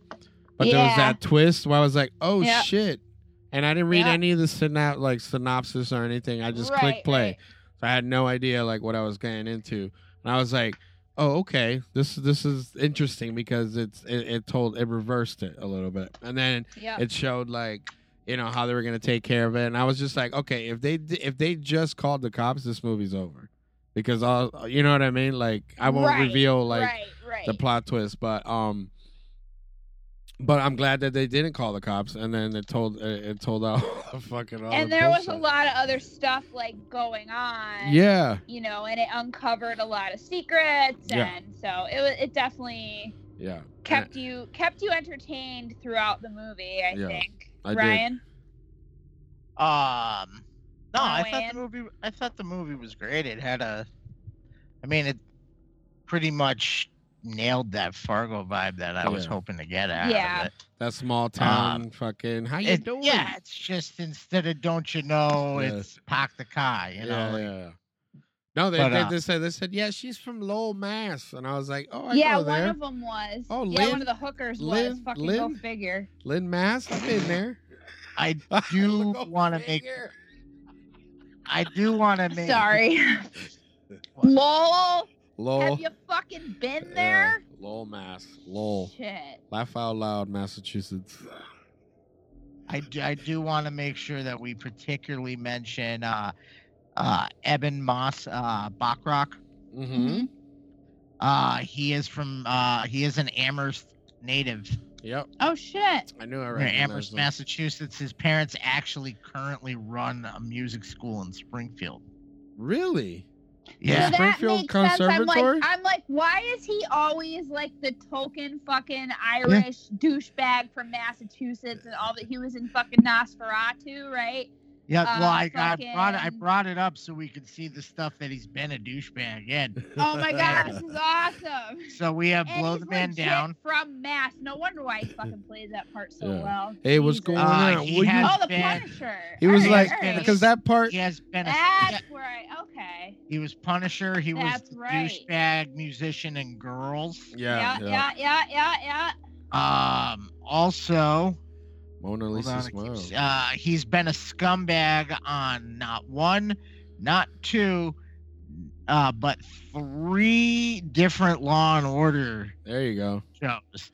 But there was Yeah. that twist where I was like, "Oh Yeah. shit." And I didn't read Yeah. any of the synop- like synopsis or anything. I just Right, clicked play. right. So I had no idea like what I was getting into. And I was like, "Oh, okay. This this is interesting because it's it, it told it reversed it a little bit." And then yeah. it showed like you know how they were gonna take care of it, and I was just like, okay, if they di- if they just called the cops, this movie's over, because all you know what I mean. Like I won't Right, reveal like right, right. the plot twist, but um, but I'm glad that they didn't call the cops, and then it told it, it told out the fucking. all and the there was a bullshit. lot of other stuff like going on. Yeah, You know, and it uncovered a lot of secrets, Yeah. and so it was. It definitely yeah. kept you kept you entertained throughout the movie. I Yeah, think. I did. Ryan. Um, no, Wanna I weigh thought in? the movie. I thought the movie was great. It had a, I mean, it pretty much nailed that Fargo vibe that I was Yeah. hoping to get at. Yeah. Of it. That small town fucking. How you Uh, It- doing? yeah, it's just instead of don't you know, Yes. it's Pac the Kai. You know, yeah, like, yeah. No, they, But, they, uh, they said they said yeah, she's from Lowell, Mass, and I was like, oh, I yeah, know there. one of them was. Oh, yeah, Lynn- one of the hookers was. Lynn- Fucking go Lynn? figure. Lynn Mass. I've been there. I do Go want to make. figure. I do want to make. Sorry. What? Lowell, Lowell. have you fucking been Yeah, there? Lowell, Mass. Lowell. Shit. Laugh out loud, Massachusetts. I do, I do want to make sure that we particularly mention uh, uh, Eben Moss uh, Bachrock. Mm-hmm. Uh, he is from. Uh, he is an Amherst native. Yep, Oh shit. I knew I Near right. Amherst, Massachusetts. His parents actually currently run a music school in Springfield. Really? Yeah. So that Springfield makes sense. I'm Conservatory? like, I'm like, why is he always like the token fucking Irish douchebag from Massachusetts and all that? He was in fucking Nosferatu, right? Yeah. uh, well, I, I brought it, I fucking- brought it up so we could see the stuff that he's been a douchebag in. Oh my god, this is awesome. So we have And blow he's the man legit down. From Mass. No wonder why he fucking plays that part so Yeah. well. Hey, what's Jesus. going Uh, on? he What you- has- Oh, the been- Punisher. he was He like, has been a- because that part. He has been a yeah, That's where I okay. he was Punisher. He was That's the right. douchebag musician and girls. Yeah, Yeah, yeah. yeah, yeah, yeah, yeah. Um. Also, Mona Hold on, Lisa it keeps- smile. uh, he's been a scumbag on not one, not two, uh, but three different Law and Order There you go. shows.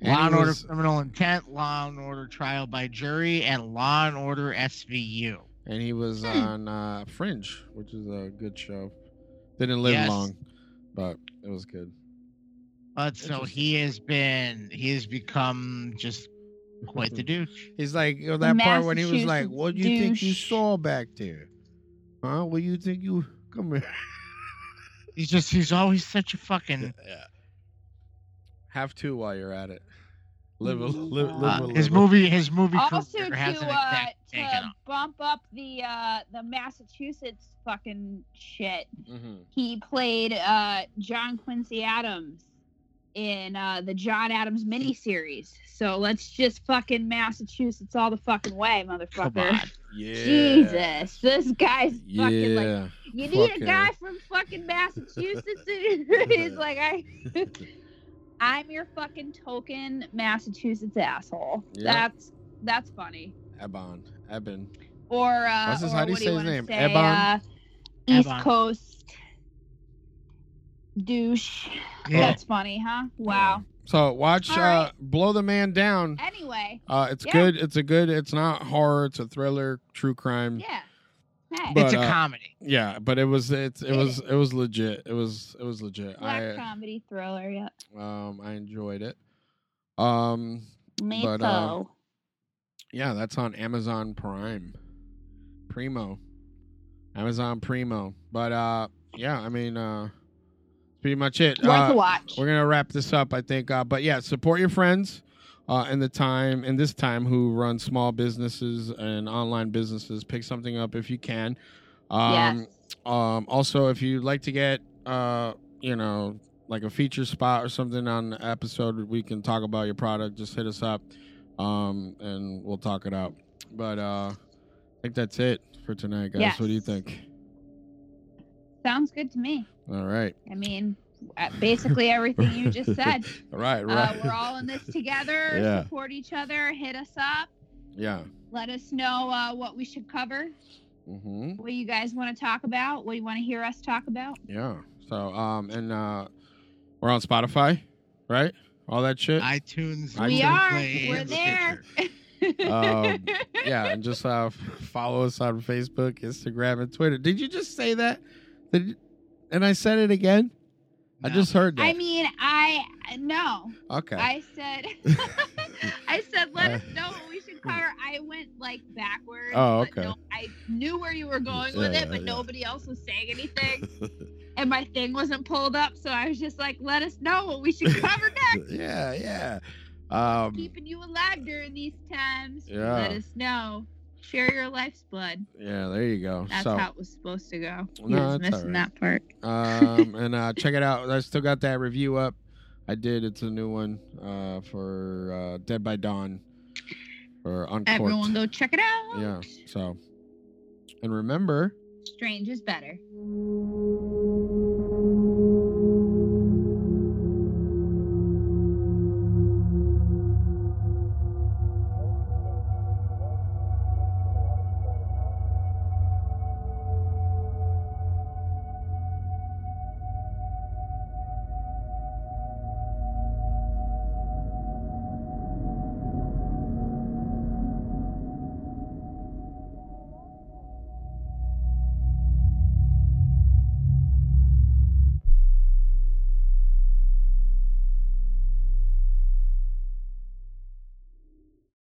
And Law he and Order was- Criminal Intent, Law and Order Trial by Jury, and Law and Order SVU. And he was Hmm. on uh, Fringe, which is a good show. Didn't live Yes. long, but it was good. But so Interesting. he has been, he has become just quite the douche. He's like you know, that part when he was like, Massachusetts "What do you think you douche." saw back there? Huh? What do you think you come here?" He's just, he's always such a fucking. Have two while you're at it. Live a Mm, live, uh, live Uh, a his little. movie, his movie also career to hasn't uh, exactly taken to off. bump up the uh the Massachusetts fucking shit. Mhm. He played uh John Quincy Adams in uh the John Adams miniseries. So let's just fucking Massachusetts all the fucking way, Come motherfucker. on. Yeah. Jesus, this guy's fucking like Yeah. you need Fucking- a guy from fucking Massachusetts. and He's like, I, I'm your fucking token Massachusetts asshole. Yeah. That's that's funny. Ebon. Eben. Or uh, What's his- or how do you what say his wanna name? Say, Ebon? uh, East Ebon. Coast douche. Yeah. That's funny, huh? Wow. So watch All uh, blow the man down. Anyway, Uh, it's Yeah. good. It's a good. It's not horror. It's a thriller, true crime. Yeah, yeah. Hey, Mm. But- it's a uh, comedy. but it was it's it Get was it. it was legit. It was it was legit. black I comedy thriller. Yeah. um I enjoyed it. Um Me But, too. um, yeah, that's on Amazon Prime. Primo. Amazon Primo. But uh yeah, I mean uh that's pretty much it. Worth Uh, a watch. We're gonna wrap this up, I think. Uh, but yeah, support your friends uh, in the time in this time who run small businesses and online businesses. Pick something up if you can. Um, yes. um, also, if you'd like to get, uh, you know, like a feature spot or something on the episode, we can talk about your product. Just hit us up, um, and we'll talk it out. But uh, I think that's it for tonight, guys. Yes. What do you think? Sounds good to me. All right. I mean, uh, basically everything you just said. All right, Uh, right. we're all in this together. Yeah. Support each other. Hit us up. yeah. Let us know uh, what we should cover. Mm-hmm. What you guys want to talk about? What you want to hear us talk about? Yeah. So um and uh we're on Spotify, right? All that shit. iTunes. We Google are. Play, We're and there. Stitcher. um, yeah, and just uh, f- follow us on Facebook, Instagram, and Twitter. Did you just say that? Did you- and I said it again. I No. just heard that. I mean, I no. okay. I said, I said, let us know what we should cover. I went like backwards. Oh, but okay. no- I knew where you were going with Yeah, it, but yeah, yeah. nobody else was saying anything, and my thing wasn't pulled up, so I was just like, let us know what we should cover next. yeah, yeah. Um, Keeping you alive during these times. Yeah. Let us know. Share your life's blood. yeah, there you go. That's so, how it was supposed to go. You No, was that's all right. missing that part. um, and uh, check it out. I still got that review up. I did. It's a new one uh, for uh, Dead by Dawn or Uncorked. Everyone go check it out. yeah. So, and remember. Strange is better.